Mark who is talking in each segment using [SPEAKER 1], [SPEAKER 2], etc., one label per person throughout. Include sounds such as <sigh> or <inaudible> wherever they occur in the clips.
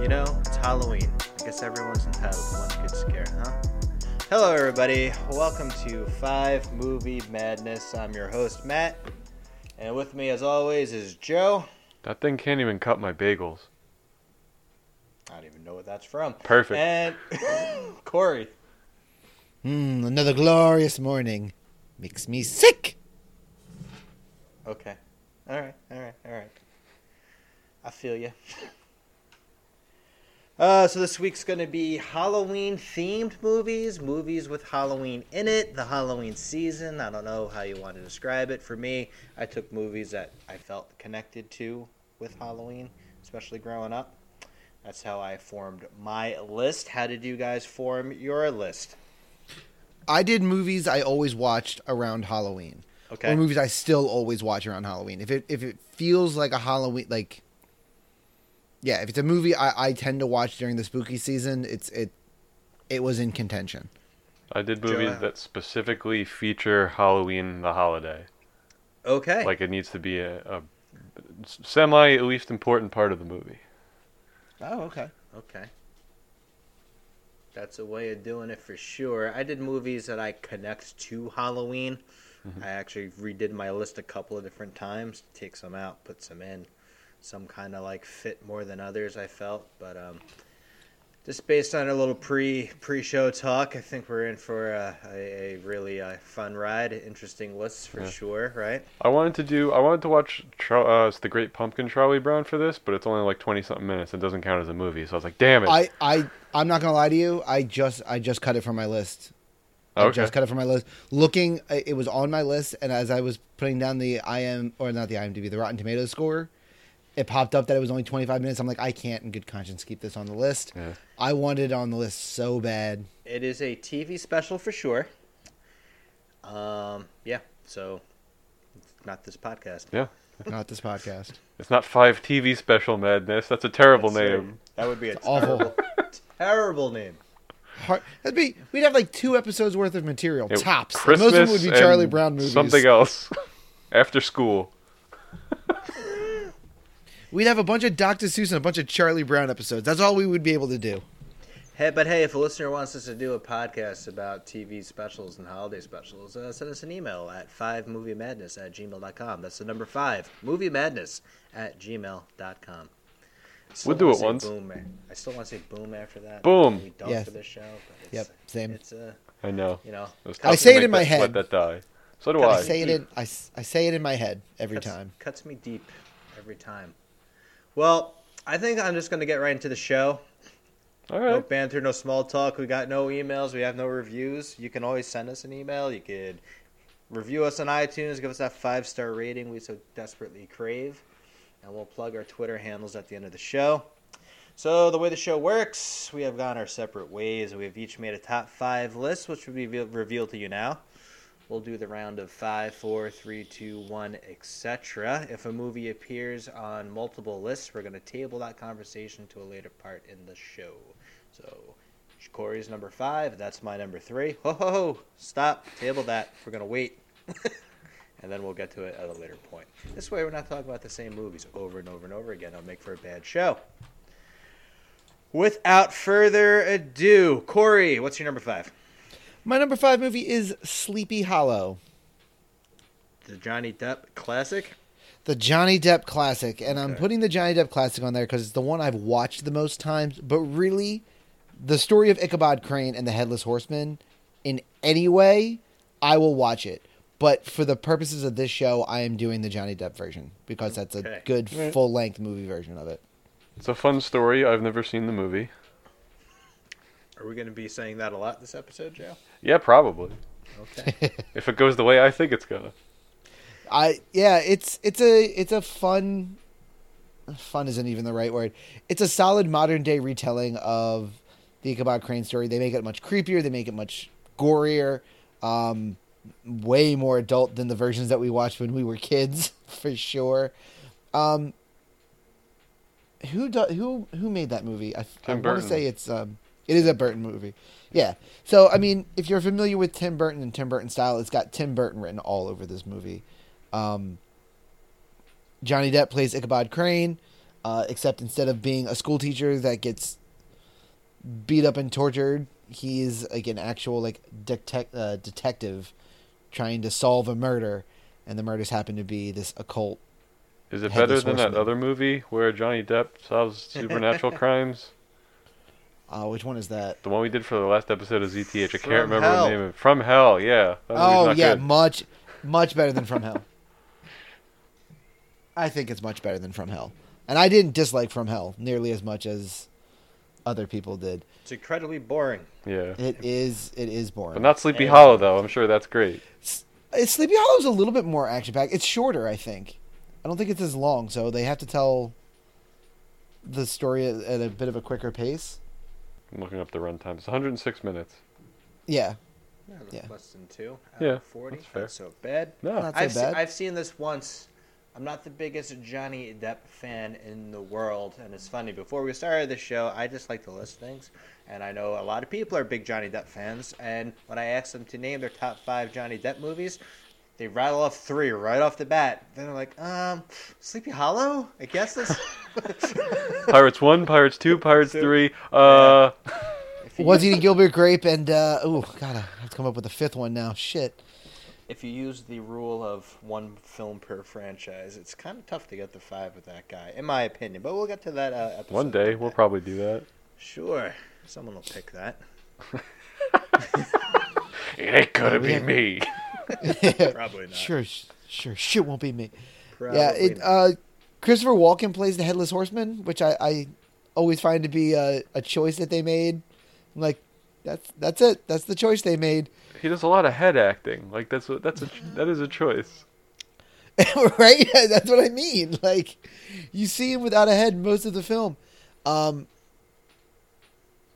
[SPEAKER 1] You know, it's Halloween. I guess everyone's entitled to one good scare, huh? Hello, everybody. Welcome to Five Movie Madness. I'm your host, Matt. And with me, as always, is Joe.
[SPEAKER 2] That thing can't even cut my bagels.
[SPEAKER 1] I don't even know what that's from.
[SPEAKER 2] Perfect.
[SPEAKER 3] Eh,
[SPEAKER 1] And <laughs> Corey.
[SPEAKER 3] Mm, another glorious morning. Makes me sick.
[SPEAKER 1] Okay. All right. All right. All right. I feel you. <laughs> Uh, so this week's going to be Halloween themed movies, movies with Halloween in it, the Halloween season. I don't know how you want to describe it. For me, I took movies that I felt connected to with Halloween, especially growing up. That's how I formed my list. How did you guys form your list?
[SPEAKER 3] I did movies I always watched around Halloween,
[SPEAKER 1] Okay.
[SPEAKER 3] or movies I still always watch around Halloween. If it if it feels like a Halloween, like yeah, if it's a movie I, I tend to watch during the spooky season, it's it it was in contention.
[SPEAKER 2] I did movies
[SPEAKER 1] Joanne.
[SPEAKER 2] that specifically feature Halloween, the holiday.
[SPEAKER 1] Okay.
[SPEAKER 2] Like it needs to be a, a semi, at least important part of the movie.
[SPEAKER 3] Oh, okay.
[SPEAKER 1] Okay. That's a way of doing it for sure. I did movies that I connect to Halloween.
[SPEAKER 2] Mm-hmm.
[SPEAKER 1] I actually redid my list a couple of different times, take some out, put some in. Some kind of like fit more than others, I felt, but um just based on a little pre pre show talk, I think we're in for a, a, a really uh, fun ride. Interesting lists for
[SPEAKER 2] Yeah.
[SPEAKER 1] sure, right?
[SPEAKER 2] I wanted to do, I wanted to watch Char- uh, The Great Pumpkin Charlie Brown for this, but it's only like 20 something minutes. It doesn't count as a movie. So I was like, damn it.
[SPEAKER 3] I I I'm not gonna lie to you. I just I just cut it from my list. I
[SPEAKER 2] Okay.
[SPEAKER 3] just cut it from my list. Looking, I- it was on my list, and as I was putting down the IM or not the IMDb, the Rotten Tomatoes score, it popped up that it was only 25 minutes. I'm like, I can't, in good conscience, keep this on the list.
[SPEAKER 2] Yeah.
[SPEAKER 3] I wanted it on the list so bad.
[SPEAKER 1] It is a TV special for sure. Um, yeah, so it's not this podcast.
[SPEAKER 3] Not this podcast.
[SPEAKER 2] It's not Five TV Special Madness. That's a terrible
[SPEAKER 1] That's
[SPEAKER 2] name.
[SPEAKER 1] a- that would be a
[SPEAKER 3] awful.
[SPEAKER 1] terrible, terrible name.
[SPEAKER 3] Har that'd be we'd have like two episodes worth of material
[SPEAKER 2] It-
[SPEAKER 3] tops. And most of them would be
[SPEAKER 2] and
[SPEAKER 3] Charlie Brown movies.
[SPEAKER 2] Something else. <laughs> After school.
[SPEAKER 3] We'd have a bunch of Dr. Seuss and a bunch of Charlie Brown episodes. That's all we would be able to do.
[SPEAKER 1] Hey, but hey, if a listener wants us to do a podcast about TV specials and holiday specials, uh, send us an email at 5moviemadness at gmail.com. That's the number 5, movie madness at gmail.com. I still
[SPEAKER 2] We'll do
[SPEAKER 1] wanna
[SPEAKER 2] it
[SPEAKER 1] say
[SPEAKER 2] once.
[SPEAKER 1] Boom. a- I still want to say boom after that.
[SPEAKER 2] Boom.
[SPEAKER 1] We don't
[SPEAKER 3] Yes.
[SPEAKER 1] for this show. But it's,
[SPEAKER 3] Yep, same.
[SPEAKER 1] It's, uh,
[SPEAKER 2] I know.
[SPEAKER 1] you know,
[SPEAKER 2] was
[SPEAKER 3] I
[SPEAKER 2] tough to
[SPEAKER 3] say it
[SPEAKER 2] make
[SPEAKER 3] in my
[SPEAKER 2] that-
[SPEAKER 3] head.
[SPEAKER 2] Let that die. So do
[SPEAKER 3] I,
[SPEAKER 2] I.
[SPEAKER 3] say it in I, s- I say it in my head every
[SPEAKER 1] cuts,
[SPEAKER 3] time.
[SPEAKER 1] Cuts me deep every time. Well, I think I'm just going to get right into the show.
[SPEAKER 2] All
[SPEAKER 1] No
[SPEAKER 2] right.
[SPEAKER 1] banter, no small talk. We got no emails. We have no reviews. You can always send us an email. You could review us on iTunes. Give us that five star rating we so desperately crave. And we'll plug our Twitter handles at the end of the show. So, the way the show works, we have gone our separate ways. We have each made a top five list, which will be ve- revealed to you now. We'll do the round of five, four, three, two, one, etc. If a movie appears on multiple lists, we're going to table that conversation to a later part in the show. So Corey's number five. That's my number three. Ho ho ho! Stop. Table that. We're gonna wait, <laughs> and then we'll get to it at a later point. This way, we're not talking about the same movies over and over and over again. It'll make for a bad show. Without further ado, Corey, what's your number five?
[SPEAKER 3] My number five movie is Sleepy Hollow.
[SPEAKER 1] The Johnny Depp classic.
[SPEAKER 3] The Johnny Depp classic, and I'm
[SPEAKER 1] Okay.
[SPEAKER 3] putting the Johnny Depp classic on there because it's the one I've watched the most times. But really, the story of Ichabod Crane and the Headless Horseman, in any way, I will watch it. But for the purposes of this show, I am doing the Johnny Depp version because that's a
[SPEAKER 1] Okay.
[SPEAKER 3] good full length movie version of it.
[SPEAKER 2] It's a fun story. I've never seen the movie.
[SPEAKER 1] Are we gonna be saying that a lot this episode, Joe?
[SPEAKER 2] Yeah, probably.
[SPEAKER 1] Okay.
[SPEAKER 2] If it goes the way I think it's gonna.
[SPEAKER 3] I yeah, it's it's a it's a fun fun isn't even the right word. It's a solid modern day retelling of the Ichabod Crane story. They make it much creepier, they make it much gorier, um way more adult than the versions that we watched when we were kids, <laughs> for sure. Um who do, who who made that movie? I, I
[SPEAKER 2] Tim
[SPEAKER 3] want to
[SPEAKER 2] Burton.
[SPEAKER 3] say it's um it is a Burton movie. Yeah. So I mean, if you're familiar with Tim Burton and Tim Burton style, it's got Tim Burton written all over this movie. Um, Johnny Depp plays Ichabod Crane. Uh, except instead of being a school teacher that gets beat up and tortured, he's like an actual like detec- uh, detective trying to solve a murder, and the murders happen to be this occult.
[SPEAKER 2] Is it
[SPEAKER 3] Headless
[SPEAKER 2] better than that
[SPEAKER 3] Horseman.
[SPEAKER 2] other movie where Johnny Depp solves supernatural crimes?
[SPEAKER 3] Uh, which one is that?
[SPEAKER 2] The one we did for the last episode of ZTH. I can't
[SPEAKER 1] From
[SPEAKER 2] remember
[SPEAKER 1] Hell.
[SPEAKER 2] the name of it. From Hell, yeah. That movie's
[SPEAKER 3] Oh
[SPEAKER 2] not
[SPEAKER 3] yeah,
[SPEAKER 2] good.
[SPEAKER 3] much much better
[SPEAKER 2] <laughs>
[SPEAKER 3] than From Hell. I think it's much better than From Hell, and I didn't dislike From Hell nearly as much as other people did.
[SPEAKER 1] It's incredibly boring.
[SPEAKER 2] Yeah.
[SPEAKER 3] It is it is boring.
[SPEAKER 2] But not Sleepy
[SPEAKER 1] Yeah.
[SPEAKER 2] Hollow, though. I'm sure that's great.
[SPEAKER 3] Uh, Sleepy Hollow's a little bit more action packed. It's shorter, I think. I don't think it's as long, so they have to tell the story at, at a bit of a quicker pace.
[SPEAKER 2] I'm looking up the runtime. It's 106 minutes.
[SPEAKER 3] Yeah,
[SPEAKER 1] Yeah,
[SPEAKER 3] Yeah.
[SPEAKER 1] Less than two. Out
[SPEAKER 2] Yeah,
[SPEAKER 1] of Forty.
[SPEAKER 2] that's fair.
[SPEAKER 1] Not so bad.
[SPEAKER 2] No.
[SPEAKER 3] Not so
[SPEAKER 1] I've, se-
[SPEAKER 3] bad.
[SPEAKER 1] I've seen this once. I'm not the biggest Johnny Depp fan in the world, and it's funny. Before we started the show, I just like to list things, and I know a lot of people are big Johnny Depp fans. And when I ask them to name their top five Johnny Depp movies, they rattle off three right off the bat. Then they're like, um, Sleepy Hollow, I guess.
[SPEAKER 3] <laughs>
[SPEAKER 1] That's...
[SPEAKER 2] <laughs> Pirates 1, Pirates 2, Pirates
[SPEAKER 1] Two.
[SPEAKER 2] 3. Uh,
[SPEAKER 1] If you- <laughs>
[SPEAKER 3] was eating Gilbert Grape and uh, oh god, I have to come up with a fifth one now. Shit.
[SPEAKER 1] if you use the rule of one film per franchise, it's kind of tough to get the five with that guy, in my opinion. But we'll get to that uh, episode.
[SPEAKER 2] one day, we'll probably do that.
[SPEAKER 1] Sure, someone will pick that.
[SPEAKER 2] It ain't gonna
[SPEAKER 3] be
[SPEAKER 2] be me.
[SPEAKER 3] <laughs>
[SPEAKER 1] Probably not.
[SPEAKER 3] sure, sh- sure, shit won't be me.
[SPEAKER 1] Probably
[SPEAKER 3] yeah, it,
[SPEAKER 1] not.
[SPEAKER 3] uh, Christopher Walken plays the headless horseman, which I, I always find to be a, a choice that they made. I'm like, that's that's it. That's the choice they made,
[SPEAKER 2] <laughs> He does a lot of head acting. Like that's a, that's a that is a choice.
[SPEAKER 3] <laughs> right? that's what I mean. Like, you see him without a head most of the film, um,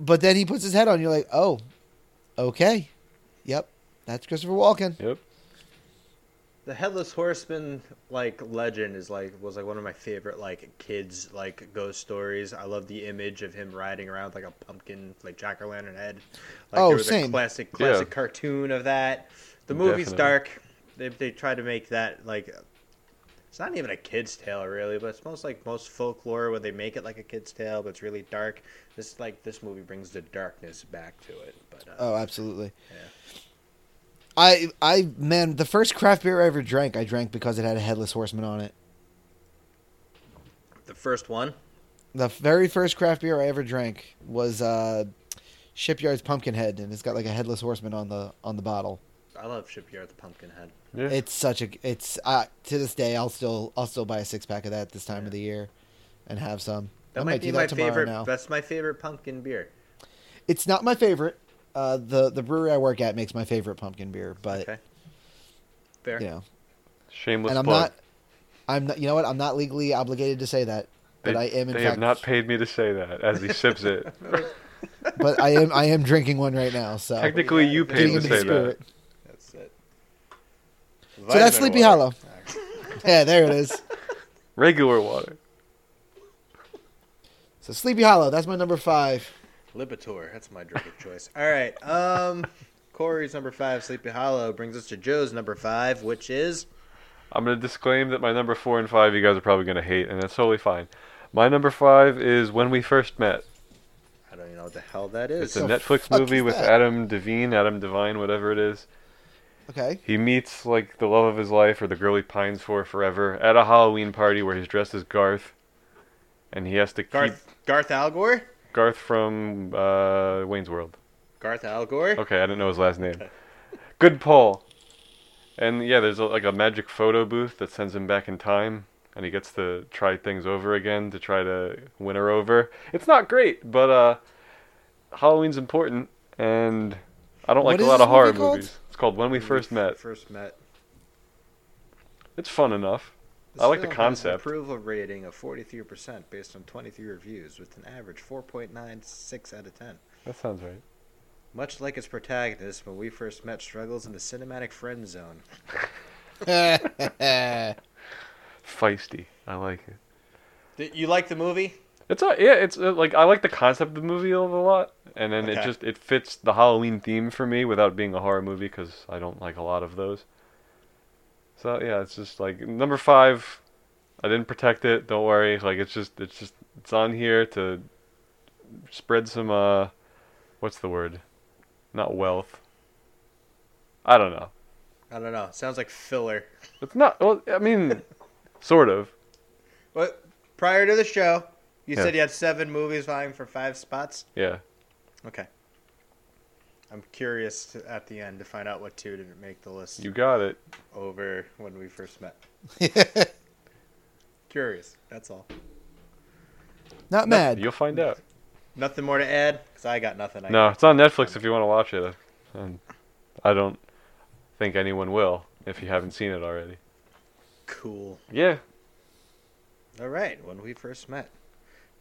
[SPEAKER 3] but then he puts his head on. You're like, oh, okay, yep, that's Christopher Walken.
[SPEAKER 2] Yep.
[SPEAKER 1] the headless horseman like legend is like was like one of my favorite like kids like ghost stories. I love the image of him riding around with, like a pumpkin like jack o' lantern head. Like,
[SPEAKER 3] Oh,
[SPEAKER 1] there was
[SPEAKER 3] same.
[SPEAKER 1] A classic
[SPEAKER 2] Yeah.
[SPEAKER 1] classic cartoon of that. The movie's
[SPEAKER 2] Definitely.
[SPEAKER 1] dark. They they try to make that like it's not even a kid's tale really, but it's most like most folklore where they make it like a kid's tale, but it's really dark. This like this movie brings the darkness back to it. But uh,
[SPEAKER 3] Oh, absolutely.
[SPEAKER 1] Yeah.
[SPEAKER 3] I I man, the first craft beer I ever drank, I drank because it had a headless horseman on it.
[SPEAKER 1] the first one,
[SPEAKER 3] The very first craft beer I ever drank was uh, Shipyard's Pumpkinhead, and it's got like a headless horseman on the on the bottle.
[SPEAKER 1] I love Shipyard the Pumpkinhead.
[SPEAKER 2] Yeah.
[SPEAKER 3] It's such a it's uh, to this day I'll still I'll still buy a six pack of that this time of the year, and have some.
[SPEAKER 1] That
[SPEAKER 3] I
[SPEAKER 1] might
[SPEAKER 3] do
[SPEAKER 1] be my
[SPEAKER 3] tomorrow
[SPEAKER 1] favorite.
[SPEAKER 3] now.
[SPEAKER 1] That's my favorite pumpkin beer.
[SPEAKER 3] It's not my favorite. Uh, the the brewery I work at makes my favorite pumpkin beer, but
[SPEAKER 1] Okay. Fair.
[SPEAKER 3] you know,
[SPEAKER 2] Shameless
[SPEAKER 3] and I'm
[SPEAKER 2] plug.
[SPEAKER 3] not. I'm not. You know what? I'm not legally obligated to say that,
[SPEAKER 2] They,
[SPEAKER 3] but I am in
[SPEAKER 2] they
[SPEAKER 3] fact.
[SPEAKER 2] have not paid me to say that as he sips it.
[SPEAKER 3] <laughs> but I am. I am drinking one right now. So
[SPEAKER 2] Technically, you
[SPEAKER 1] Getting
[SPEAKER 2] paid
[SPEAKER 3] getting
[SPEAKER 2] to
[SPEAKER 3] into
[SPEAKER 1] was
[SPEAKER 2] say
[SPEAKER 3] the
[SPEAKER 1] saying
[SPEAKER 2] that.
[SPEAKER 3] spirit.
[SPEAKER 1] That's it.
[SPEAKER 3] So that's Sleepy Hollow. <laughs> Yeah, there it is.
[SPEAKER 2] Regular water.
[SPEAKER 3] So Sleepy Hollow. That's my number five.
[SPEAKER 1] Libator. That's my drink of choice. All right. Um, <laughs> Corey's number five, Sleepy Hollow, brings us to Joe's number five, which is
[SPEAKER 2] I'm gonna disclaim that my number four and five you guys are probably gonna hate, and that's totally fine. My number five is when we first met.
[SPEAKER 1] I don't even know what the hell that is.
[SPEAKER 2] It's a
[SPEAKER 3] So
[SPEAKER 2] Netflix
[SPEAKER 3] fuck
[SPEAKER 2] movie
[SPEAKER 3] is
[SPEAKER 2] with
[SPEAKER 3] that?
[SPEAKER 2] Adam Devine, Adam Devine, whatever it is.
[SPEAKER 3] Okay. <laughs>
[SPEAKER 2] He meets like the love of his life or the girl he pines for forever at a Halloween party where he's dressed as Garth, and he has to
[SPEAKER 1] Garth Garth Al Gore.
[SPEAKER 2] keep Garth from uh, Wayne's World.
[SPEAKER 1] Garth Al Gore.
[SPEAKER 2] Okay, I didn't know his last name. Good Paul. And yeah, there's a, like a magic photo booth that sends him back in time, and he gets to try things over again to try to win her over. It's not great, but uh, Halloween's important, and I don't like
[SPEAKER 3] What
[SPEAKER 2] a
[SPEAKER 3] is
[SPEAKER 2] lot
[SPEAKER 3] this
[SPEAKER 2] of horror
[SPEAKER 3] movie called?
[SPEAKER 2] movies. It's called When We First Met.
[SPEAKER 1] First met.
[SPEAKER 2] It's fun enough.
[SPEAKER 1] This
[SPEAKER 2] I like the
[SPEAKER 1] film has an
[SPEAKER 2] concept.
[SPEAKER 1] Approval rating of 43% based on 23 reviews, with an average 4.96 out of 10.
[SPEAKER 2] That sounds right.
[SPEAKER 1] Much like its protagonist when we first met, struggles in the cinematic friend zone.
[SPEAKER 2] Feisty. I like it.
[SPEAKER 1] Did you like the movie?
[SPEAKER 2] It's a, yeah, it's uh, like I like the concept of the movie a lot, and then it
[SPEAKER 1] Okay.
[SPEAKER 2] just it fits the Halloween theme for me without being a horror movie because I don't like a lot of those. So yeah, it's just like number five. I didn't protect it. Don't worry. Like it's just it's just it's on here to spread some uh what's the word? Not wealth. I don't know.
[SPEAKER 1] I don't know. Sounds like filler.
[SPEAKER 2] It's not well I mean <laughs> sort of.
[SPEAKER 1] But prior to the show, you
[SPEAKER 2] Yeah.
[SPEAKER 1] said you had seven movies vying for five spots.
[SPEAKER 2] Yeah.
[SPEAKER 1] Okay. I'm curious to, at the end to find out what two didn't make the list
[SPEAKER 2] You got it.
[SPEAKER 1] over when we first met. Curious. That's all.
[SPEAKER 3] Not mad.
[SPEAKER 2] You'll find out.
[SPEAKER 1] Nothing more to add because I got nothing. I
[SPEAKER 2] No, it's on Netflix if you want to watch it. And I don't think anyone will if you haven't seen it already.
[SPEAKER 1] Cool.
[SPEAKER 2] Yeah.
[SPEAKER 1] All right. When we first met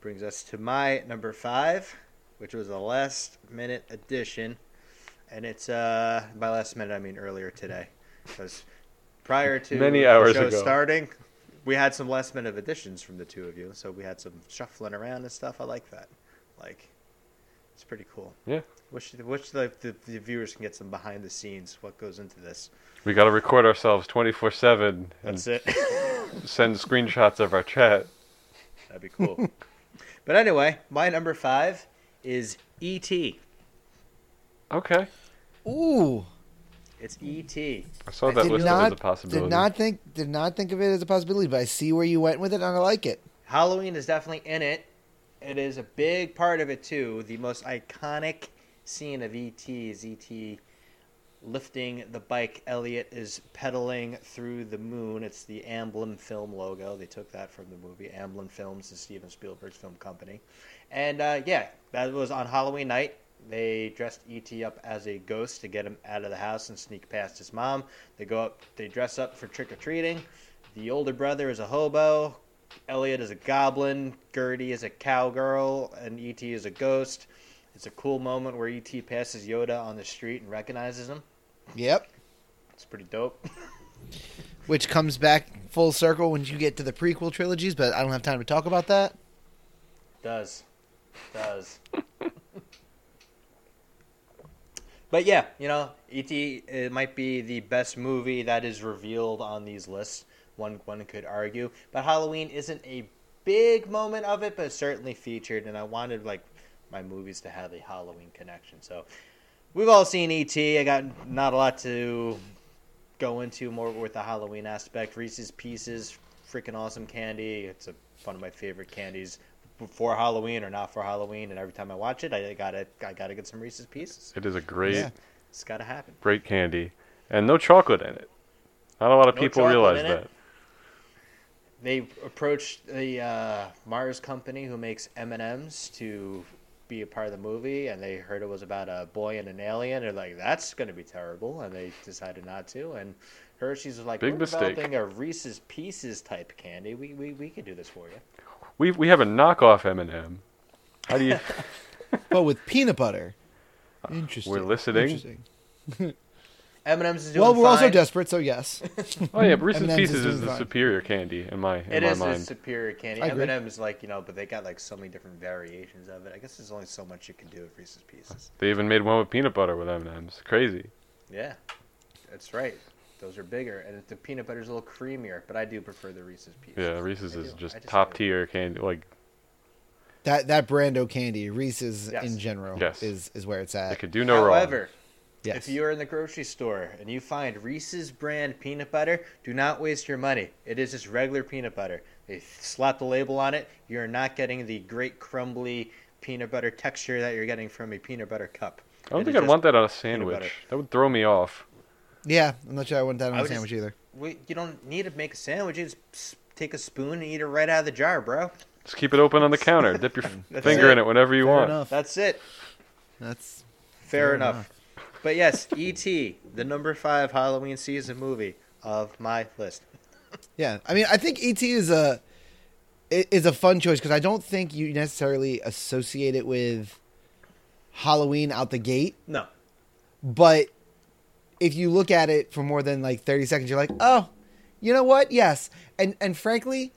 [SPEAKER 1] brings us to my number five, which was a last minute addition, and it's uh by last minute I mean earlier today, because prior to
[SPEAKER 2] Many
[SPEAKER 1] the
[SPEAKER 2] hours
[SPEAKER 1] show
[SPEAKER 2] ago.
[SPEAKER 1] starting, we had some last minute additions from the two of you, so we had some shuffling around and stuff. I like that. Like, it's pretty cool.
[SPEAKER 2] Yeah.
[SPEAKER 1] Wish wish the the, the viewers can get some behind the scenes what goes into this.
[SPEAKER 2] We got to record ourselves 24/7 and
[SPEAKER 1] That's it. <laughs>
[SPEAKER 2] send screenshots of our chat.
[SPEAKER 1] That'd be cool. <laughs> but anyway, my number five is E E.T.
[SPEAKER 2] Okay.
[SPEAKER 3] Ooh.
[SPEAKER 1] It's E E.T.
[SPEAKER 2] I saw that
[SPEAKER 3] did
[SPEAKER 2] listed
[SPEAKER 3] not,
[SPEAKER 2] as a possibility.
[SPEAKER 3] Did not think did not think of it as a possibility, but I see where you went with it and I like it.
[SPEAKER 1] Halloween is definitely in it. It is a big part of it too. The most iconic scene of E.T. is E.T. lifting the bike Elliot is pedaling through the moon. It's the Amblin Film logo. They took that from the movie. Amblin Films is Steven Spielberg's film company. And uh, yeah, that was on Halloween night. They dressed E.T. up as a ghost to get him out of the house and sneak past his mom. They go up, they dress up for trick or treating. The older brother is a hobo. Elliot is a goblin. Gertie is a cowgirl. And E.T. is a ghost. It's a cool moment where E.T. passes Yoda on the street and recognizes him.
[SPEAKER 3] Yep.
[SPEAKER 1] It's pretty dope. <laughs>
[SPEAKER 3] Which comes back full circle when you get to the prequel trilogies, but I don't have time to talk about that.
[SPEAKER 1] Does. Does. but yeah, you know, E.T. It might be the best movie that is revealed on these lists. One one could argue, but Halloween isn't a big moment of it, but it's certainly featured. And I wanted like my movies to have a Halloween connection. So we've all seen E.T. I got not a lot to go into more with the Halloween aspect. Reese's Pieces, freaking awesome candy. It's a, one of my favorite candies for Halloween or not for Halloween. And every time I watch it, I gotta I gotta get some Reese's Pieces.
[SPEAKER 2] It is a great
[SPEAKER 3] Yeah.
[SPEAKER 1] It's gotta happen.
[SPEAKER 2] great candy and no chocolate in it. Not a lot of
[SPEAKER 1] No
[SPEAKER 2] people
[SPEAKER 1] chocolate
[SPEAKER 2] realize
[SPEAKER 1] in
[SPEAKER 2] that.
[SPEAKER 1] it? They approached the uh, Mars company who makes M and M's to be a part of the movie, and they heard it was about a boy and an alien. They're like, "That's going to be terrible," and they decided not to. And Hershey's was like,
[SPEAKER 2] Big
[SPEAKER 1] "We're
[SPEAKER 2] mistake.
[SPEAKER 1] developing a Reese's Pieces type candy. We we we could do this for you."
[SPEAKER 2] We we have a knockoff M&M. How do you
[SPEAKER 3] But with peanut butter. Interesting.
[SPEAKER 2] Uh, we're listening.
[SPEAKER 3] Interesting.
[SPEAKER 1] M and M's is doing
[SPEAKER 3] Well, we're also
[SPEAKER 1] fine.
[SPEAKER 3] desperate, so yes.
[SPEAKER 2] Oh yeah, Reese's
[SPEAKER 3] M&M's
[SPEAKER 2] Pieces
[SPEAKER 3] is
[SPEAKER 2] is
[SPEAKER 3] doing
[SPEAKER 2] the
[SPEAKER 3] fine.
[SPEAKER 2] superior candy in my in
[SPEAKER 1] It
[SPEAKER 2] my
[SPEAKER 1] is a
[SPEAKER 2] mind.
[SPEAKER 1] superior candy.
[SPEAKER 3] I agree.
[SPEAKER 1] M&M's like you know, but they got like so many different variations of it. I guess there's only so much you can do with Reese's Pieces.
[SPEAKER 2] They even made one with peanut butter with M&Ms. Crazy.
[SPEAKER 1] Yeah, that's right. Those are bigger, and the peanut butter's a little creamier. But I do prefer the Reese's Pieces.
[SPEAKER 2] Yeah, Reese's
[SPEAKER 1] I
[SPEAKER 2] is
[SPEAKER 1] do.
[SPEAKER 2] just,
[SPEAKER 1] I
[SPEAKER 2] top
[SPEAKER 1] do.
[SPEAKER 2] tier candy. Like
[SPEAKER 3] that that Brando candy, Reese's
[SPEAKER 1] Yes.
[SPEAKER 3] in general,
[SPEAKER 2] Yes.
[SPEAKER 3] is is where it's
[SPEAKER 2] they
[SPEAKER 3] at.
[SPEAKER 2] could do no wrong.
[SPEAKER 1] However,
[SPEAKER 3] Yes.
[SPEAKER 1] if you are in the grocery store and you find Reese's brand peanut butter, do not waste your money. It is just regular peanut butter. They slap the label on it. You are not getting the great crumbly peanut butter texture that you're getting from a peanut butter cup.
[SPEAKER 2] I don't
[SPEAKER 1] It
[SPEAKER 2] think
[SPEAKER 1] is
[SPEAKER 2] I'd
[SPEAKER 1] just-
[SPEAKER 2] want that on a
[SPEAKER 1] butter.
[SPEAKER 2] sandwich. That would throw me off.
[SPEAKER 3] yeah, I'm not sure I want that on
[SPEAKER 1] I
[SPEAKER 3] a
[SPEAKER 1] would just-
[SPEAKER 3] sandwich either.
[SPEAKER 1] We, you don't need to make a sandwich. You just s- take a spoon and eat it right out of the jar, bro.
[SPEAKER 2] Just keep it
[SPEAKER 1] <laughs>
[SPEAKER 2] open on the counter. Dip your f-
[SPEAKER 1] That's
[SPEAKER 2] finger
[SPEAKER 1] it.
[SPEAKER 2] in it whenever you
[SPEAKER 3] Fair
[SPEAKER 2] want.
[SPEAKER 3] enough.
[SPEAKER 1] That's it.
[SPEAKER 3] That's
[SPEAKER 1] Fair,
[SPEAKER 3] Fair
[SPEAKER 1] enough. But yes, E.T., the number five Halloween season movie of my list.
[SPEAKER 3] Yeah, I mean, I think ET is a i- is a fun choice because I don't think you necessarily associate it with Halloween out the gate,
[SPEAKER 1] No.
[SPEAKER 3] but if you look at it for more than like thirty seconds, you're like, oh, you know what? Yes, and and frankly,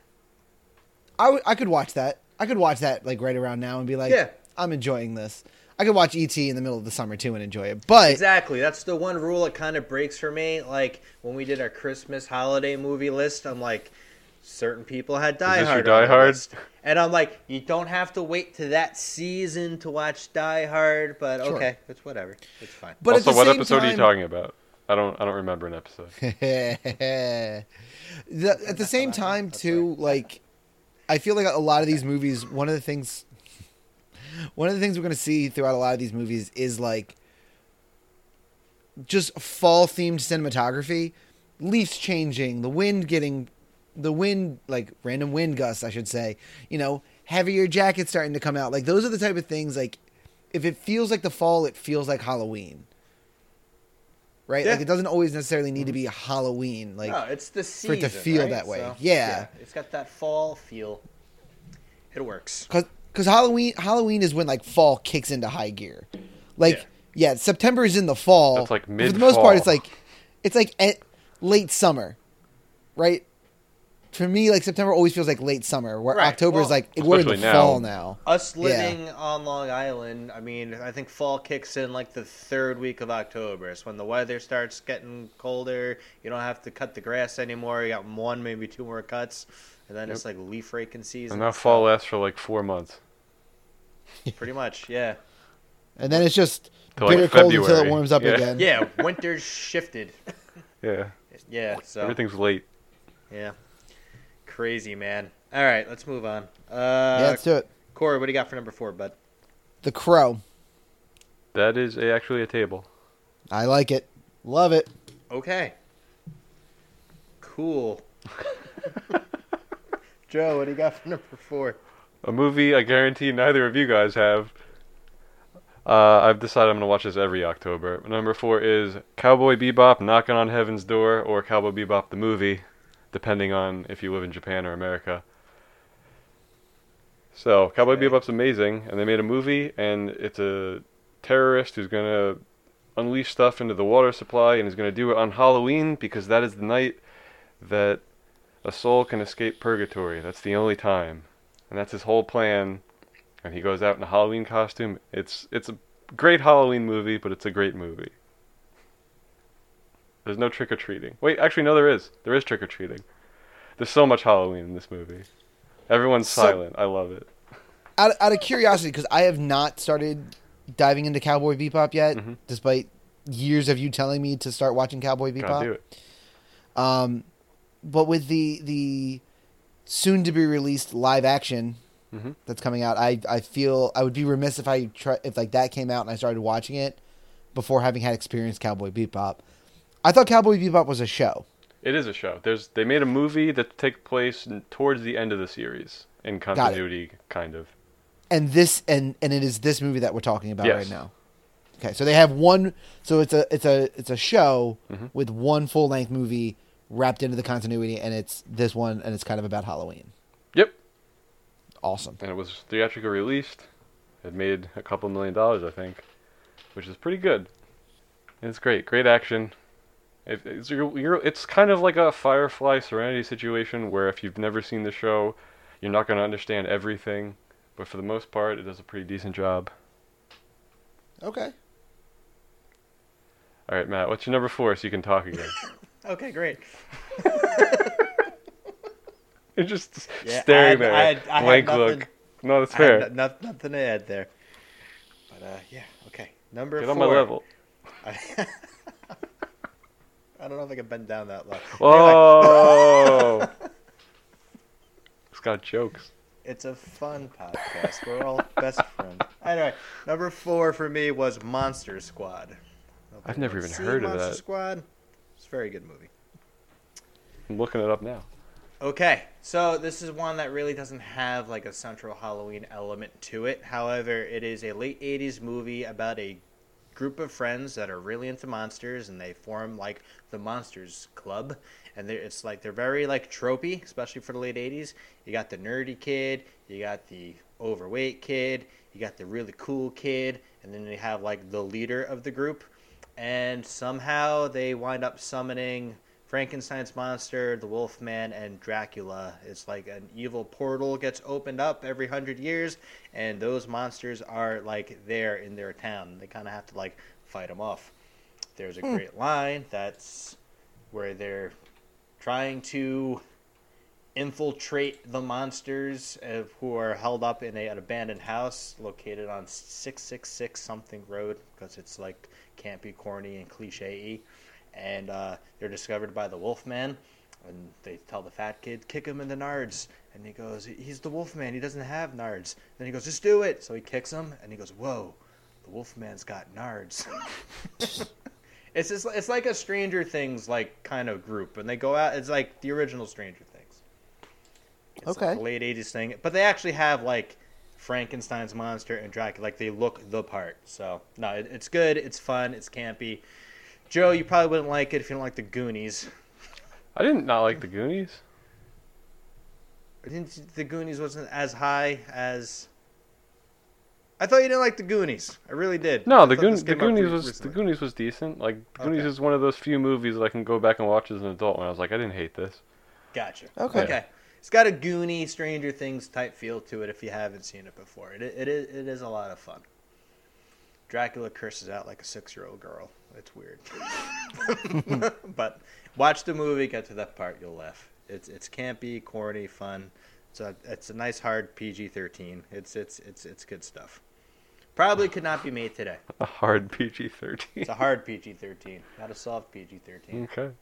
[SPEAKER 3] I would- I could watch that. I could watch that like right around now and be like,
[SPEAKER 1] Yeah.
[SPEAKER 3] I'm enjoying this. I could watch ET in the middle of the summer too and enjoy it. But
[SPEAKER 1] Exactly. That's the one rule it kind of breaks for me. Like when we did our Christmas holiday movie list, I'm like, certain people had
[SPEAKER 2] this
[SPEAKER 1] Die
[SPEAKER 2] your
[SPEAKER 1] Hard. on
[SPEAKER 2] Die
[SPEAKER 1] their
[SPEAKER 2] Hard?
[SPEAKER 1] list. And I'm like, you don't have to wait to that season to watch Die Hard, but
[SPEAKER 3] Sure.
[SPEAKER 1] okay, it's whatever. It's fine.
[SPEAKER 3] But
[SPEAKER 2] also,
[SPEAKER 3] at the
[SPEAKER 2] what
[SPEAKER 3] same
[SPEAKER 2] episode
[SPEAKER 3] time,
[SPEAKER 2] are you talking about? I don't. I don't remember
[SPEAKER 1] <laughs>
[SPEAKER 2] an episode.
[SPEAKER 3] <laughs> the, at the same
[SPEAKER 1] laughing.
[SPEAKER 3] time
[SPEAKER 1] That's
[SPEAKER 3] too like i feel like a lot of these movies one of the things <laughs> one of the things we're going to see throughout a lot of these movies is like just fall themed cinematography leaves changing the wind getting the wind like random wind gusts i should say you know heavier jackets starting to come out like those are the type of things like if it feels like the fall it feels like halloween right
[SPEAKER 1] Yeah.
[SPEAKER 3] like it doesn't always necessarily need to be halloween like
[SPEAKER 1] Mm-hmm. Oh, no, it's the
[SPEAKER 3] for
[SPEAKER 1] season
[SPEAKER 3] it to feel
[SPEAKER 1] right?
[SPEAKER 3] that way.
[SPEAKER 1] So,
[SPEAKER 3] Yeah.
[SPEAKER 1] it's got that fall feel. It works.
[SPEAKER 3] because Halloween Halloween is when like fall kicks into high gear. Like yeah, September is in the fall.
[SPEAKER 2] That's, like,
[SPEAKER 3] but For the most part, it's
[SPEAKER 2] mid-fall.
[SPEAKER 3] like it's like at late summer, right? For me, like September always feels like late summer, where
[SPEAKER 1] Right,
[SPEAKER 3] October
[SPEAKER 1] well-
[SPEAKER 3] is like we're in the
[SPEAKER 2] Especially now.
[SPEAKER 3] fall now.
[SPEAKER 1] Us
[SPEAKER 3] Yeah.
[SPEAKER 1] living on Long Island, I mean, I think fall kicks in like the third week of October. It's when the weather starts getting colder. You don't have to cut the grass anymore. You got one, maybe two more cuts, and then it's like leaf raking season.
[SPEAKER 2] And that
[SPEAKER 1] so
[SPEAKER 2] fall lasts for like four months.
[SPEAKER 1] pretty much,
[SPEAKER 3] <laughs>
[SPEAKER 1] yeah,
[SPEAKER 3] and then it's just
[SPEAKER 2] Till, like,
[SPEAKER 3] bitter cold until
[SPEAKER 2] February.
[SPEAKER 3] it warms up
[SPEAKER 2] Yeah.
[SPEAKER 3] again.
[SPEAKER 1] yeah. Winter's shifted. <laughs>
[SPEAKER 2] Yeah.
[SPEAKER 1] Yeah, so
[SPEAKER 2] Everything's late.
[SPEAKER 1] yeah, crazy man. All right, let's move on. Uh,
[SPEAKER 3] yeah, let's do it.
[SPEAKER 1] Corey, what do you got for number four, bud?
[SPEAKER 3] The Crow,
[SPEAKER 2] That is a, actually a table.
[SPEAKER 3] I like it, love it.
[SPEAKER 1] Okay. Cool. <laughs> Joe, what do you got for number four?
[SPEAKER 2] A movie I guarantee neither of you guys have. Uh, I've decided I'm going to watch this every October. Number four is Cowboy Bebop Knocking on Heaven's Door or Cowboy Bebop the Movie, depending on if you live in Japan or America. So, Cowboy
[SPEAKER 1] Okay.
[SPEAKER 2] Bebop's amazing, and they made a movie, and it's a terrorist who's going to unleash stuff into the water supply and is going to do it on Halloween because that is the night that a soul can escape purgatory. That's the only time. And that's his whole plan. And he goes out in a Halloween costume. It's it's a great Halloween movie, but it's a great movie. There's no trick or treating. Wait, actually no there is. There is trick or treating. There's so much Halloween in this movie. Everyone's
[SPEAKER 3] So-
[SPEAKER 2] silent. I love it.
[SPEAKER 3] out, out of curiosity, because I have not started diving into Cowboy Bebop yet,
[SPEAKER 2] Mhm.
[SPEAKER 3] despite years of you telling me to start watching Cowboy
[SPEAKER 2] Gotta do
[SPEAKER 3] Bebop.
[SPEAKER 2] it.
[SPEAKER 3] Um, but with the the soon to be released live action
[SPEAKER 2] Mhm.
[SPEAKER 3] that's coming out, I I feel I would be remiss if I try if like that came out and I started watching it before having had experienced Cowboy Bebop. I thought Cowboy Bebop was a show.
[SPEAKER 2] It is a show. There's they made a movie that takes place n- towards the end of the series in continuity kind of.
[SPEAKER 3] and this and and it is this movie that we're talking about
[SPEAKER 2] Yes.
[SPEAKER 3] right now. Okay, so they have one. So it's a it's a it's a show
[SPEAKER 2] Mhm.
[SPEAKER 3] with one full length movie wrapped into the continuity, and it's this one, and it's kind of about Halloween.
[SPEAKER 2] Yep.
[SPEAKER 3] Awesome.
[SPEAKER 2] and it was theatrically released. It made a couple million dollars, I think, which is pretty good. And it's great, great action. It, it's, you're, you're, it's kind of like a Firefly Serenity situation where if you've never seen the show, you're not going to understand everything. But for the most part, it does a pretty decent job.
[SPEAKER 3] Okay.
[SPEAKER 2] All right, Matt, what's your number four so you can talk again?
[SPEAKER 1] Okay, great.
[SPEAKER 2] <laughs> You're just
[SPEAKER 1] Yeah, I
[SPEAKER 2] staring
[SPEAKER 1] had-
[SPEAKER 2] there,
[SPEAKER 1] I had- I had
[SPEAKER 2] blank
[SPEAKER 1] nothing-
[SPEAKER 2] look. No, that's
[SPEAKER 1] I had
[SPEAKER 2] fair.
[SPEAKER 1] no- no- nothing to add there. But uh, yeah, okay. Number
[SPEAKER 2] Get
[SPEAKER 1] four.
[SPEAKER 2] on my level.
[SPEAKER 1] <laughs> I, I don't know if I can bend down that low. Anyway, <laughs>
[SPEAKER 2] Oh, it's got jokes.
[SPEAKER 1] it's a fun podcast. We're all best friends. Anyway, number four for me was Monster Squad.
[SPEAKER 2] I've never
[SPEAKER 1] Everyone's
[SPEAKER 2] even
[SPEAKER 1] seen
[SPEAKER 2] heard of
[SPEAKER 1] Monster
[SPEAKER 2] that.
[SPEAKER 1] Squad. It's a very good movie.
[SPEAKER 2] I'm looking it up now.
[SPEAKER 1] Okay, so this is one that really doesn't have like a central Halloween element to it. However, it is a late 80s movie about a group of friends that are really into monsters and they form like the Monsters Club. And they're, it's like they're very like tropey, especially for the late 80s. You got the nerdy kid, you got the overweight kid, you got the really cool kid, and then you have like the leader of the group. And somehow they wind up summoning Frankenstein's monster, the Wolfman, and Dracula. It's like an evil portal gets opened up every hundred years, and those monsters are like there in their town. They kind of have to like fight them off. There's a great line that's where they're trying to infiltrate the monsters uh, who are held up in a, an abandoned house located on 666 something road because it's like can't be corny and cliche and uh, they're discovered by the wolfman and they tell the fat kid kick him in the nards and he goes he's the wolfman he doesn't have nards then he goes just do it so he kicks him and he goes whoa the wolfman's got nards <laughs> It's just, it's like a Stranger Things like kind of group, and they go out. It's like the original Stranger Things. It's like
[SPEAKER 3] Okay.
[SPEAKER 1] a late '80s thing, but they actually have like Frankenstein's monster and Dracula. Like they look the part. So no, it, it's good. It's fun. It's campy. Joe, you probably wouldn't like it if you don't like the Goonies.
[SPEAKER 2] I didn't not like the Goonies.
[SPEAKER 1] I didn't. The Goonies wasn't as high as. I thought you didn't like the Goonies. I really did. I
[SPEAKER 2] No, the,
[SPEAKER 1] thought
[SPEAKER 2] Goon-
[SPEAKER 1] this
[SPEAKER 2] the
[SPEAKER 1] came up
[SPEAKER 2] Goonies
[SPEAKER 1] re-
[SPEAKER 2] was
[SPEAKER 1] recently.
[SPEAKER 2] the Goonies was decent. Like the Goonies
[SPEAKER 1] Okay.
[SPEAKER 2] is one of those few movies that I can go back and watch as an adult when I was like, I didn't hate this. <laughs>
[SPEAKER 1] Gotcha.
[SPEAKER 3] Okay.
[SPEAKER 1] Okay. It's got a Goonie, Stranger Things type feel to it if you haven't seen it before. It, it, is, it is a lot of fun. Dracula curses out like a six year old girl. It's weird. <laughs> but watch the movie, get to that part, you'll laugh. It's, it's campy, corny, fun. It's a, it's a nice, hard PG 13. It's, it's, it's, it's good stuff. Probably could not be made today.
[SPEAKER 2] A hard PG
[SPEAKER 1] It's <laughs>
[SPEAKER 2] thirteen.
[SPEAKER 1] a hard PG 13, not a soft PG 13.
[SPEAKER 2] Okay.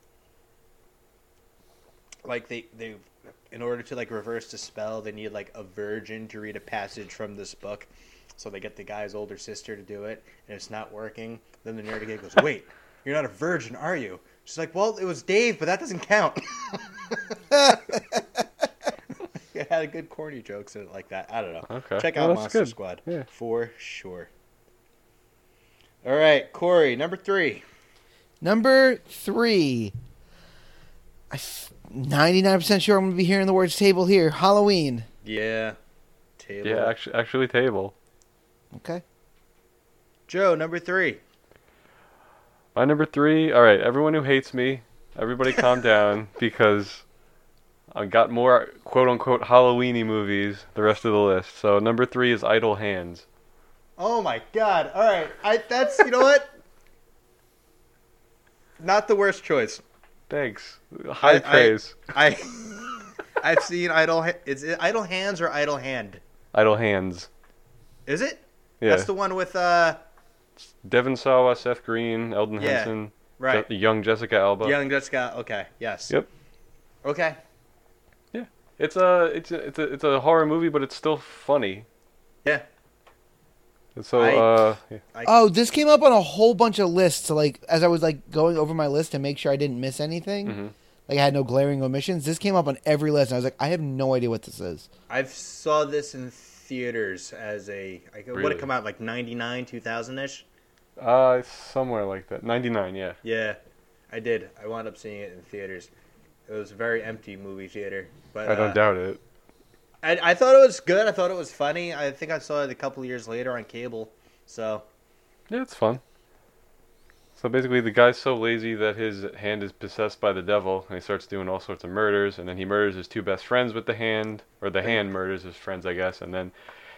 [SPEAKER 1] like they they in order to like reverse the spell they need like a virgin to read a passage from this book so they get the guy's older sister to do it and it's not working then the nerd again goes wait you're not a virgin are you she's like well it was dave but that doesn't count <laughs> it had a good corny jokes in it like that i don't know
[SPEAKER 2] Okay.
[SPEAKER 1] check
[SPEAKER 2] Well,
[SPEAKER 1] out
[SPEAKER 2] that's
[SPEAKER 1] monster
[SPEAKER 2] good.
[SPEAKER 1] squad
[SPEAKER 2] Yeah.
[SPEAKER 1] for sure all right corey number three
[SPEAKER 3] Number three. I'm 99% sure I'm going to be hearing the words table here. Halloween.
[SPEAKER 1] yeah table
[SPEAKER 2] Yeah, actually, actually, table.
[SPEAKER 3] Okay.
[SPEAKER 1] joe number three
[SPEAKER 2] My number three. All right, everyone who hates me,
[SPEAKER 1] <laughs>
[SPEAKER 2] everybody calm down because I got more quote unquote Halloweeny movies. The rest of the list. So number three is Idle Hands.
[SPEAKER 1] Oh my god. All right. I that's you know what? Not the worst choice.
[SPEAKER 2] Thanks. High
[SPEAKER 1] I-
[SPEAKER 2] praise.
[SPEAKER 1] I <laughs> I've seen Idle Ha- is it Idle Hands or Idle Hand?
[SPEAKER 2] Idle Hands.
[SPEAKER 1] Is it?
[SPEAKER 2] Yeah.
[SPEAKER 1] That's the one with uh
[SPEAKER 2] Devin Sawa, Seth Green, Eldon
[SPEAKER 1] Yeah,
[SPEAKER 2] Henson,
[SPEAKER 1] right.
[SPEAKER 2] Je- young Jessica Alba.
[SPEAKER 1] Young Jessica. Okay. Yes.
[SPEAKER 2] Yep.
[SPEAKER 1] Okay.
[SPEAKER 2] It's a it's a, it's a it's a horror movie, but it's still funny.
[SPEAKER 1] Yeah.
[SPEAKER 2] And so
[SPEAKER 1] I-
[SPEAKER 2] uh, yeah.
[SPEAKER 3] Oh, this came up on a whole bunch of lists. So like, as I was like going over my list to make sure I didn't miss anything, like I had no glaring omissions. This came up on every list, and I was like, I have no idea what this is.
[SPEAKER 1] I've saw this in theaters as a like what would
[SPEAKER 2] Really?
[SPEAKER 1] it come out like 99 2000ish?
[SPEAKER 2] uh, it's somewhere like that. Ninety nine, yeah.
[SPEAKER 1] Yeah. I did. I wound up seeing it in theaters. It was a very empty movie theater, but
[SPEAKER 2] I don't
[SPEAKER 1] uh,
[SPEAKER 2] doubt it.
[SPEAKER 1] I, I thought it was good. I thought it was funny. I think I saw it a couple years later on cable. So
[SPEAKER 2] Yeah, it's fun. So basically, the guy's so lazy that his hand is possessed by the devil, and he starts doing all sorts of murders. And then he murders his two best friends with the hand, or the hand murders his friends, I guess. And then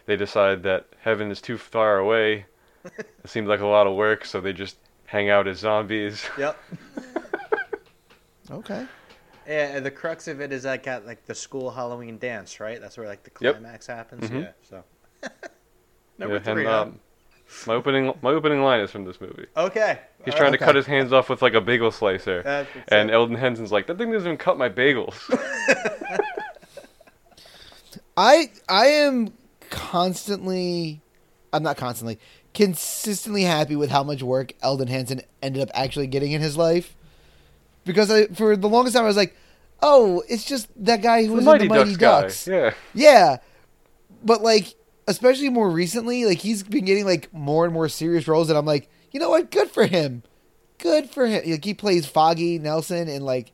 [SPEAKER 2] they decide that heaven is too
[SPEAKER 1] <laughs>
[SPEAKER 2] far away. it seems like a lot of work, so they just hang out as zombies. <laughs>
[SPEAKER 1] yep.
[SPEAKER 3] Okay.
[SPEAKER 1] Yeah, and the crux of it is I got like the school Halloween dance, right? That's where like the
[SPEAKER 2] Yep.
[SPEAKER 1] climax happens.
[SPEAKER 2] Mhm.
[SPEAKER 1] Yeah. So <laughs> number
[SPEAKER 2] Yeah, and,
[SPEAKER 1] three. huh?
[SPEAKER 2] um, my opening my opening line is from this movie.
[SPEAKER 1] okay.
[SPEAKER 2] He's
[SPEAKER 1] All
[SPEAKER 2] trying
[SPEAKER 1] right.
[SPEAKER 2] to cut his hands off with like a bagel slicer,
[SPEAKER 1] That's what's
[SPEAKER 2] and
[SPEAKER 1] up.
[SPEAKER 2] Eldon Henson's like, "That thing doesn't even cut my <laughs> bagels."
[SPEAKER 3] I I am constantly, I'm not constantly, consistently happy with how much work Eldon Hansen ended up actually getting in his life, because I for the longest time I was like, oh, it's just that guy who was in the Mighty Ducks.
[SPEAKER 2] guy. Yeah.
[SPEAKER 3] Yeah. But like especially more recently, like he's been getting like more and more serious roles and I'm like, you know what? Good for him. Good for him. Like he plays Foggy Nelson and like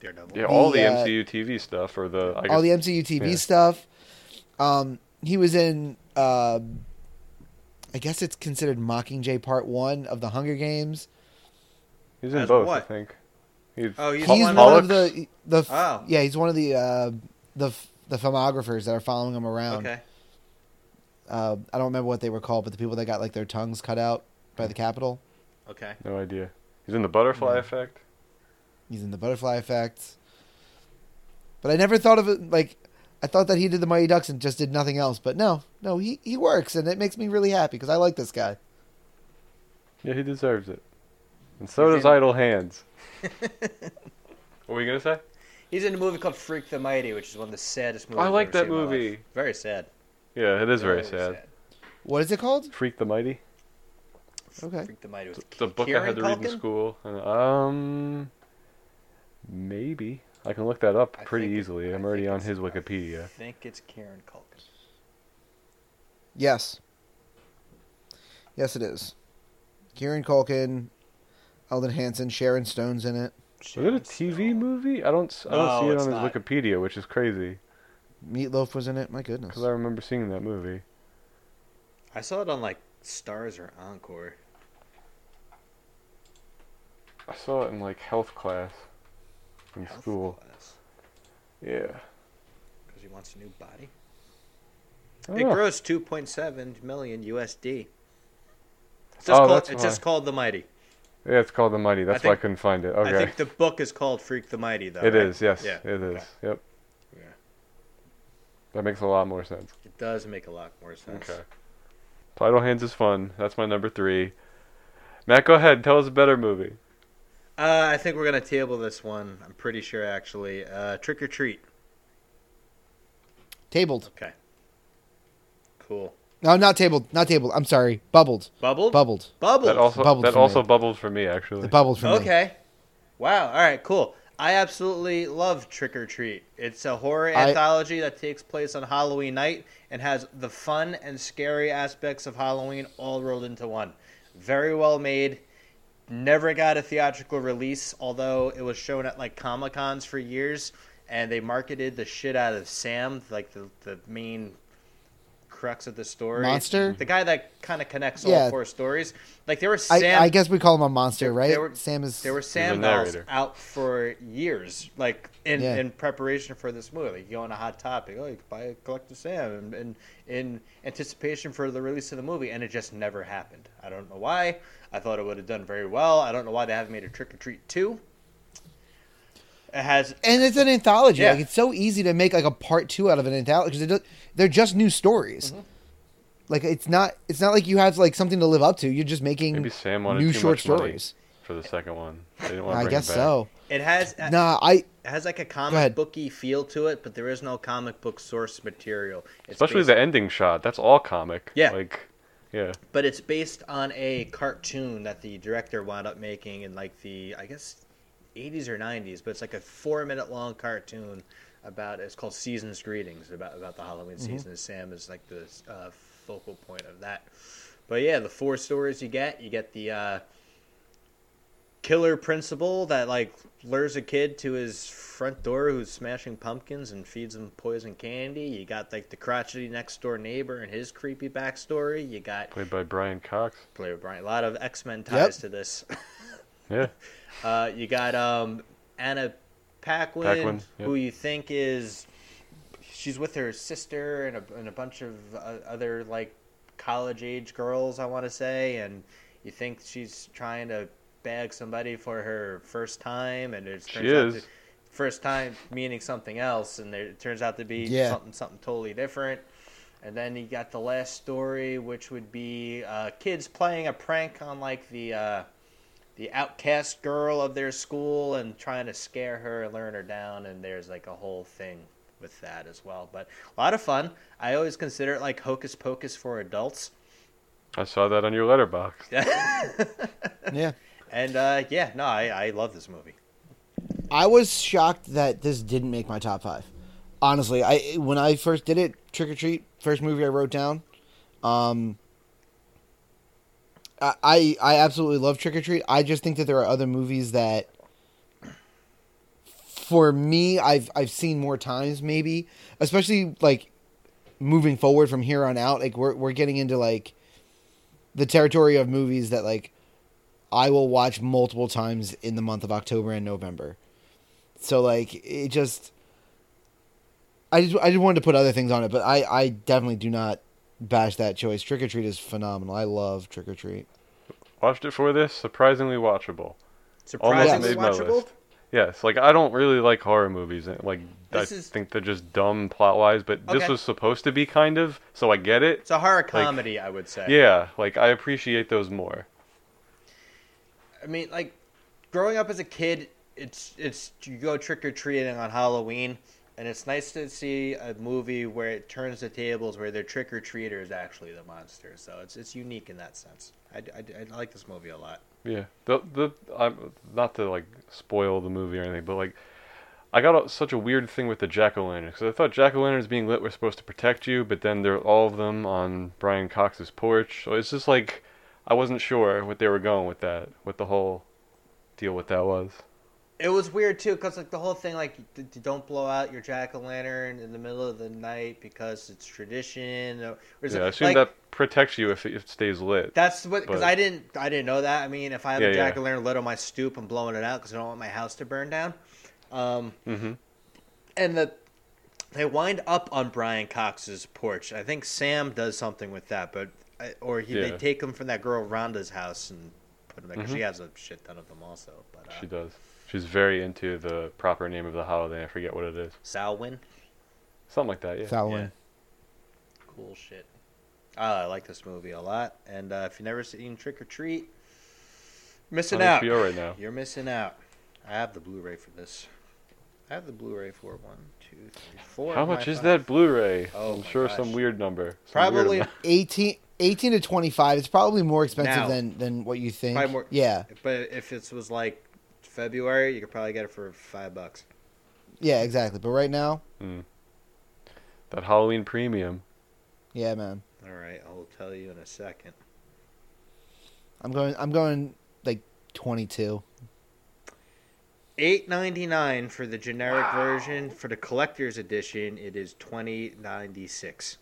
[SPEAKER 1] Daredevil.
[SPEAKER 2] Yeah, all the,
[SPEAKER 3] The, uh,
[SPEAKER 2] MCU TV stuff or the I guess,
[SPEAKER 3] all the MCU TV
[SPEAKER 2] yeah.
[SPEAKER 3] stuff. Um he was in um I guess it's considered Mockingjay Part 1 of the Hunger Games.
[SPEAKER 2] he's in
[SPEAKER 1] As
[SPEAKER 2] both,
[SPEAKER 1] what?
[SPEAKER 2] I think. He's,
[SPEAKER 1] Oh, he's
[SPEAKER 3] He's
[SPEAKER 1] the
[SPEAKER 3] one
[SPEAKER 1] one.
[SPEAKER 3] of
[SPEAKER 2] Pollux?
[SPEAKER 3] the the
[SPEAKER 1] Oh.
[SPEAKER 3] Yeah, he's one of the uh the f- the filmographers that are following him around.
[SPEAKER 1] okay.
[SPEAKER 3] Uh, I don't remember what they were called, but the people that got like their tongues cut out by
[SPEAKER 2] Hmm.
[SPEAKER 3] the Capitol.
[SPEAKER 1] Okay.
[SPEAKER 2] no idea. He's in the Butterfly Effect.
[SPEAKER 3] He's in the Butterfly Effect. But I never thought of it like I thought that he did the Mighty Ducks and just did nothing else. But no, no, he he works, and it makes me really happy because I like this guy.
[SPEAKER 2] Yeah, he deserves it. And so
[SPEAKER 1] He's
[SPEAKER 2] does
[SPEAKER 1] in- <laughs>
[SPEAKER 2] Idle Hands. what were you gonna say?
[SPEAKER 1] He's in a movie called Freak the Mighty, which is one of the saddest movies.
[SPEAKER 2] I
[SPEAKER 1] I've
[SPEAKER 2] like
[SPEAKER 1] ever
[SPEAKER 2] that
[SPEAKER 1] seen in my
[SPEAKER 2] movie.
[SPEAKER 1] life. Very sad.
[SPEAKER 2] Yeah, it is very sad.
[SPEAKER 3] What is it called?
[SPEAKER 2] Freak the Mighty.
[SPEAKER 3] Okay.
[SPEAKER 1] Freak the Mighty. With
[SPEAKER 2] The book I had to read in school. And, um, maybe I can look that up
[SPEAKER 1] I
[SPEAKER 2] pretty
[SPEAKER 1] think it-
[SPEAKER 2] easily.
[SPEAKER 1] I
[SPEAKER 2] I'm already
[SPEAKER 1] think
[SPEAKER 2] on
[SPEAKER 1] it's-
[SPEAKER 2] his
[SPEAKER 1] I
[SPEAKER 2] Wikipedia.
[SPEAKER 1] think it's Karen Culkin.
[SPEAKER 3] Yes. Yes, it is. Kieran Culkin, Eldon Hansen, Sharon Stone's in it.
[SPEAKER 2] Is it a TV movie? I don't. s- I don't
[SPEAKER 1] No,
[SPEAKER 2] see it on
[SPEAKER 1] it's
[SPEAKER 2] his
[SPEAKER 1] not.
[SPEAKER 2] Wikipedia, which is crazy
[SPEAKER 3] Meatloaf was in it. My goodness.
[SPEAKER 2] because I remember seeing that movie.
[SPEAKER 1] I saw it on like Stars or Encore.
[SPEAKER 2] I saw it in like health class in school. Yeah.
[SPEAKER 1] Because he wants a new body.
[SPEAKER 2] I don't
[SPEAKER 1] It
[SPEAKER 2] know.
[SPEAKER 1] grossed 2.7 million USD. It's just,
[SPEAKER 2] Oh,
[SPEAKER 1] called,
[SPEAKER 2] that's
[SPEAKER 1] it's just
[SPEAKER 2] why.
[SPEAKER 1] called The Mighty.
[SPEAKER 2] Yeah, it's called The Mighty. That's why I
[SPEAKER 1] think-
[SPEAKER 2] couldn't find it.
[SPEAKER 1] I
[SPEAKER 2] Okay.
[SPEAKER 1] think the book is called Freak the Mighty, though.
[SPEAKER 2] It is.
[SPEAKER 1] right?
[SPEAKER 2] Yes.
[SPEAKER 1] Yeah,
[SPEAKER 2] It is.
[SPEAKER 1] okay.
[SPEAKER 2] Yep.
[SPEAKER 1] Yeah.
[SPEAKER 2] That makes a lot more sense.
[SPEAKER 1] It does make a lot more sense.
[SPEAKER 2] Okay. Tidal Hands is fun. That's my number three. Matt, go ahead. Tell us a better movie.
[SPEAKER 1] Uh, I think we're going to table this one. I'm pretty sure, actually. Uh, Trick or Treat.
[SPEAKER 3] Tabled.
[SPEAKER 1] Okay. Cool.
[SPEAKER 3] No, not tabled. Not tabled. I'm sorry. Bubbled.
[SPEAKER 1] Bubbled?
[SPEAKER 3] Bubbled.
[SPEAKER 1] Bubbled.
[SPEAKER 2] That also
[SPEAKER 3] Bubbled
[SPEAKER 2] that
[SPEAKER 3] for me.
[SPEAKER 2] also bubbled for me actually.
[SPEAKER 3] It bubbled for me.
[SPEAKER 1] Okay. Wow. All right. Cool. I absolutely love Trick or Treat. It's a horror
[SPEAKER 3] I-
[SPEAKER 1] anthology that takes place on Halloween night and has the fun and scary aspects of Halloween all rolled into one. Very well made. Never got a theatrical release, although it was shown at like Comic Cons for years, and they marketed the shit out of Sam, like the, the main crux of the story.
[SPEAKER 3] Monster?
[SPEAKER 1] The guy that kind of connects
[SPEAKER 3] Yeah.
[SPEAKER 1] all four stories. Like there was
[SPEAKER 3] I,
[SPEAKER 1] Sam.
[SPEAKER 3] I guess we call him a monster,
[SPEAKER 1] There-
[SPEAKER 3] right?
[SPEAKER 1] there were-
[SPEAKER 3] Sam is.
[SPEAKER 1] There were
[SPEAKER 2] a
[SPEAKER 1] Sam dolls
[SPEAKER 2] narrator.
[SPEAKER 1] out for years, like in,
[SPEAKER 3] Yeah.
[SPEAKER 1] in preparation for this movie. Like, you go on a hot topic, oh, you could buy a collector Sam, and, and in anticipation for the release of the movie, and it just never happened. I don't know why. I thought it would have done very well. I don't know why they haven't made a Trick or Treat two. It has
[SPEAKER 3] and it's an anthology.
[SPEAKER 1] Yeah.
[SPEAKER 3] Like it's so easy to make like a part two out of an anthology because they're just new stories.
[SPEAKER 1] Mm-hmm.
[SPEAKER 3] Like it's not. It's not like you have like something to live up to. You're just making
[SPEAKER 2] Maybe Sam wanted
[SPEAKER 3] new
[SPEAKER 2] too
[SPEAKER 3] short
[SPEAKER 2] much money
[SPEAKER 3] stories.
[SPEAKER 2] for the second one. They didn't want to
[SPEAKER 3] I
[SPEAKER 2] bring
[SPEAKER 3] guess
[SPEAKER 2] it back.
[SPEAKER 3] so.
[SPEAKER 1] it has it
[SPEAKER 3] Nah, I
[SPEAKER 1] has like a
[SPEAKER 3] ahead.
[SPEAKER 1] comic booky feel to it, but there is no comic book source material. It's
[SPEAKER 2] Especially
[SPEAKER 1] based-
[SPEAKER 2] the ending shot. That's all comic.
[SPEAKER 1] Yeah.
[SPEAKER 2] Like, yeah.
[SPEAKER 1] but it's based on a cartoon that the director wound up making in like the I guess 80s or 90s, but it's like a four minute long cartoon about it's called Season's Greetings about about the Halloween season. And Sam is like the uh, focal point of that. But yeah, the four stories you get, you get the uh, killer principal that like lures a kid to his front door who's smashing pumpkins and feeds him poison candy. You got like the crotchety next door neighbor and his creepy backstory. You got
[SPEAKER 2] Played by Brian Cox.
[SPEAKER 1] Player Brian. A lot of X Men ties to this. <laughs>
[SPEAKER 2] Yeah.
[SPEAKER 1] Uh, you got um, Anna Paquin,
[SPEAKER 2] Paquin, yep.
[SPEAKER 1] who you think is she's with her sister and a, and a bunch of uh, other like college age girls, I want to say, and you think she's trying to bag somebody for her first time, and it
[SPEAKER 2] She
[SPEAKER 1] turns out
[SPEAKER 2] is.
[SPEAKER 1] to- first time meaning something else, and there, it turns out to be
[SPEAKER 3] Yeah.
[SPEAKER 1] something something totally different. And then you got the last story, which would be uh, kids playing a prank on like the uh, the outcast girl of their school and trying to scare her and learn her down. And there's like a whole thing with that as well. But a lot of fun. I always consider it like Hocus Pocus for adults. <laughs>
[SPEAKER 2] I saw that on your letterbox.
[SPEAKER 3] yeah.
[SPEAKER 1] And uh, yeah, no, I, I love this movie.
[SPEAKER 3] I was shocked that this didn't make my top five. Honestly, I when I first did it, Trick or Treat, first movie I wrote down. Um, I- I I absolutely love Trick or Treat. I just think that there are other movies that, for me, I've I've seen more times maybe, especially like moving forward from here on out. Like we're we're getting into like the territory of movies that like I will watch multiple times in the month of October and November. So like it just I just I just wanted to put other things on it, but I I definitely do not bash that choice. Trick or Treat is phenomenal. I love Trick or Treat.
[SPEAKER 2] Watched it for this. Surprisingly watchable. Almost
[SPEAKER 1] Surprisingly
[SPEAKER 2] made my
[SPEAKER 1] watchable.
[SPEAKER 2] list. Yes, like I don't really like horror movies. and, Like
[SPEAKER 1] This
[SPEAKER 2] I
[SPEAKER 1] is-
[SPEAKER 2] think they're just dumb plot wise, but this
[SPEAKER 1] Okay.
[SPEAKER 2] was supposed to be kind of, so I get it.
[SPEAKER 1] It's a horror comedy, I would say.
[SPEAKER 2] Yeah, like I appreciate those more.
[SPEAKER 1] I mean, like growing up as a kid, it's it's you go trick or treating on Halloween, and it's nice to see a movie where it turns the tables, where the trick or treater is actually the monster. So it's it's unique in that sense. I, I, I like this movie a lot.
[SPEAKER 2] Yeah, the the I'm not to like spoil the movie or anything, but like I got a, such a weird thing with the jack o' lanterns because I thought jack o' lanterns being lit were supposed to protect you, but then there are all of them on Brian Cox's porch. So it's just like I wasn't sure what they were going with that, with the whole deal with that was.
[SPEAKER 1] It was weird too, because like the whole thing, like d- d- don't blow out your jack o' lantern in the middle of the night because it's tradition. Or, or
[SPEAKER 2] yeah, I assume
[SPEAKER 1] like,
[SPEAKER 2] that protects you if it, if it stays lit.
[SPEAKER 1] That's what because
[SPEAKER 2] But-
[SPEAKER 1] I didn't I didn't know that. I mean, if I have
[SPEAKER 2] Yeah,
[SPEAKER 1] a
[SPEAKER 2] yeah.
[SPEAKER 1] jack o' lantern lit on my stoop, I'm blowing it out because I don't want my house to burn down. Um,
[SPEAKER 2] Mhm.
[SPEAKER 1] And the they wind up on Brian Cox's porch. I think Sam does something with that, but I- or he, they
[SPEAKER 2] Yeah. Mm-hmm.
[SPEAKER 1] take him from that girl Rhonda's house and put him there 'cause she has a shit ton of them also. But uh,
[SPEAKER 2] She does. She's very into the proper name of the holiday. I forget what it is.
[SPEAKER 1] Salwyn,
[SPEAKER 2] Something like that. Yeah.
[SPEAKER 3] Salwyn.
[SPEAKER 1] cool shit. Uh, I like this movie a lot, and uh, if you've never seen Trick or Treat, missing
[SPEAKER 2] on
[SPEAKER 1] out.
[SPEAKER 2] HBO right now.
[SPEAKER 1] You're missing out. I have the Blu-ray for this. I have the Blu-ray for one, two, three, four.
[SPEAKER 2] How
[SPEAKER 1] of my
[SPEAKER 2] much is
[SPEAKER 1] five.
[SPEAKER 2] that Blu-ray?
[SPEAKER 1] Oh
[SPEAKER 2] I'm
[SPEAKER 1] my
[SPEAKER 2] sure some
[SPEAKER 1] gosh.
[SPEAKER 2] weird number. Some weird
[SPEAKER 1] Probably, <laughs>
[SPEAKER 2] amount.
[SPEAKER 3] 18, 18 to 25 it's probably more expensive
[SPEAKER 1] Now.
[SPEAKER 3] than than what you think
[SPEAKER 1] Probably more-
[SPEAKER 3] yeah
[SPEAKER 1] but if it was like February, you could probably get it for five bucks.
[SPEAKER 3] yeah exactly but right now
[SPEAKER 2] that Halloween premium.
[SPEAKER 3] yeah man
[SPEAKER 1] All right, I'll tell you in a second.
[SPEAKER 3] i'm going i'm going like 22
[SPEAKER 1] Eight ninety nine for the generic version. For the collector's edition, it is twenty ninety six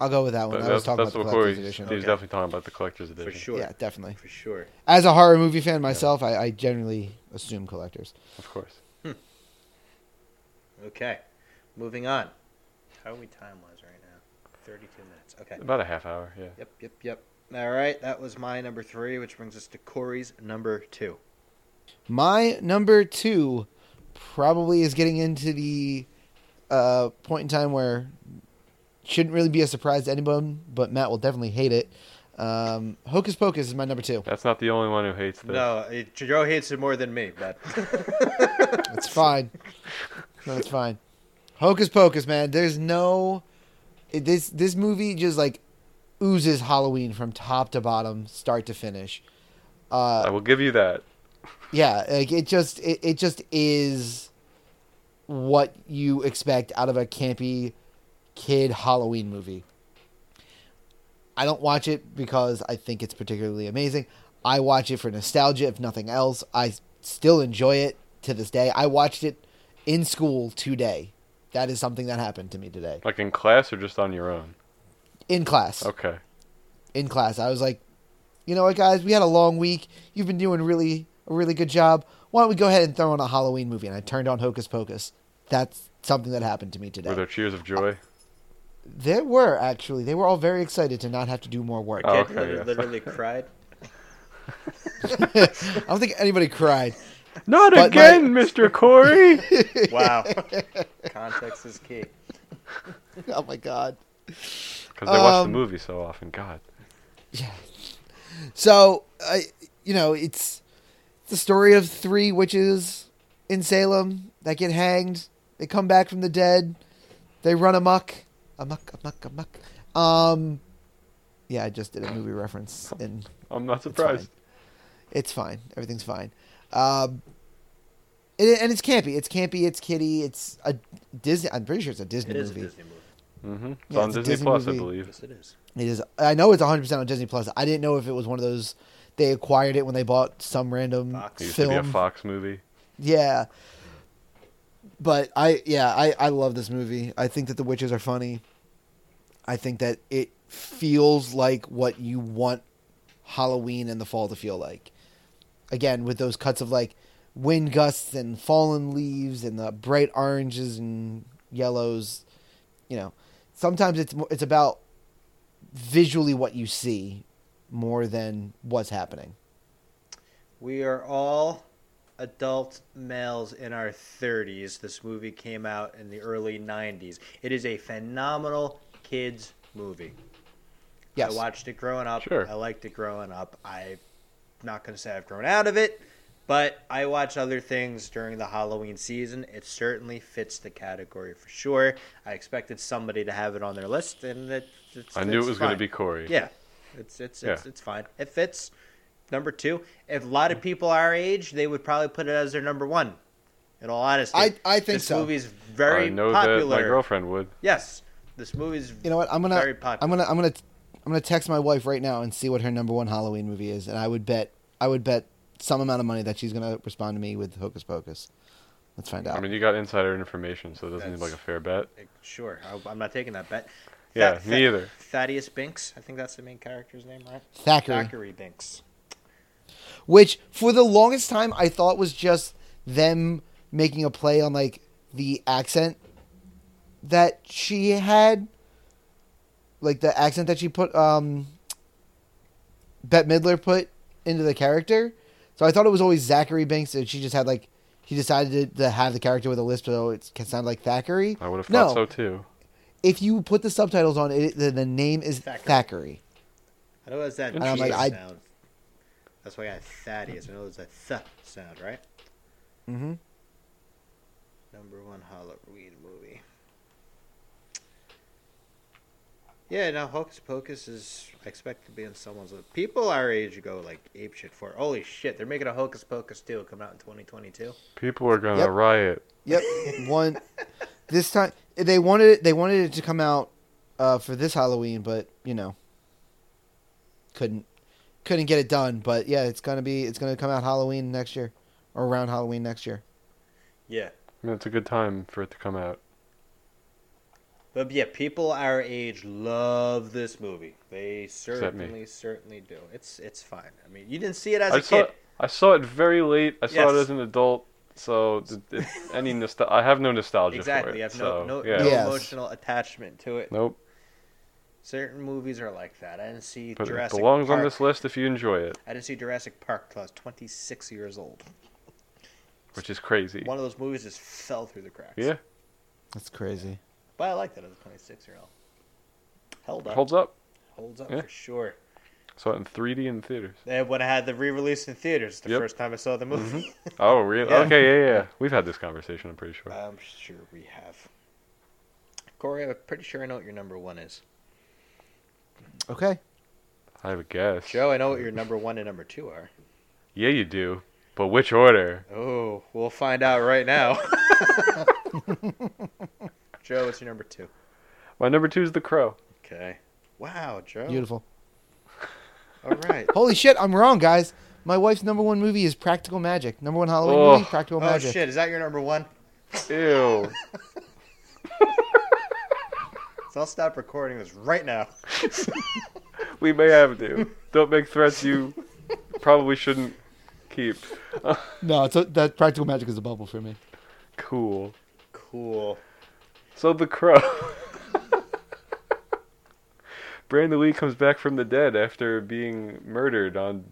[SPEAKER 3] i'll go with that one
[SPEAKER 2] But
[SPEAKER 3] Oh, i
[SPEAKER 2] that's
[SPEAKER 3] was talking
[SPEAKER 2] that's
[SPEAKER 3] about
[SPEAKER 2] what
[SPEAKER 3] the
[SPEAKER 2] Corey.
[SPEAKER 3] collector's
[SPEAKER 2] He's
[SPEAKER 3] edition
[SPEAKER 1] Okay.
[SPEAKER 2] definitely talking about the collector's
[SPEAKER 1] for
[SPEAKER 2] edition.
[SPEAKER 1] sure.
[SPEAKER 3] yeah definitely
[SPEAKER 1] For sure.
[SPEAKER 3] as a horror movie fan myself I, I generally assume collectors
[SPEAKER 2] Of course.
[SPEAKER 1] Okay, moving on. How are we time wise right now? Thirty two minutes. Okay.
[SPEAKER 2] About a half hour. Yeah.
[SPEAKER 1] Yep, yep, yep. All right, that was my number three, which brings us to Corey's number two.
[SPEAKER 3] My number two probably is getting into the uh, point in time where shouldn't really be a surprise to anyone, but Matt will definitely hate it. Um, Hocus Pocus is my number two.
[SPEAKER 2] That's not the only one who hates this.
[SPEAKER 1] No, it, Joe hates it more than me,
[SPEAKER 2] <laughs>
[SPEAKER 1] but <laughs>
[SPEAKER 3] It's fine. No, it's fine. Hocus Pocus, man. There's no it- this this movie just like oozes Halloween from top to bottom, start to finish. Uh,
[SPEAKER 2] I will give you that.
[SPEAKER 3] yeah like it just it, it just is what you expect out of a campy kid halloween movie i don't watch it because i think it's particularly amazing i watch it for nostalgia if nothing else i still enjoy it to this day i watched it in school today that is something that happened to me today
[SPEAKER 2] Like in class or just on your own.
[SPEAKER 3] in class
[SPEAKER 2] Okay.
[SPEAKER 3] in class. I was like, you know what, guys, we had a long week. You've been doing really a really good job. Why don't we go ahead and throw on a Halloween movie? And I turned on Hocus Pocus. That's something that happened to me today.
[SPEAKER 2] Were there cheers
[SPEAKER 1] Uh,
[SPEAKER 2] of joy?
[SPEAKER 3] There were actually. They were all very excited to not have to do more work. <laughs>
[SPEAKER 2] Oh,
[SPEAKER 3] I
[SPEAKER 1] Kid
[SPEAKER 2] okay,
[SPEAKER 1] liter-
[SPEAKER 2] yeah.
[SPEAKER 1] literally cried.
[SPEAKER 3] don't think anybody cried. <laughs>
[SPEAKER 2] Not
[SPEAKER 3] But my-
[SPEAKER 2] again, Mr. <laughs> Corey.
[SPEAKER 1] Wow. Context is key.
[SPEAKER 3] oh my god.
[SPEAKER 2] Because they watch
[SPEAKER 3] Um,
[SPEAKER 2] the movie so often. God.
[SPEAKER 3] So I, you know, it's the story of three witches in Salem that get hanged. They come back from the dead. They run amok, amok, amok, amok. Um, yeah, I just did a movie reference, and
[SPEAKER 2] I'm not
[SPEAKER 3] it's fine.
[SPEAKER 2] surprised.
[SPEAKER 3] It's fine. Everything's fine. Um, and, and it's campy. It's campy. It's kitty. It's a Disney. I'm pretty sure it's a Disney
[SPEAKER 1] It is a
[SPEAKER 3] movie.
[SPEAKER 1] Disney movie.
[SPEAKER 2] Mm-hmm. It's
[SPEAKER 3] Yeah,
[SPEAKER 2] on
[SPEAKER 3] it's a
[SPEAKER 2] Disney,
[SPEAKER 3] Disney
[SPEAKER 2] Plus,
[SPEAKER 3] movie.
[SPEAKER 2] I believe.
[SPEAKER 1] Yes, it is.
[SPEAKER 3] It is. I know it's 100 percent on Disney Plus. I didn't know if it was one of those they acquired it when they bought some random
[SPEAKER 1] Fox.
[SPEAKER 2] It used
[SPEAKER 3] film.
[SPEAKER 2] to be a Fox movie.
[SPEAKER 3] Yeah. But I yeah I I love this movie. I think that the witches are funny. I think that it feels like what you want Halloween and the fall to feel like. Again, with those cuts of like wind gusts and fallen leaves and the bright oranges and yellows, you know. Sometimes it's mo- it's about visually what you see more than what's happening.
[SPEAKER 1] We are all adult males in our 30s. This movie came out in the early 90s. It is a phenomenal kids movie.
[SPEAKER 3] Yes.
[SPEAKER 1] I watched it growing up.
[SPEAKER 2] Sure.
[SPEAKER 1] I liked it growing up. I'm not going to say I've grown out of it, but I watch other things during the Halloween season. It certainly fits the category for sure. I expected somebody to have it on their list, and it, it's,
[SPEAKER 2] I knew it
[SPEAKER 1] it's
[SPEAKER 2] was going to
[SPEAKER 1] fine.
[SPEAKER 2] be Corey.
[SPEAKER 1] Yeah, it's it's it's,
[SPEAKER 2] Yeah.
[SPEAKER 1] it's fine. It fits. Number two, if a lot of people our age, they would probably put it as their number one. In all honesty,
[SPEAKER 3] I- I think
[SPEAKER 1] this
[SPEAKER 3] so.
[SPEAKER 1] movie's very
[SPEAKER 2] I know
[SPEAKER 1] popular.
[SPEAKER 2] that my girlfriend would.
[SPEAKER 1] Yes, this movie's
[SPEAKER 3] You know what? I'm gonna
[SPEAKER 1] very popular.
[SPEAKER 3] I'm gonna I'm gonna I'm gonna text my wife right now and see what her number one Halloween movie is, and I would bet I would bet some amount of money that she's gonna respond to me with Hocus Pocus. Let's find out.
[SPEAKER 2] I mean, you got insider information, so it doesn't seem
[SPEAKER 1] That's-
[SPEAKER 2] like a fair bet.
[SPEAKER 1] Sure, I, I'm not taking that bet.
[SPEAKER 2] Yeah,
[SPEAKER 1] Tha-
[SPEAKER 2] me
[SPEAKER 1] Tha-
[SPEAKER 2] either.
[SPEAKER 1] Thaddeus Binks, I think that's the main character's name, right?
[SPEAKER 3] Thackeray.
[SPEAKER 1] Thackeray Binks.
[SPEAKER 3] which for the longest time I thought was just them making a play on like the accent that she had, like the accent that she put, um, Bette Midler put into the character. So I thought it was always Zachary Banks, and she just had like she decided to, to have the character with a lisp, so it can sound like Thackeray.
[SPEAKER 2] I would have
[SPEAKER 3] no.
[SPEAKER 2] thought so too.
[SPEAKER 3] If you put the subtitles on it, the, the name is
[SPEAKER 1] Thackeray.
[SPEAKER 3] Thackeray.
[SPEAKER 1] I know it's that
[SPEAKER 2] And
[SPEAKER 1] i
[SPEAKER 2] I'm
[SPEAKER 1] like,
[SPEAKER 2] like,
[SPEAKER 3] I-
[SPEAKER 1] sound. That's why I got Thaddeus. I know it's a th sound, right?
[SPEAKER 3] Mm-hmm.
[SPEAKER 1] Number one Halloween movie. Yeah, no, Hocus Pocus is I expect to be in someone's. People our age go like ape shit for. it. Holy shit, they're making a Hocus Pocus too coming out in 2022.
[SPEAKER 2] People are gonna
[SPEAKER 3] Yep.
[SPEAKER 2] riot.
[SPEAKER 3] Yep. One. this time they wanted it. They wanted it to come out uh, for this Halloween, but you know, couldn't couldn't get it done. But yeah, it's gonna be it's gonna come out Halloween next year or around Halloween next year.
[SPEAKER 1] Yeah,
[SPEAKER 2] I mean, it's a good time for it to come out.
[SPEAKER 1] but yeah, people our age love this movie. They
[SPEAKER 2] Except me.
[SPEAKER 1] certainly, certainly do. It's it's fine. I mean, you didn't see it as a
[SPEAKER 2] I saw
[SPEAKER 1] kid.
[SPEAKER 2] it, I saw it very late. I saw
[SPEAKER 1] Yes.
[SPEAKER 2] it as an adult, so th-
[SPEAKER 1] <laughs>
[SPEAKER 2] it, any nostal- I have no nostalgia for
[SPEAKER 1] Exactly,
[SPEAKER 2] it.
[SPEAKER 1] you have
[SPEAKER 2] so,
[SPEAKER 1] no no,
[SPEAKER 2] yeah.
[SPEAKER 1] no
[SPEAKER 3] Yes.
[SPEAKER 1] emotional attachment to it.
[SPEAKER 2] Nope.
[SPEAKER 1] Certain movies are like that. I didn't see
[SPEAKER 2] But
[SPEAKER 1] Jurassic
[SPEAKER 2] it belongs
[SPEAKER 1] Park.
[SPEAKER 2] on this list if you enjoy it,
[SPEAKER 1] I didn't see Jurassic Park till I was 26 years old.
[SPEAKER 2] which is crazy.
[SPEAKER 1] One of those movies just fell through the cracks.
[SPEAKER 2] Yeah,
[SPEAKER 3] That's crazy.
[SPEAKER 1] But I liked it as a 26 year old. Held
[SPEAKER 2] it
[SPEAKER 1] up.
[SPEAKER 2] holds up.
[SPEAKER 1] Holds up
[SPEAKER 2] Yeah.
[SPEAKER 1] for sure.
[SPEAKER 2] Saw it in 3D in theaters.
[SPEAKER 1] And when I had the re release in theaters, the
[SPEAKER 2] Yep.
[SPEAKER 1] first time I saw the movie.
[SPEAKER 2] Oh, really?
[SPEAKER 1] Yeah.
[SPEAKER 2] Okay, yeah, yeah. We've had this conversation. I'm pretty
[SPEAKER 1] <laughs>
[SPEAKER 2] sure.
[SPEAKER 1] I'm sure we have. Corey, I'm pretty sure I know what your number one is.
[SPEAKER 3] Okay.
[SPEAKER 2] I have a guess.
[SPEAKER 1] Joe, I know what your number one and number two are.
[SPEAKER 2] Yeah, you do. But which order?
[SPEAKER 1] Oh, we'll find out right now. <laughs> Joe, what's your number two?
[SPEAKER 2] My number two is The Crow.
[SPEAKER 1] Okay. Wow, Joe.
[SPEAKER 3] Beautiful.
[SPEAKER 1] All right.
[SPEAKER 3] Holy shit! I'm wrong, guys. My wife's number one movie is Practical Magic. Number one Halloween
[SPEAKER 2] Oh.
[SPEAKER 3] movie, Practical
[SPEAKER 1] Oh
[SPEAKER 3] Magic.
[SPEAKER 1] shit, is that your number one?
[SPEAKER 2] Ew.
[SPEAKER 1] So I'll stop recording this right now.
[SPEAKER 2] we may have to. Don't make threats you probably shouldn't keep.
[SPEAKER 3] No, it's a, that Practical Magic is a bubble for me.
[SPEAKER 2] Cool.
[SPEAKER 1] Cool.
[SPEAKER 2] So the crow. Brandon Lee comes back from the dead after being murdered on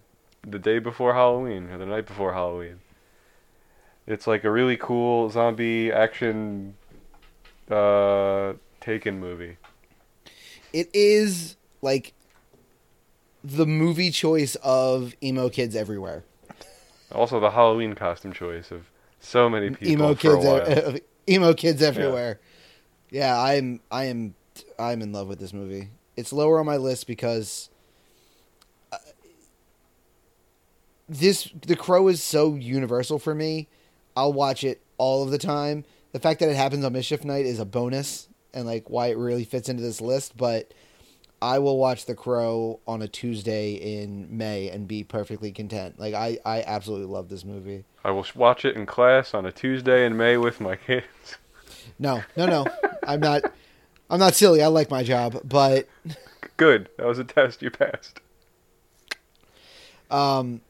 [SPEAKER 2] the day before Halloween or the night before Halloween. It's like a really cool zombie action uh taken movie.
[SPEAKER 3] It is like the movie choice of emo kids everywhere.
[SPEAKER 2] Also the Halloween costume choice of so many people
[SPEAKER 3] emo
[SPEAKER 2] for
[SPEAKER 3] kids,
[SPEAKER 2] a while.
[SPEAKER 3] ev- <laughs> emo kids everywhere. Yeah. I'm, I am, I'm in love with this movie. It's lower on my list because uh, this, The Crow, is so universal for me. I'll watch it all of the time. The fact that it happens on Mischief Night is a bonus, and like why it really fits into this list. But I will watch The Crow on a Tuesday in May and be perfectly content. Like I, I absolutely love this movie.
[SPEAKER 2] I will sh- watch it in class on a Tuesday in May with my kids.
[SPEAKER 3] No, no, no. I'm not. I'm not silly. I like my job, but
[SPEAKER 2] Good. That was a test you passed.
[SPEAKER 3] um,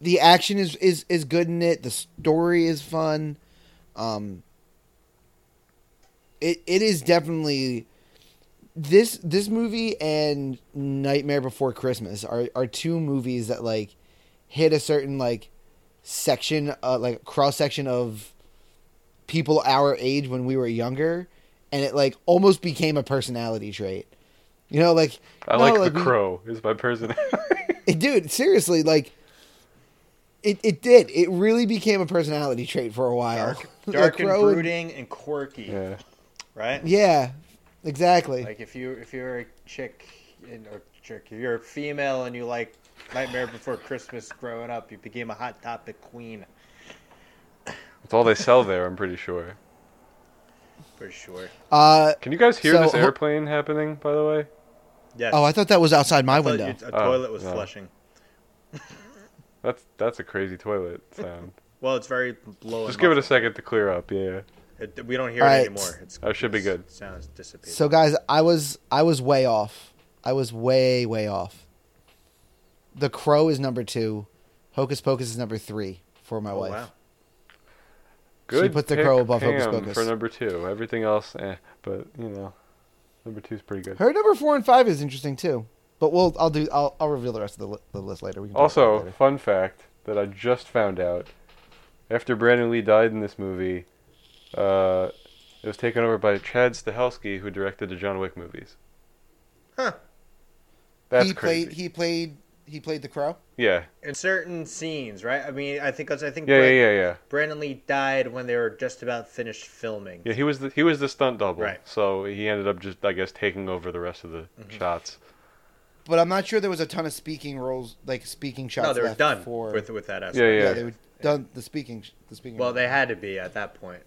[SPEAKER 3] the action is is is good in it. The story is fun. Um, it it is definitely this this movie and Nightmare Before Christmas are are two movies that like hit a certain like section, uh, like cross section of people our age when we were younger, and it like almost became a personality trait. You know, like
[SPEAKER 2] I
[SPEAKER 3] no,
[SPEAKER 2] like, the
[SPEAKER 3] we-
[SPEAKER 2] crow is my person. <laughs>
[SPEAKER 3] it- dude, seriously, like it, it did. It really became a personality trait for a while.
[SPEAKER 1] Dark,
[SPEAKER 3] <laughs> The
[SPEAKER 1] dark and
[SPEAKER 3] crow
[SPEAKER 1] brooding and quirky,
[SPEAKER 2] yeah.
[SPEAKER 1] right?
[SPEAKER 3] Yeah, exactly.
[SPEAKER 1] Like if you if you're a chick and, or chick, if you're a female and you like Nightmare Before Christmas growing up, you became a hot topic queen
[SPEAKER 2] It's all they sell there, I'm pretty sure.
[SPEAKER 1] for sure.
[SPEAKER 3] uh,
[SPEAKER 2] Can you guys hear
[SPEAKER 3] So,
[SPEAKER 2] this
[SPEAKER 3] ho-
[SPEAKER 2] airplane happening, by the way?
[SPEAKER 1] Yes.
[SPEAKER 3] oh, I thought that was outside my
[SPEAKER 1] I thought you-
[SPEAKER 3] window.
[SPEAKER 1] a
[SPEAKER 2] Oh,
[SPEAKER 1] toilet was
[SPEAKER 2] no.
[SPEAKER 1] flushing.
[SPEAKER 2] That's that's a crazy toilet
[SPEAKER 3] <laughs>
[SPEAKER 2] sound.
[SPEAKER 1] Well, it's very low.
[SPEAKER 2] Just
[SPEAKER 1] and
[SPEAKER 2] give it a
[SPEAKER 1] muffled.
[SPEAKER 2] second to clear up, yeah.
[SPEAKER 1] It- we don't hear
[SPEAKER 3] All
[SPEAKER 1] it
[SPEAKER 3] right.
[SPEAKER 1] anymore. It's,
[SPEAKER 2] Oh, it should be
[SPEAKER 1] it's-
[SPEAKER 2] good.
[SPEAKER 1] Sounds dissipated.
[SPEAKER 3] So guys, I was I was way off. I was way way off. The Crow is number two. Hocus Pocus is number three for my
[SPEAKER 1] oh,
[SPEAKER 3] wife.
[SPEAKER 1] wow.
[SPEAKER 2] Good.
[SPEAKER 3] She put the
[SPEAKER 2] pick,
[SPEAKER 3] crow above Hocus
[SPEAKER 2] Pam,
[SPEAKER 3] Pocus.
[SPEAKER 2] For number two. Everything else, eh. But, you know, number two's pretty good.
[SPEAKER 3] Her number four and five is interesting too. But we'll I'll do I'll, I'll reveal the rest of the, li- the list later. We can talk about it
[SPEAKER 2] Also,
[SPEAKER 3] later.
[SPEAKER 2] fun fact that I just found out: after Brandon Lee died in this movie, uh, it was taken over by Chad Stahelski, who directed the John Wick movies.
[SPEAKER 1] Huh.
[SPEAKER 2] That's
[SPEAKER 3] he
[SPEAKER 2] crazy.
[SPEAKER 3] played he played he played the Crow.
[SPEAKER 2] Yeah,
[SPEAKER 1] In certain scenes, right? I mean, I think 'cause I think
[SPEAKER 2] yeah, yeah,
[SPEAKER 1] Bran-
[SPEAKER 2] yeah, yeah.
[SPEAKER 1] Brandon Lee died when they were just about finished filming.
[SPEAKER 2] Yeah, he was the he was the stunt double,
[SPEAKER 1] Right.
[SPEAKER 2] so he ended up just I guess taking over the rest of the shots.
[SPEAKER 3] But I'm not sure there was a ton of speaking roles like speaking shots.
[SPEAKER 1] no, they were
[SPEAKER 3] left
[SPEAKER 1] done
[SPEAKER 3] for
[SPEAKER 1] with with that aspect.
[SPEAKER 2] Yeah,
[SPEAKER 3] yeah,
[SPEAKER 2] yeah.
[SPEAKER 3] they were done the speaking sh- the speaking.
[SPEAKER 1] Well,
[SPEAKER 3] roles.
[SPEAKER 1] they had to be at that point.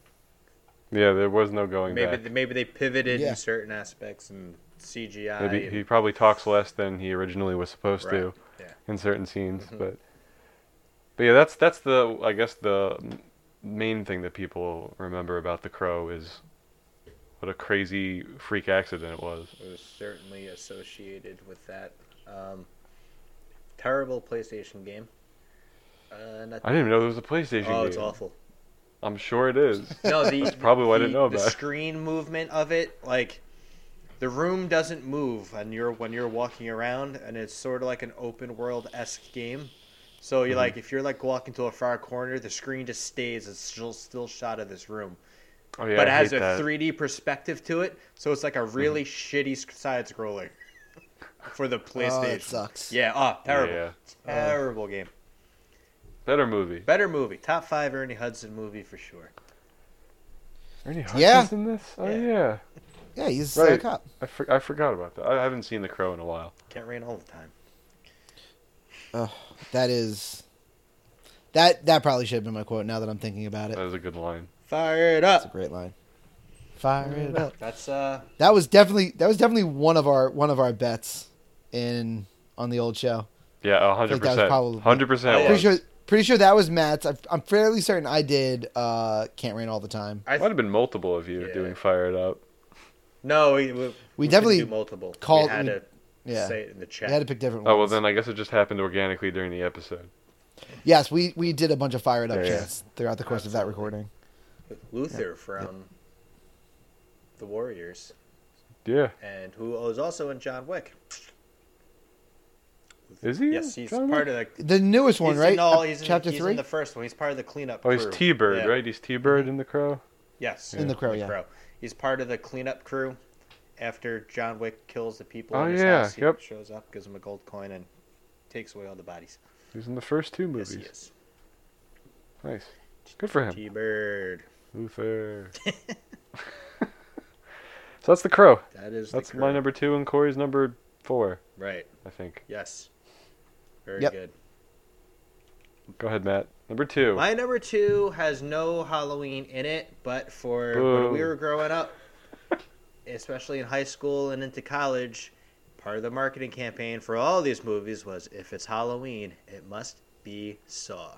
[SPEAKER 2] Yeah, there was no going
[SPEAKER 1] Maybe
[SPEAKER 2] back.
[SPEAKER 1] th- maybe they pivoted
[SPEAKER 3] Yeah.
[SPEAKER 1] in certain aspects and CGI.
[SPEAKER 2] Maybe
[SPEAKER 1] and-
[SPEAKER 2] he probably talks less than he originally was supposed
[SPEAKER 1] Right,
[SPEAKER 2] to
[SPEAKER 1] yeah.
[SPEAKER 2] in certain scenes,
[SPEAKER 1] Mm-hmm.
[SPEAKER 2] but but yeah, that's that's the I guess the m- main thing that people remember about the crow is what a crazy freak accident it was.
[SPEAKER 1] It was certainly associated with that. Um, terrible PlayStation game. Uh, not-
[SPEAKER 2] I didn't even know there was a PlayStation
[SPEAKER 1] oh,
[SPEAKER 2] game.
[SPEAKER 1] it's awful.
[SPEAKER 2] I'm sure it is. <laughs>
[SPEAKER 1] No, the, That's
[SPEAKER 2] probably why I
[SPEAKER 1] the,
[SPEAKER 2] didn't know
[SPEAKER 1] the
[SPEAKER 2] about it.
[SPEAKER 1] screen movement of it, like the room doesn't move, and you're when you're walking around, and it's sort of like an open world esque game. So
[SPEAKER 2] Mm-hmm.
[SPEAKER 1] you're like, if you're like walking to a far corner, the screen just stays. It's still still shot of this room,
[SPEAKER 2] Oh yeah,
[SPEAKER 1] but it
[SPEAKER 2] I
[SPEAKER 1] has
[SPEAKER 2] hate
[SPEAKER 1] a
[SPEAKER 2] that. Mm-hmm.
[SPEAKER 1] 3D perspective to it, so it's like a really shitty sc- side scroller for the
[SPEAKER 3] <laughs> oh,
[SPEAKER 1] PlayStation.
[SPEAKER 3] that sucks.
[SPEAKER 1] Yeah, oh, terrible,
[SPEAKER 2] Yeah.
[SPEAKER 1] terrible game.
[SPEAKER 2] Better movie.
[SPEAKER 1] Better movie, top five Ernie Hudson movie for sure.
[SPEAKER 2] Ernie
[SPEAKER 3] Yeah.
[SPEAKER 2] Hudson's in this? Oh
[SPEAKER 1] Yeah.
[SPEAKER 2] yeah.
[SPEAKER 3] yeah, he's
[SPEAKER 2] Right.
[SPEAKER 3] a cop.
[SPEAKER 2] I, for- I forgot about that. I haven't seen The Crow in a while.
[SPEAKER 1] Can't rain all the time.
[SPEAKER 3] That is that that probably should have been my quote. Now that I'm thinking about it,
[SPEAKER 2] That was a good line.
[SPEAKER 1] Fire it
[SPEAKER 3] It's a
[SPEAKER 1] up.
[SPEAKER 3] great line. Fire it up.
[SPEAKER 1] That's uh.
[SPEAKER 3] That was definitely that was definitely one of our one of our bets in on the old show.
[SPEAKER 2] Yeah,
[SPEAKER 3] think
[SPEAKER 2] hundred
[SPEAKER 3] that was
[SPEAKER 2] percent.
[SPEAKER 3] probably-
[SPEAKER 2] Hundred
[SPEAKER 1] Oh,
[SPEAKER 2] percent.
[SPEAKER 1] yeah.
[SPEAKER 3] Pretty
[SPEAKER 2] was.
[SPEAKER 3] sure pretty sure that was Matt's. I've, I'm fairly certain I did. Uh, Can't rain all the time.
[SPEAKER 1] I
[SPEAKER 2] Might have been multiple of you
[SPEAKER 1] Yeah.
[SPEAKER 2] doing Fire It Up.
[SPEAKER 1] no, we, we, couldn't
[SPEAKER 3] definitely
[SPEAKER 1] do multiple.
[SPEAKER 3] called-
[SPEAKER 1] We had
[SPEAKER 3] we-
[SPEAKER 1] to
[SPEAKER 3] Yeah,
[SPEAKER 1] say it in the chat.
[SPEAKER 3] we had to pick different ones.
[SPEAKER 2] Oh well, then I guess it just happened organically during the episode.
[SPEAKER 3] yes, we we did a bunch of fired up
[SPEAKER 2] Yeah, yeah.
[SPEAKER 3] chants throughout the course of that recording.
[SPEAKER 1] Luther from the Warriors,
[SPEAKER 2] Yeah,
[SPEAKER 1] and who was also in John Wick.
[SPEAKER 2] is he?
[SPEAKER 1] Yes, he's part of the.
[SPEAKER 3] The newest one,
[SPEAKER 1] he's
[SPEAKER 3] right?
[SPEAKER 1] In all,
[SPEAKER 3] Ep-
[SPEAKER 1] he's in,
[SPEAKER 3] Chapter
[SPEAKER 1] he's
[SPEAKER 3] three.
[SPEAKER 1] in the first one. He's part of the cleanup.
[SPEAKER 2] Oh, he's
[SPEAKER 1] crew.
[SPEAKER 2] T Bird,
[SPEAKER 1] Yeah. Mm-hmm.
[SPEAKER 2] right? He's T Bird in The Crow.
[SPEAKER 1] Yes,
[SPEAKER 3] In the crow, yeah.
[SPEAKER 1] He's part of the cleanup crew. After John Wick kills the people,
[SPEAKER 2] Oh,
[SPEAKER 1] in his
[SPEAKER 2] yeah,
[SPEAKER 1] house, he
[SPEAKER 2] yep.
[SPEAKER 1] shows up, gives him a gold coin, and takes away all the bodies.
[SPEAKER 2] He's in the first two
[SPEAKER 1] Yes,
[SPEAKER 2] movies.
[SPEAKER 1] he is.
[SPEAKER 2] Nice. Good for him.
[SPEAKER 1] T Bird. <laughs>
[SPEAKER 2] Luther. so that's The Crow.
[SPEAKER 1] That is.
[SPEAKER 2] That's
[SPEAKER 1] the
[SPEAKER 2] my
[SPEAKER 1] crew.
[SPEAKER 2] number two and Corey's number four,
[SPEAKER 1] Right.
[SPEAKER 2] I think.
[SPEAKER 1] Yes. Very
[SPEAKER 3] Yep.
[SPEAKER 1] good.
[SPEAKER 2] Go ahead, Matt. Number two.
[SPEAKER 1] My number two has no Halloween in it, but for when we
[SPEAKER 2] Boo.
[SPEAKER 1] were growing up, <laughs> especially in high school and into college, part of the marketing campaign for all these movies was if it's Halloween, it must be Saw.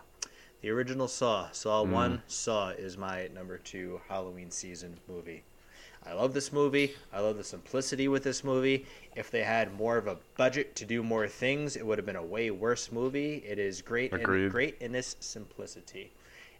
[SPEAKER 1] The original Saw, Saw 1, Saw is my number two Halloween season movie. I love this movie. I love the simplicity with this movie. If they had more of a budget to do more things, it would have been a way worse movie. It is great in,
[SPEAKER 2] Agreed.
[SPEAKER 1] great in its simplicity.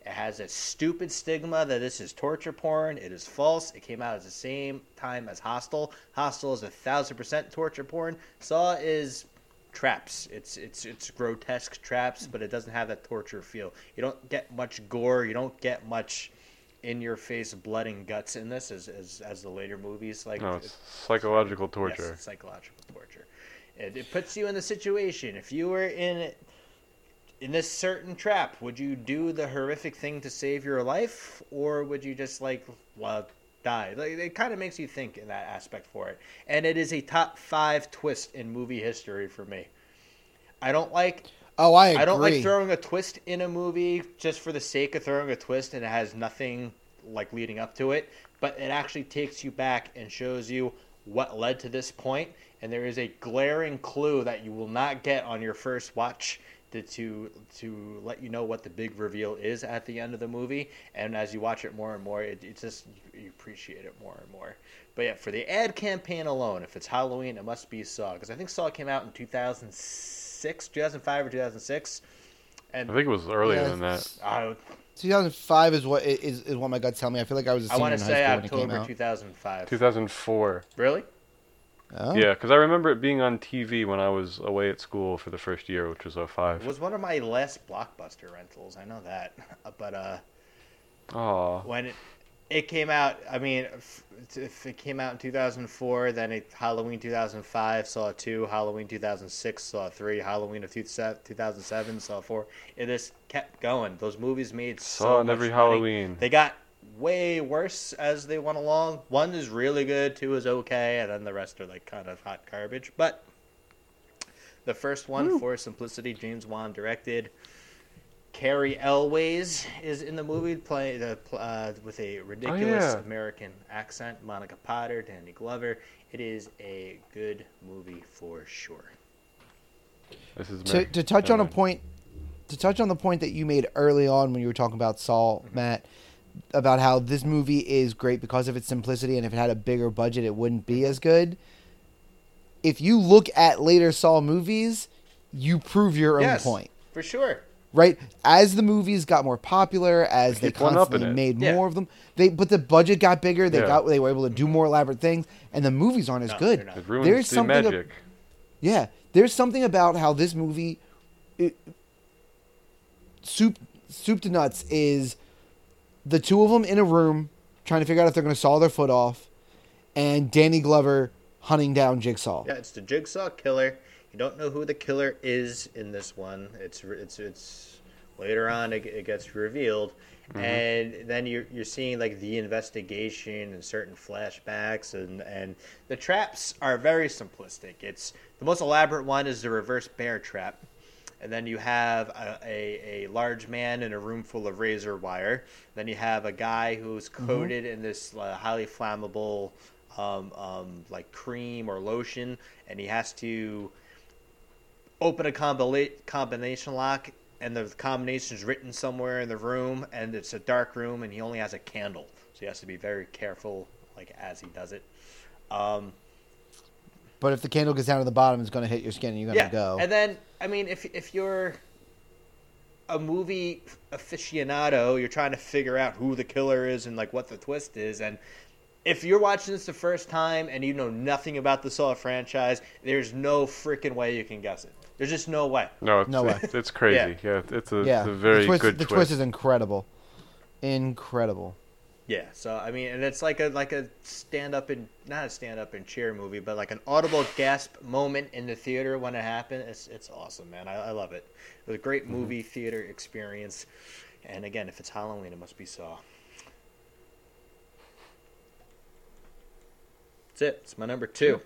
[SPEAKER 1] It has a stupid stigma that this is torture porn. It is false. It came out at the same time as Hostel. Hostel is a thousand percent torture porn. Saw is traps. It's it's it's grotesque traps, but it doesn't have that torture feel. You don't get much gore. You don't get much in your face blood and guts in this as as, as the later movies like
[SPEAKER 2] No, it's psychological
[SPEAKER 1] yes,
[SPEAKER 2] torture.
[SPEAKER 1] psychological torture. It, it puts you in the situation. If you were in in this certain trap, would you do the horrific thing to save your life, or would you just like well die? Like, it kind of makes you think in that aspect for it, and it is a top five twist in movie history for me. I don't like
[SPEAKER 3] Oh, I agree.
[SPEAKER 1] I don't like throwing a twist in a movie just for the sake of throwing a twist and it has nothing like leading up to it, but it actually takes you back and shows you what led to this point and there is a glaring clue that you will not get on your first watch to to, to let you know what the big reveal is at the end of the movie and as you watch it more and more it, it's just you appreciate it more and more but yeah for the ad campaign alone if it's halloween it must be saw because i think saw came out in 2006 2005 or 2006
[SPEAKER 2] I think it was earlier
[SPEAKER 3] Yeah.
[SPEAKER 2] than that.
[SPEAKER 1] i,
[SPEAKER 3] 2005 is what is, is what my guts tell me. I feel like I was. A
[SPEAKER 1] I
[SPEAKER 3] senior
[SPEAKER 1] want
[SPEAKER 3] in
[SPEAKER 1] to
[SPEAKER 3] high
[SPEAKER 1] say
[SPEAKER 3] school when it came
[SPEAKER 1] october
[SPEAKER 3] out.
[SPEAKER 1] 2005
[SPEAKER 2] 2004.
[SPEAKER 1] really
[SPEAKER 3] Oh.
[SPEAKER 2] Yeah, because I remember it being on TV when I was away at school for the first year, which was 05.
[SPEAKER 1] It was one of my last blockbuster rentals. I know that, <laughs> but uh,
[SPEAKER 2] Aw.
[SPEAKER 1] when it, it came out, I mean, if, if it came out in 2004, then it, Halloween 2005 saw two, Halloween 2006 saw three, Halloween of 2000 2007 saw four. It just kept going. Those movies made so
[SPEAKER 2] Saw it in
[SPEAKER 1] much
[SPEAKER 2] every
[SPEAKER 1] money.
[SPEAKER 2] Halloween.
[SPEAKER 1] They got way worse as they went along. One is really good, two is okay, and then the rest are like kind of hot garbage. But the first one, for simplicity, James Wan directed. Carrie Elways is in the movie, play the uh, with a ridiculous
[SPEAKER 2] yeah.
[SPEAKER 1] American accent. Monica Potter, Danny Glover. It is a good movie for sure.
[SPEAKER 2] This is
[SPEAKER 3] to,
[SPEAKER 2] Mary-
[SPEAKER 3] to touch on
[SPEAKER 2] Never
[SPEAKER 3] a
[SPEAKER 2] mind.
[SPEAKER 3] point to touch on the point that you made early on when you were talking about Saul
[SPEAKER 1] Mm-hmm.
[SPEAKER 3] Matt about how this movie is great because of its simplicity and if it had a bigger budget it wouldn't
[SPEAKER 1] Mm-hmm.
[SPEAKER 3] be as good if you look at later Saul movies you prove your own
[SPEAKER 1] yes,
[SPEAKER 3] point
[SPEAKER 1] for sure.
[SPEAKER 3] right as the movies got more popular as they
[SPEAKER 2] Keep one up in
[SPEAKER 3] constantly
[SPEAKER 2] it.
[SPEAKER 3] made
[SPEAKER 1] Yeah.
[SPEAKER 3] more of them they but the budget got bigger they
[SPEAKER 2] Yeah.
[SPEAKER 3] got they were able to do more elaborate things and the movies aren't as
[SPEAKER 1] No,
[SPEAKER 3] good
[SPEAKER 1] they're not.
[SPEAKER 2] It ruins
[SPEAKER 3] There's
[SPEAKER 2] the
[SPEAKER 3] something ab-
[SPEAKER 2] magic.
[SPEAKER 3] yeah, there's something about how this movie, it, soup soup to nuts, is the two of them in a room trying to figure out if they're going to saw their foot off, and Danny Glover hunting down Jigsaw.
[SPEAKER 1] Yeah, it's the Jigsaw Killer. You don't know who the killer is in this one. It's it's it's later on it, it gets revealed, and then you're you're seeing like the investigation and certain flashbacks and and the traps are very simplistic. It's the most elaborate one is the reverse bear trap. And then you have a, a, a large man in a room full of razor wire. Then you have a guy who's coated in this uh, highly flammable, um, um, like cream or lotion, and he has to open a combina- combination lock, and the combination's written somewhere in the room, and it's a dark room, and he only has a candle, so he has to be very careful, like as he does it. Um,
[SPEAKER 3] But if the candle gets down to the bottom, it's going to hit your skin and you're going
[SPEAKER 1] yeah,
[SPEAKER 3] to go.
[SPEAKER 1] and then I mean, if if you're a movie aficionado, you're trying to figure out who the killer is and like what the twist is, and if you're watching this the first time and you know nothing about the Saw franchise, there's no freaking way you can guess it. There's just no way.
[SPEAKER 2] No, it's,
[SPEAKER 3] No way.
[SPEAKER 2] it's, it's crazy. Yeah, it's, a,
[SPEAKER 3] yeah,
[SPEAKER 2] it's a very
[SPEAKER 3] the twist,
[SPEAKER 2] good
[SPEAKER 3] the twist is incredible, incredible.
[SPEAKER 1] Yeah, so I mean, and it's like a like a stand up and not a stand up and cheer movie, but like an audible gasp moment in the theater when it happened. It's it's awesome, man. I, I love it. It was a
[SPEAKER 3] Mm-hmm.
[SPEAKER 1] great movie theater experience. And again, if it's Halloween, it must be Saw. That's it. It's my number two.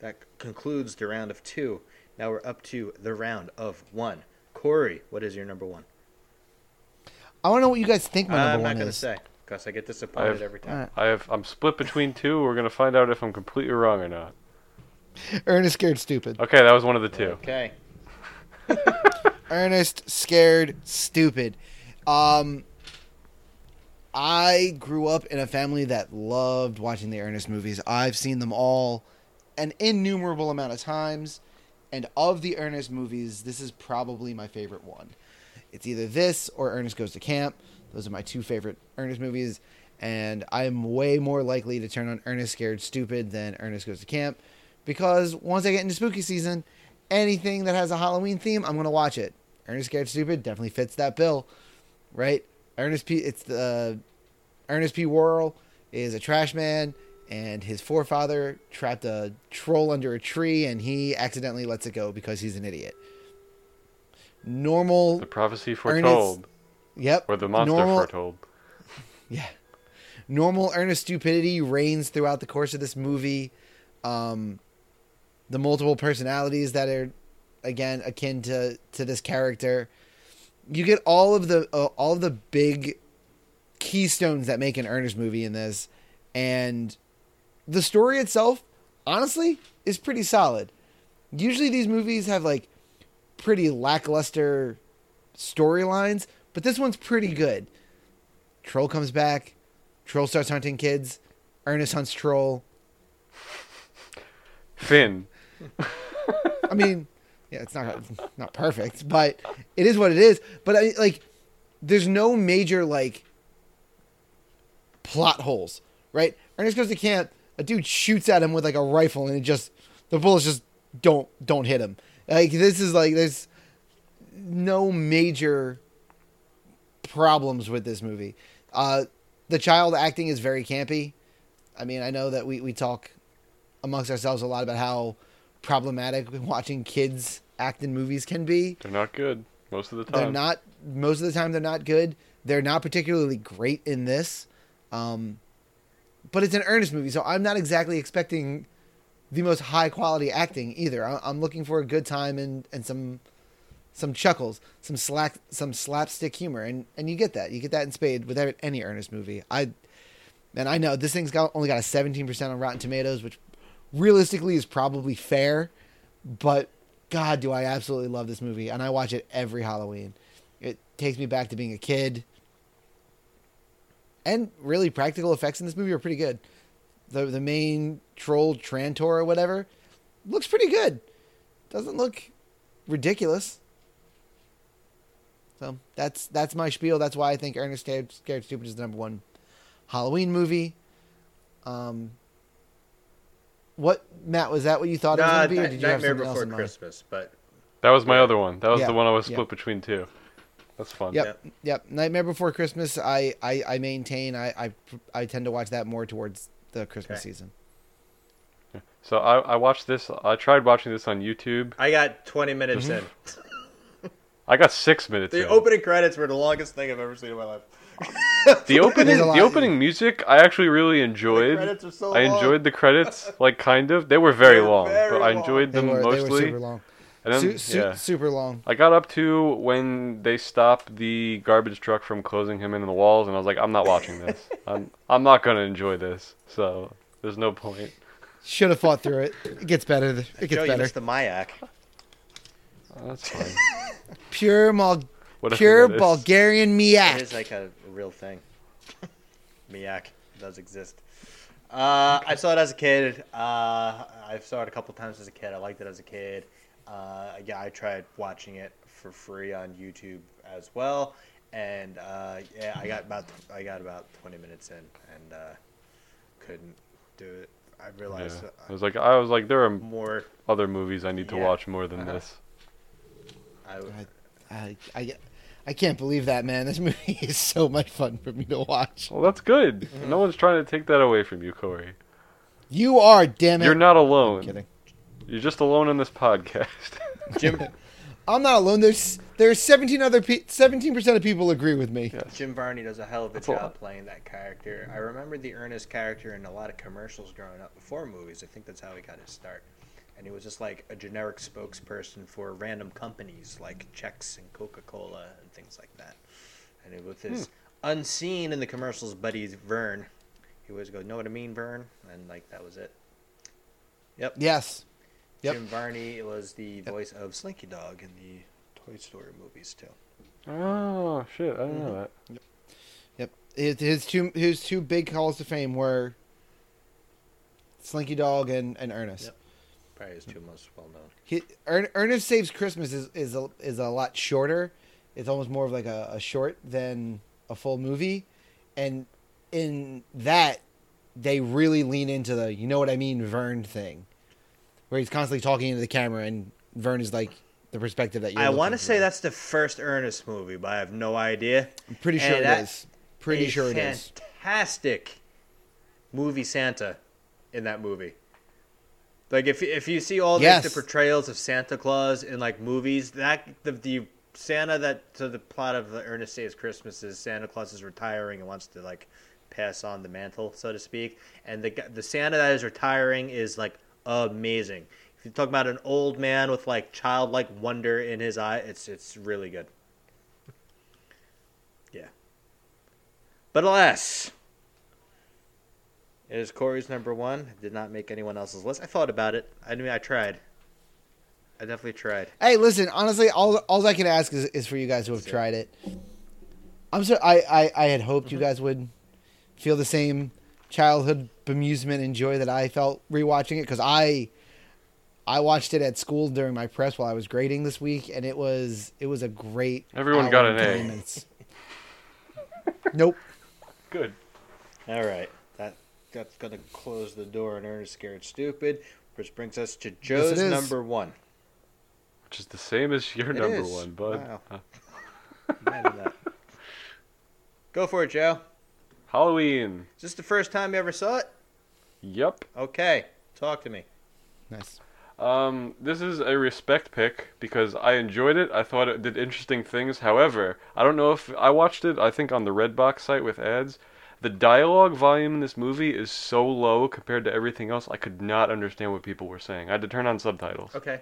[SPEAKER 1] That concludes the round of two. Now we're up to the round of one. Corey, what is your number one?
[SPEAKER 3] I want to know what you guys think my number
[SPEAKER 1] I'm
[SPEAKER 3] one
[SPEAKER 1] not gonna
[SPEAKER 3] is.
[SPEAKER 1] say because I get disappointed
[SPEAKER 2] I've-
[SPEAKER 1] every time.
[SPEAKER 3] All right.
[SPEAKER 2] I have, I'm split between two. We're going to find out if I'm completely wrong or not.
[SPEAKER 3] Ernest scared stupid.
[SPEAKER 2] Okay, that was one of the two.
[SPEAKER 1] Okay.
[SPEAKER 3] Ernest, scared, stupid. Um, I grew up in a family that loved watching the Ernest movies. I've seen them all an innumerable amount of times. And of the Ernest movies, this is probably my favorite one. It's either this or Ernest Goes to Camp. Those are my two favorite Ernest movies. And I'm way more likely to turn on Ernest Scared Stupid than Ernest Goes to Camp because once I get into spooky season, anything that has a Halloween theme, I'm gonna watch it. Ernest Scared Stupid definitely fits that bill, right? Ernest P. It's the Ernest P. Worrell is a trash man, and his forefather trapped a troll under a tree, and he accidentally lets it go because he's an idiot. Normal,
[SPEAKER 2] The prophecy foretold,
[SPEAKER 3] yep.
[SPEAKER 2] or the monster
[SPEAKER 3] normal,
[SPEAKER 2] foretold.
[SPEAKER 3] yeah. Normal earnest stupidity reigns throughout the course of this movie. Um, the multiple personalities that are, again, akin to to this character. You get all of the uh, all of the big keystones that make an earnest movie in this, and the story itself, honestly, is pretty solid. Usually, these movies have like pretty lackluster storylines, but this one's pretty good. Troll comes back. Troll starts hunting kids. Ernest hunts Troll.
[SPEAKER 2] Finn.
[SPEAKER 3] I mean, yeah, it's not it's not perfect, but it is what it is. But I like, there's no major like plot holes, right? Ernest goes to camp. A dude shoots at him with like a rifle, and it just the bullets just don't don't hit him. Like this is like there's no major problems with this movie. Uh, the child acting is very campy. I mean, I know that we, we talk amongst ourselves a lot about how problematic <laughs> watching kids act in movies can be.
[SPEAKER 2] They're not good most of the
[SPEAKER 3] They're
[SPEAKER 2] time.
[SPEAKER 3] not most of the time. They're not good. They're not particularly great in this, um, but it's an earnest movie, so I'm not exactly expecting the most high quality acting either. I- I'm looking for a good time and, and some some chuckles, some slack, some slapstick humor, and and you get that. You get that in spade with every- any earnest movie. I and I know this thing's got only got a 17% on Rotten Tomatoes, which realistically is probably fair, but god, do I absolutely love this movie and I watch it every Halloween. It takes me back to being a kid. And really practical effects in this movie are pretty good. The the main troll Trantor or whatever looks pretty good. Doesn't look ridiculous. So that's that's my spiel. That's why I think Ernest Scared, Scared Stupid is the number one Halloween movie. Um, what Matt was that? What you thought it was
[SPEAKER 1] Nah,
[SPEAKER 3] going to be? Or
[SPEAKER 1] Night-
[SPEAKER 3] did you have
[SPEAKER 1] Nightmare
[SPEAKER 3] something else
[SPEAKER 1] Before
[SPEAKER 3] in mind?
[SPEAKER 1] Christmas, but
[SPEAKER 2] That was my other one. That was
[SPEAKER 3] Yeah,
[SPEAKER 2] the one I was
[SPEAKER 3] yeah.
[SPEAKER 2] split between two. That's fun.
[SPEAKER 3] Yep,
[SPEAKER 1] Yep.
[SPEAKER 3] yep, Nightmare Before Christmas. I I, I maintain. I, I I tend to watch that more towards the Christmas
[SPEAKER 1] Okay.
[SPEAKER 3] season.
[SPEAKER 2] So I, I watched this. I tried watching this on YouTube.
[SPEAKER 1] I got 20 minutes
[SPEAKER 3] Mm-hmm.
[SPEAKER 1] in.
[SPEAKER 2] I got six minutes.
[SPEAKER 1] The
[SPEAKER 2] in.
[SPEAKER 1] opening credits were the longest thing I've ever seen in my life. <laughs>
[SPEAKER 2] the opening
[SPEAKER 3] There's a lot.
[SPEAKER 2] the opening music I actually really enjoyed.
[SPEAKER 1] credits are so
[SPEAKER 2] I
[SPEAKER 1] long.
[SPEAKER 2] enjoyed the credits,
[SPEAKER 1] <laughs>
[SPEAKER 2] like kind of. They were very
[SPEAKER 1] They were
[SPEAKER 2] long,
[SPEAKER 1] very
[SPEAKER 2] but I enjoyed
[SPEAKER 3] They
[SPEAKER 2] them
[SPEAKER 3] were they were
[SPEAKER 2] mostly.
[SPEAKER 3] super long.
[SPEAKER 2] and then,
[SPEAKER 3] Su- su-
[SPEAKER 2] yeah.
[SPEAKER 3] Super long.
[SPEAKER 2] I got up to when they stopped the garbage truck from closing him into the walls, and I was like, I'm not watching this. I'm I'm not gonna enjoy this. So there's no point.
[SPEAKER 3] Should have fought through it. It gets better. th- It
[SPEAKER 1] Joe,
[SPEAKER 3] gets
[SPEAKER 1] you
[SPEAKER 3] better.
[SPEAKER 1] missed the Mayak.
[SPEAKER 2] Oh, <laughs> that's fine.
[SPEAKER 3] Pure Mal-
[SPEAKER 2] Whatever
[SPEAKER 3] pure
[SPEAKER 2] that is.
[SPEAKER 3] Bulgarian
[SPEAKER 1] It is
[SPEAKER 3] miak.
[SPEAKER 1] like a real thing. <laughs> Miak does exist. Uh, I saw it as a kid. Uh, I saw it a couple times as a kid. I liked it as a kid. Uh, yeah, I tried watching it for free on YouTube as well, and uh, yeah, I got about I got about twenty minutes in and uh, couldn't do it. I
[SPEAKER 2] Yeah.
[SPEAKER 1] realized that
[SPEAKER 2] I was like I was like there are
[SPEAKER 1] more.
[SPEAKER 2] other movies I need to
[SPEAKER 1] Yeah.
[SPEAKER 2] watch more than
[SPEAKER 1] Uh-huh.
[SPEAKER 2] this.
[SPEAKER 1] I,
[SPEAKER 3] I, I I can't believe that man. This movie <laughs> is so much fun for me to watch.
[SPEAKER 2] Well, that's good. No one's trying to take that away from you, Corey.
[SPEAKER 3] You are damn it.
[SPEAKER 2] You're not alone.
[SPEAKER 3] kidding.
[SPEAKER 2] You're just alone in this podcast. <laughs>
[SPEAKER 1] Jim
[SPEAKER 3] <laughs> I'm not alone. There's there's 17 other pe- 17 percent of people agree with me.
[SPEAKER 2] yes.
[SPEAKER 1] Jim Varney does a hell of a
[SPEAKER 2] That's a
[SPEAKER 1] job
[SPEAKER 2] lot.
[SPEAKER 1] playing that character. I remember the Ernest character in a lot of commercials growing up before movies. I think that's how he got his start. And he was just like a generic spokesperson for random companies like Chex and Coca Cola and things like that. And it, with
[SPEAKER 2] Hmm.
[SPEAKER 1] his unseen in the commercials buddy Vern, he always go, "Know what I mean, Vern?" And like that was it. Yep.
[SPEAKER 3] Yes. Yep.
[SPEAKER 1] Jim Varney was the voice of Slinky Dog in the Toy Story movies too.
[SPEAKER 2] Oh shit! I didn't know that.
[SPEAKER 3] Yep. His, his two his two big calls to fame were Slinky Dog and, and Ernest.
[SPEAKER 1] Yep. Probably his two most well known.
[SPEAKER 3] He, Ern, Ernest Saves Christmas is is a, is a lot shorter. It's almost more of like a, a short than a full movie, and in that they really lean into the you know what I mean Vern thing, where he's constantly talking into the camera and Vern is like the perspective that you're.
[SPEAKER 1] I want to
[SPEAKER 3] looking
[SPEAKER 1] say
[SPEAKER 3] for.
[SPEAKER 1] that's the first Ernest movie, but I have no idea.
[SPEAKER 3] I'm pretty sure
[SPEAKER 1] and
[SPEAKER 3] it
[SPEAKER 1] that
[SPEAKER 3] is. Pretty
[SPEAKER 1] a
[SPEAKER 3] sure it is.
[SPEAKER 1] Fantastic movie Santa in that movie. Like if if you see all
[SPEAKER 3] Yes.
[SPEAKER 1] these the portrayals of Santa Claus in like movies, that the the Santa that to the plot of the Ernest Saves Christmas is Santa Claus is retiring and wants to like pass on the mantle, so to speak. And the gu- the Santa that is retiring is like amazing. If you talk about an old man with like childlike wonder in his eye, it's it's really good. Yeah. But alas, it is Corey's number one. I did not make anyone else's list. I thought about it. I mean, I tried. I definitely tried.
[SPEAKER 3] Hey, listen. Honestly, all all I can ask is, is for you guys who have
[SPEAKER 1] Sure.
[SPEAKER 3] tried it. I'm sorry. I, I I had hoped
[SPEAKER 2] Mm-hmm.
[SPEAKER 3] you guys would feel the same childhood bemusement and joy that I felt rewatching it because I I watched it at school during my press while I was grading this week, and it was it was a great.
[SPEAKER 2] Everyone
[SPEAKER 3] hour
[SPEAKER 2] got
[SPEAKER 3] and
[SPEAKER 2] an A.
[SPEAKER 3] 20 minutes. nope.
[SPEAKER 2] Good.
[SPEAKER 1] All right, that that's gonna close the door on Ernest Scared Stupid, which brings us to Joe's
[SPEAKER 3] is.
[SPEAKER 1] number one.
[SPEAKER 2] Which is the same as your
[SPEAKER 1] It
[SPEAKER 2] number
[SPEAKER 1] is.
[SPEAKER 2] one, bud.
[SPEAKER 1] Wow.
[SPEAKER 2] Uh,
[SPEAKER 1] Imagine that. Go for it, Joe.
[SPEAKER 2] Halloween.
[SPEAKER 1] Is this the first time you ever saw it?
[SPEAKER 2] Yep.
[SPEAKER 1] Okay, talk to me.
[SPEAKER 3] Nice.
[SPEAKER 2] Um, this is a respect pick because I enjoyed it. I thought it did interesting things. However, I don't know if I watched it. I think on the Redbox site with ads. The dialogue volume in this movie is so low compared to everything else. I could not understand what people were saying. I had to turn on subtitles.
[SPEAKER 1] Okay.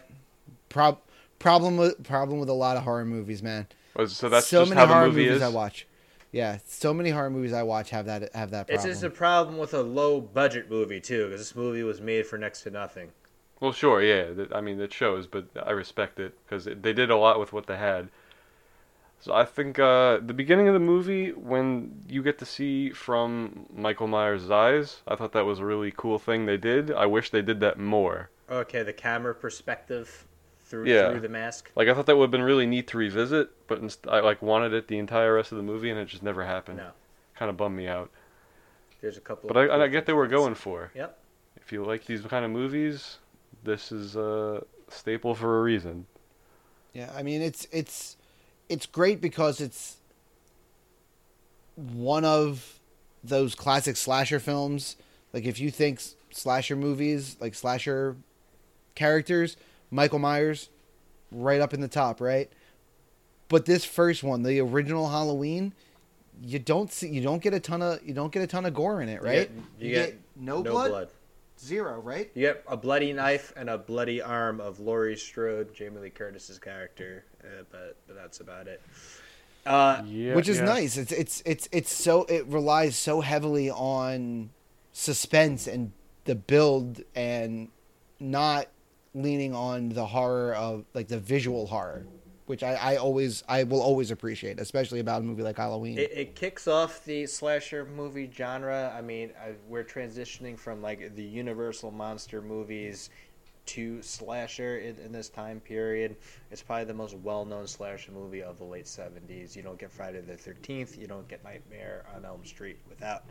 [SPEAKER 3] Prob- problem with problem with a lot of horror movies, man.
[SPEAKER 2] Oh, So that's
[SPEAKER 3] so
[SPEAKER 2] just
[SPEAKER 3] many
[SPEAKER 2] how
[SPEAKER 3] horror
[SPEAKER 2] the movie
[SPEAKER 3] movies
[SPEAKER 2] is.
[SPEAKER 3] I watch. Yeah, so many horror movies I watch have that have that
[SPEAKER 1] It's
[SPEAKER 3] problem.
[SPEAKER 1] just a problem with a low budget movie too, because this movie was made for next to nothing.
[SPEAKER 2] Well, sure, yeah. That, I mean, it shows, but I respect it because they did a lot with what they had. So I think uh, the beginning of the movie, when you get to see from Michael Myers' eyes, I thought that was a really cool thing they did. I wish they did that more.
[SPEAKER 1] Okay, the camera perspective through
[SPEAKER 2] Yeah.
[SPEAKER 1] through the mask.
[SPEAKER 2] Like I thought that would have been really neat to revisit, but inst- I like wanted it the entire rest of the movie, and it just never happened.
[SPEAKER 1] No.
[SPEAKER 2] Kind of bummed me out.
[SPEAKER 1] There's a couple.
[SPEAKER 2] But I,
[SPEAKER 1] of
[SPEAKER 2] and I get they were going for.
[SPEAKER 1] Yep.
[SPEAKER 2] If you like these kind of movies, this is a staple for a reason.
[SPEAKER 3] Yeah, I mean it's it's it's great because it's one of those classic slasher films. Like if you think s- slasher movies, like slasher characters, Michael Myers right up in the top, right? But this first one, the original Halloween, you don't see you don't get a ton of you don't get a ton of gore in it, right?
[SPEAKER 1] You, get, no, blood.
[SPEAKER 3] Zero, right?
[SPEAKER 1] You get a bloody knife and a bloody arm of Laurie Strode, Jamie Lee Curtis's character, uh, but, but that's about it. Uh,
[SPEAKER 2] Yeah,
[SPEAKER 3] which is
[SPEAKER 2] yeah.
[SPEAKER 3] nice. It's it's it's it's so it relies so heavily on suspense and the build and not leaning on the horror of like the visual horror, which I, I always I will always appreciate, especially about a movie like Halloween.
[SPEAKER 1] it, it kicks off the slasher movie genre. I mean, I, we're transitioning from like the Universal monster movies to slasher in, in this time period. It's probably the most well-known slasher movie of the late '70s. You don't get Friday the 13th. You don't get Nightmare on Elm Street without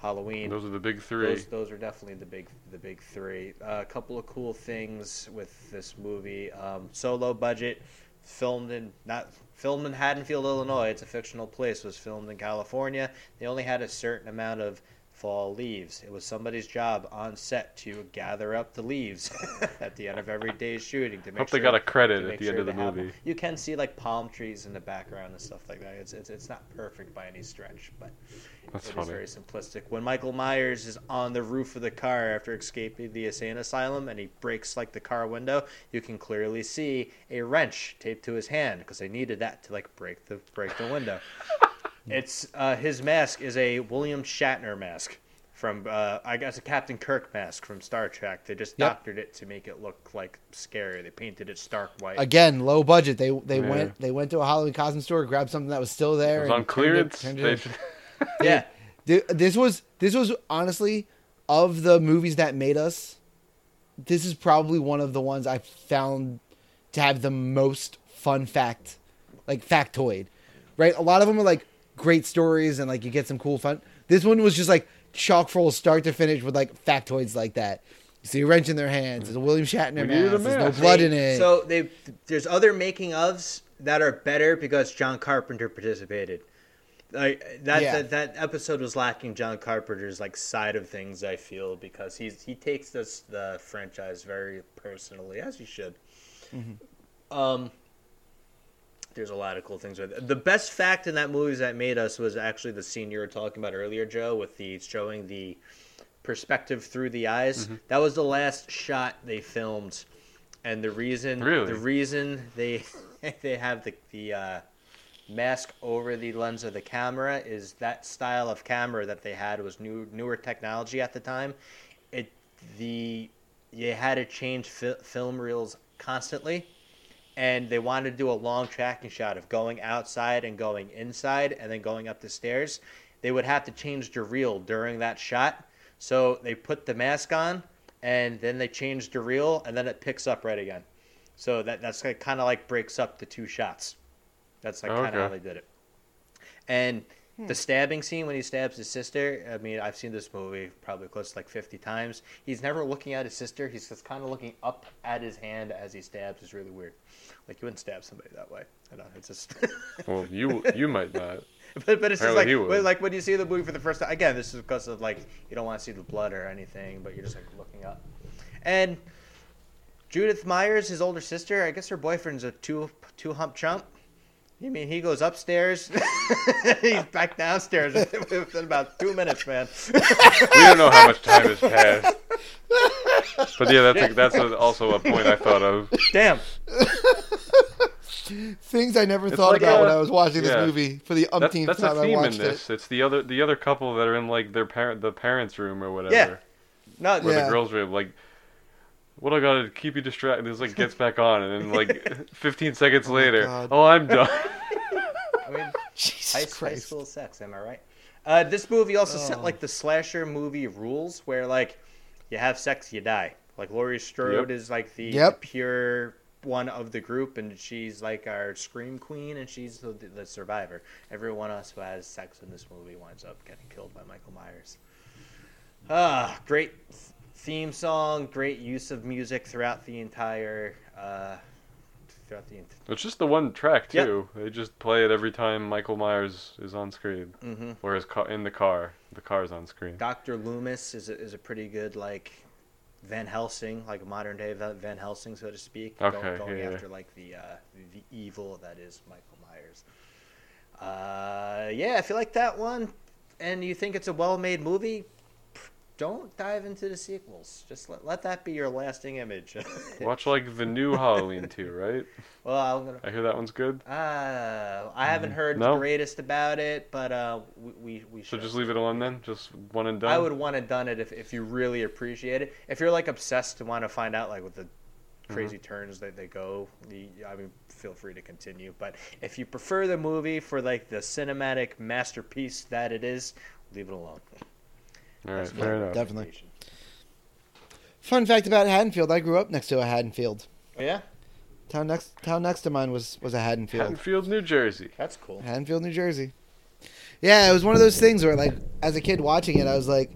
[SPEAKER 1] Halloween.
[SPEAKER 2] Those are the big three.
[SPEAKER 1] Those, those are definitely the big the big three. Uh, a couple of cool things with this movie. Um, so low budget, filmed in not filmed in Haddonfield, Illinois. It's a fictional place. Was filmed in California. They only had a certain amount of fall leaves. It was somebody's job on set to gather up the leaves <laughs> at the end of every day's shooting to make
[SPEAKER 2] Hope
[SPEAKER 1] sure
[SPEAKER 2] they got a credit
[SPEAKER 1] to
[SPEAKER 2] at
[SPEAKER 1] make
[SPEAKER 2] the end
[SPEAKER 1] sure
[SPEAKER 2] of the
[SPEAKER 1] they have-
[SPEAKER 2] movie.
[SPEAKER 1] You can see like palm trees in the background and stuff like that. It's it's, it's not perfect by any stretch, but
[SPEAKER 2] That's
[SPEAKER 1] it is
[SPEAKER 2] funny.
[SPEAKER 1] very simplistic. When Michael Myers is on the roof of the car after escaping the insane asylum and he breaks like the car window, you can clearly see a wrench taped to his hand because they needed that to like break the break the window. it's uh, his mask is a William Shatner mask from uh, I guess a Captain Kirk mask from Star Trek. They just
[SPEAKER 3] Yep.
[SPEAKER 1] doctored it to make it look like scary. They painted it stark white.
[SPEAKER 3] Again, low budget. They they
[SPEAKER 2] Yeah.
[SPEAKER 3] went they went to a Halloween costume store, grabbed something that was still there.
[SPEAKER 2] It was
[SPEAKER 3] and
[SPEAKER 2] on
[SPEAKER 3] turned it-
[SPEAKER 2] clearance.
[SPEAKER 3] turned it
[SPEAKER 2] They-
[SPEAKER 3] into-
[SPEAKER 1] <laughs> yeah.
[SPEAKER 3] Th- this was this was honestly of the movies that made us this is probably one of the ones i found to have the most fun fact like factoid right a lot of them are like great stories and like you get some cool fun this one was just like chock full start to finish with like factoids like that You see a wrench in their hands. It's a William Shatner
[SPEAKER 2] We needed a
[SPEAKER 3] mask. There's no
[SPEAKER 2] mask.
[SPEAKER 3] blood
[SPEAKER 1] They-
[SPEAKER 3] in it.
[SPEAKER 1] So they there's other making ofs that are better because John Carpenter participated. Like that,
[SPEAKER 3] Yeah.
[SPEAKER 1] that that episode was lacking John Carpenter's like side of things. I feel because he's he takes this the franchise very personally as he should. Um, there's a lot of cool things with it. The best fact in that movie that made us was actually the scene you were talking about earlier, Joe, with the showing the perspective through the eyes. That was the last shot they filmed, and the reason
[SPEAKER 2] Really?
[SPEAKER 1] the reason they <laughs> they have the the uh, mask over the lens of the camera is that style of camera that they had was new newer technology at the time. It the you had to change fi- film reels constantly and they wanted to do a long tracking shot of going outside and going inside and then going up the stairs, they would have to change the reel during that shot. So they put the mask on and then they change the reel and then it picks up right again. So that that's kind of like breaks up the two shots. That's like kind of
[SPEAKER 2] Okay.
[SPEAKER 1] how they did it. And the stabbing scene when he stabs his sister, I mean, I've seen this movie probably close to like 50 times. He's never looking at his sister. He's just kind of looking up at his hand as he stabs. It's really weird. Like, you wouldn't stab somebody that way. I don't know. It's just.
[SPEAKER 2] Well, you you might
[SPEAKER 3] <laughs>
[SPEAKER 2] not.
[SPEAKER 1] <laughs> but, but it's just
[SPEAKER 2] Apparently
[SPEAKER 1] like,
[SPEAKER 2] he would.
[SPEAKER 1] but, like when you see the movie for the first time. Again, this is because of like, you don't want to see the blood or anything, but you're just like looking up. And Judith Myers, his older sister, I guess her boyfriend's a two two hump chump. You mean he goes upstairs? <laughs> He's back downstairs <laughs> within about two minutes, man. <laughs>
[SPEAKER 2] We don't know how much time has passed. But yeah, that's a, that's a, also a point I thought
[SPEAKER 3] <laughs>
[SPEAKER 2] of.
[SPEAKER 1] Damn.
[SPEAKER 3] Things I never thought
[SPEAKER 2] like
[SPEAKER 3] about
[SPEAKER 2] a-
[SPEAKER 3] when I was watching
[SPEAKER 2] yeah.
[SPEAKER 3] this movie for the
[SPEAKER 2] That's,
[SPEAKER 3] umpteenth
[SPEAKER 2] that's
[SPEAKER 3] time
[SPEAKER 2] a
[SPEAKER 3] I
[SPEAKER 2] theme in
[SPEAKER 3] watched
[SPEAKER 2] this.
[SPEAKER 3] it.
[SPEAKER 2] It's the other the other couple that are in like their parent the parents' room or whatever.
[SPEAKER 1] Yeah. No,
[SPEAKER 2] Or
[SPEAKER 3] Yeah.
[SPEAKER 2] the girls' room. Like, what I gotta keep you distracted? This like gets back on, and then
[SPEAKER 3] <laughs>
[SPEAKER 2] like 15 seconds later,
[SPEAKER 3] God.
[SPEAKER 2] oh, I'm
[SPEAKER 3] <laughs>
[SPEAKER 2] done.
[SPEAKER 1] I mean,
[SPEAKER 3] <laughs> Jesus
[SPEAKER 1] high, high
[SPEAKER 3] Christ.
[SPEAKER 1] school sex. Am I right? Uh, this movie also set
[SPEAKER 3] Oh.
[SPEAKER 1] like the slasher movie rules, where like you have sex, you die. Like Laurie Strode
[SPEAKER 2] Yep.
[SPEAKER 1] is like the
[SPEAKER 3] Yep.
[SPEAKER 1] pure one of the group, and she's like our scream queen, and she's the, the survivor. Everyone else who has sex in this movie winds up getting killed by Michael Myers. Ah, great theme song, great use of music throughout the entire uh, throughout the entire.
[SPEAKER 2] It's just the one track
[SPEAKER 1] Yep.
[SPEAKER 2] too. They just play it every time Michael Myers is on screen,
[SPEAKER 1] Mm-hmm.
[SPEAKER 2] or is ca- in the car. The car's on screen.
[SPEAKER 1] Doctor Loomis is a, is a pretty good like Van Helsing, like a modern day Va- Van Helsing, so to speak. go-
[SPEAKER 2] Okay,
[SPEAKER 1] going
[SPEAKER 2] yeah, yeah.
[SPEAKER 1] after like the uh, the evil that is Michael Myers. Uh, yeah, if you like that one, and you think it's a well made movie. pff, Don't dive into the sequels. Just let, let that be your lasting image. <laughs>
[SPEAKER 2] Watch like the new Halloween too, right?
[SPEAKER 1] well, I'm gonna.
[SPEAKER 2] I hear that one's good.
[SPEAKER 1] Uh, I haven't heard the
[SPEAKER 2] Mm-hmm. No.
[SPEAKER 1] greatest about it, but uh, we we, we
[SPEAKER 2] So
[SPEAKER 1] should.
[SPEAKER 2] just leave it alone then. Just one and done.
[SPEAKER 1] I would want to done it if, if you really appreciate it. If you're like obsessed to want to find out like what the crazy turns that they go, the, I mean, feel free to continue. But if you prefer the movie for like the cinematic masterpiece that it is, leave it alone.
[SPEAKER 2] All right,
[SPEAKER 1] That's
[SPEAKER 2] fair
[SPEAKER 1] my
[SPEAKER 2] enough.
[SPEAKER 3] Definitely.
[SPEAKER 1] recommendation.
[SPEAKER 3] Fun fact about Haddonfield: I grew up next to a Haddonfield.
[SPEAKER 1] Oh, yeah,
[SPEAKER 3] Town next, town next to mine was was a Haddonfield.
[SPEAKER 2] Haddonfield, New Jersey.
[SPEAKER 1] that's cool.
[SPEAKER 3] Haddonfield, New Jersey. Yeah, it was one of those things where, like, as a kid watching it, I was like,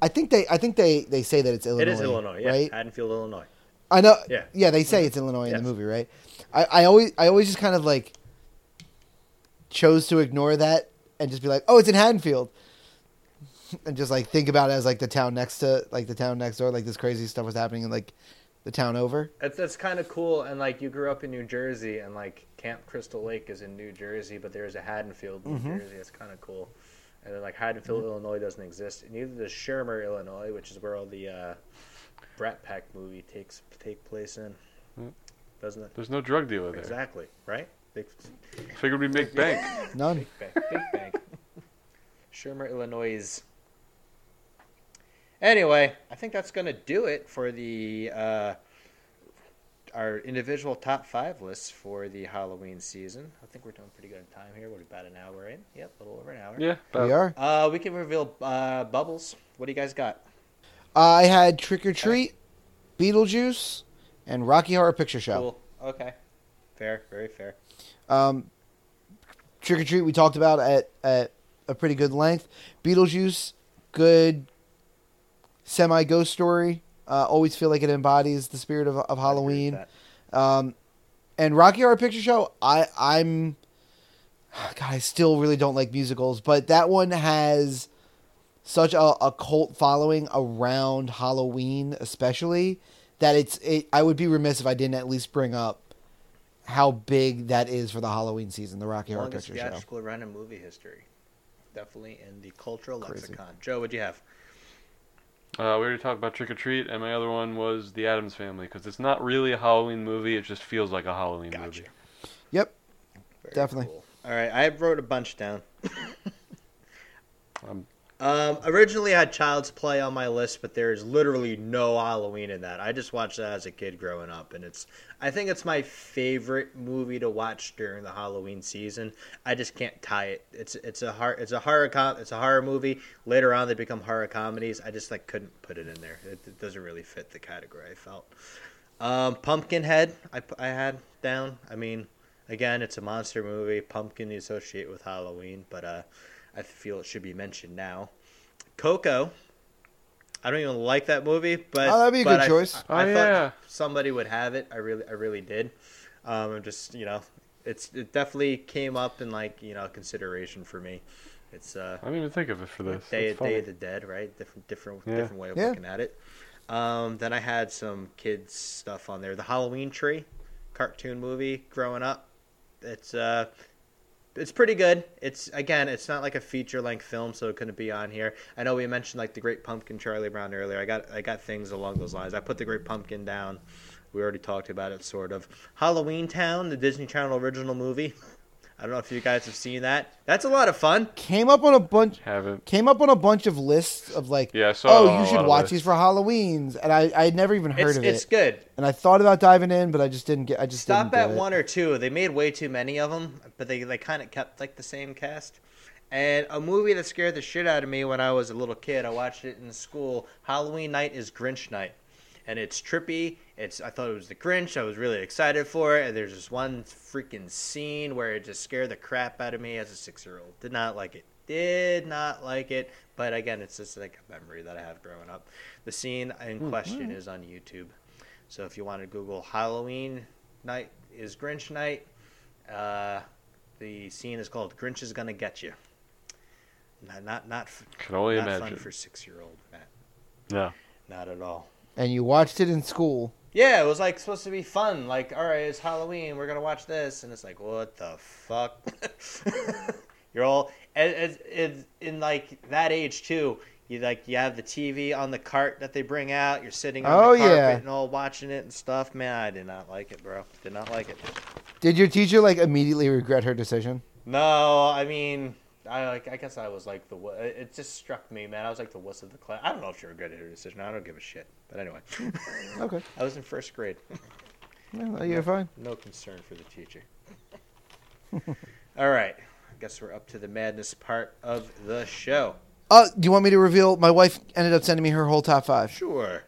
[SPEAKER 3] I think they, I think they, they say that it's Illinois.
[SPEAKER 1] it is Illinois, yeah.
[SPEAKER 3] right?
[SPEAKER 1] Haddonfield, Illinois.
[SPEAKER 3] I know.
[SPEAKER 1] Yeah. Mm-hmm.
[SPEAKER 3] Yeah. Yeah, they say it's Illinois in
[SPEAKER 1] Yes.
[SPEAKER 3] the movie, right? I, I always, I always just kind of like chose to ignore that and just be like, oh, it's in Haddonfield, <laughs> and just like think about it as like the town next to, like the town next door, like this crazy stuff was happening in like the town over.
[SPEAKER 1] That's that's kind of cool. And like you grew up in New Jersey, and like Camp Crystal Lake is in New Jersey, but there's a Haddonfield, New Jersey. It's kind of cool. And then like Haddonfield, Illinois doesn't exist. And neither does Shermer, Illinois, which is where all the uh, Brat Pack movie takes take place in, doesn't it?
[SPEAKER 2] There's no drug dealer there.
[SPEAKER 1] Exactly right. Big,
[SPEAKER 2] Figured we'd
[SPEAKER 1] <laughs>
[SPEAKER 2] make bank.
[SPEAKER 3] None.
[SPEAKER 1] big bank, big bank. <laughs> Shermer, Illinois. is- Anyway, I think that's gonna do it for the. Uh, our individual top five lists for the Halloween season. I think we're doing pretty good on time here. We're about an hour in. Yep, a little over an hour.
[SPEAKER 2] yeah,
[SPEAKER 3] We
[SPEAKER 2] about-
[SPEAKER 3] are.
[SPEAKER 1] Uh, we can reveal uh, bubbles. What do you guys got?
[SPEAKER 3] I had Trick or Treat, Beetlejuice, and Rocky Horror Picture Show.
[SPEAKER 1] Cool. Okay. Fair. Very fair.
[SPEAKER 3] Um, Trick or Treat we talked about at, at a pretty good length. Beetlejuice, good semi ghost story. Uh, always feel like it embodies the spirit of, of Halloween.
[SPEAKER 1] that.
[SPEAKER 3] Um, and Rocky Horror Picture Show, I I'm <sighs> God, I still really don't like musicals, but that one has such a, a cult following around Halloween, especially that it's it, I would be remiss if I didn't at least bring up how big that is for the Halloween season, the Rocky Horror
[SPEAKER 1] Longest
[SPEAKER 3] Picture Show.
[SPEAKER 1] theatrical run in movie history. Definitely in the cultural
[SPEAKER 3] Crazy.
[SPEAKER 1] lexicon. Joe, what'd you have?
[SPEAKER 2] Uh, we already talked about Trick or Treat, and my other one was The Adams Family because it's not really a Halloween movie; it just feels like a Halloween
[SPEAKER 1] Gotcha.
[SPEAKER 2] movie.
[SPEAKER 3] Yep.
[SPEAKER 1] Very
[SPEAKER 3] Definitely.
[SPEAKER 1] cool. All right, I wrote a bunch down.
[SPEAKER 2] Um,
[SPEAKER 1] Um, originally, I had Child's Play on my list, but there is literally no Halloween in that. I just watched that as a kid growing up, and it's I think it's my favorite movie to watch during the Halloween season. I just can't tie it. It's it's a hor- it's a horror com- it's a horror movie. Later on, they become horror comedies. I just like couldn't put it in there. It, it doesn't really fit the category. I felt. Um, Pumpkinhead, I, p- I had down. I mean, again, it's a monster movie. Pumpkin you associate with Halloween, but uh, I feel it should be mentioned now. Coco, I don't even like that movie, but
[SPEAKER 3] Oh, that'd be a
[SPEAKER 1] but
[SPEAKER 3] good
[SPEAKER 1] I-
[SPEAKER 3] choice.
[SPEAKER 1] I, I
[SPEAKER 2] Oh,
[SPEAKER 1] thought
[SPEAKER 2] yeah.
[SPEAKER 1] somebody would have it. I really, I really did. Um, I'm just you know, it's it definitely came up in like you know consideration for me. It's uh,
[SPEAKER 2] I didn't even think of it for this.
[SPEAKER 1] Day,
[SPEAKER 2] That's
[SPEAKER 1] Day
[SPEAKER 2] funny.
[SPEAKER 1] of the Dead, right? Different, different,
[SPEAKER 2] Yeah.
[SPEAKER 1] different way of
[SPEAKER 3] Yeah.
[SPEAKER 1] looking at it. Um, then I had some kids stuff on there. The Halloween Tree, cartoon movie growing up. It's uh, it's pretty good. It's again, it's not like a feature length film, so it couldn't be on here. I know we mentioned like the Great Pumpkin, Charlie Brown earlier. I got I got things along those lines. I put the Great Pumpkin down. We already talked about it, sort of. Halloween Town, the Disney Channel original movie. <laughs> I don't know if you guys have seen that. That's a lot of fun.
[SPEAKER 3] Came up on a bunch
[SPEAKER 2] Haven't.
[SPEAKER 3] came up on a bunch of lists of like
[SPEAKER 2] Yeah, I saw it on
[SPEAKER 3] oh
[SPEAKER 2] a
[SPEAKER 3] you
[SPEAKER 2] lot
[SPEAKER 3] should
[SPEAKER 2] of
[SPEAKER 3] watch
[SPEAKER 2] lists.
[SPEAKER 3] these for Halloween's and I I had never even heard
[SPEAKER 1] It's,
[SPEAKER 3] of
[SPEAKER 1] it's
[SPEAKER 3] it
[SPEAKER 1] good.
[SPEAKER 3] and I thought about diving in but I just didn't get I just
[SPEAKER 1] Stop
[SPEAKER 3] didn't
[SPEAKER 1] at
[SPEAKER 3] do it.
[SPEAKER 1] one or two. They made way too many of them, but they, they kind of kept like the same cast. And a movie that scared the shit out of me when I was a little kid. I watched it in school. Halloween night is Grinch night, and it's trippy. It's I thought it was the Grinch. I was really excited for it. And there's this one freaking scene where it just scared the crap out of me as a six year old. Did not like it. Did not like it. But again, it's just like a memory that I have growing up. The scene
[SPEAKER 3] Hmm,
[SPEAKER 1] in question is on YouTube. So if you want to Google Halloween night is Grinch night, uh, the scene is called Grinch is gonna get you. Not not not, f-
[SPEAKER 2] Can only
[SPEAKER 1] not fun
[SPEAKER 2] imagine.
[SPEAKER 1] for six year old Matt.
[SPEAKER 2] No.
[SPEAKER 1] Not at all.
[SPEAKER 3] and you watched it in school
[SPEAKER 1] Yeah, it was like supposed to be fun. Like, all right, it's Halloween. We're gonna watch this, and it's like, what the fuck? <laughs> You're all as in, in like that age too. You like you have the TV on the cart that they bring out. You're sitting on
[SPEAKER 3] Oh,
[SPEAKER 1] the carpet
[SPEAKER 3] yeah.
[SPEAKER 1] and all watching it and stuff. Man, I did not like it, bro. Did not like it.
[SPEAKER 3] did your teacher like immediately regret her decision
[SPEAKER 1] No, I mean, I like. I guess I was like the. wh- It just struck me, man. I was like the wuss of the class. I don't know if you were good at your decision. I don't give a shit. But anyway,
[SPEAKER 3] okay
[SPEAKER 1] I was in first grade.
[SPEAKER 3] yeah, you're fine
[SPEAKER 1] No concern for the teacher. All right, I guess we're up to the madness part of the show.
[SPEAKER 3] uh do you want me to reveal my wife ended up sending me her whole top five
[SPEAKER 1] Sure.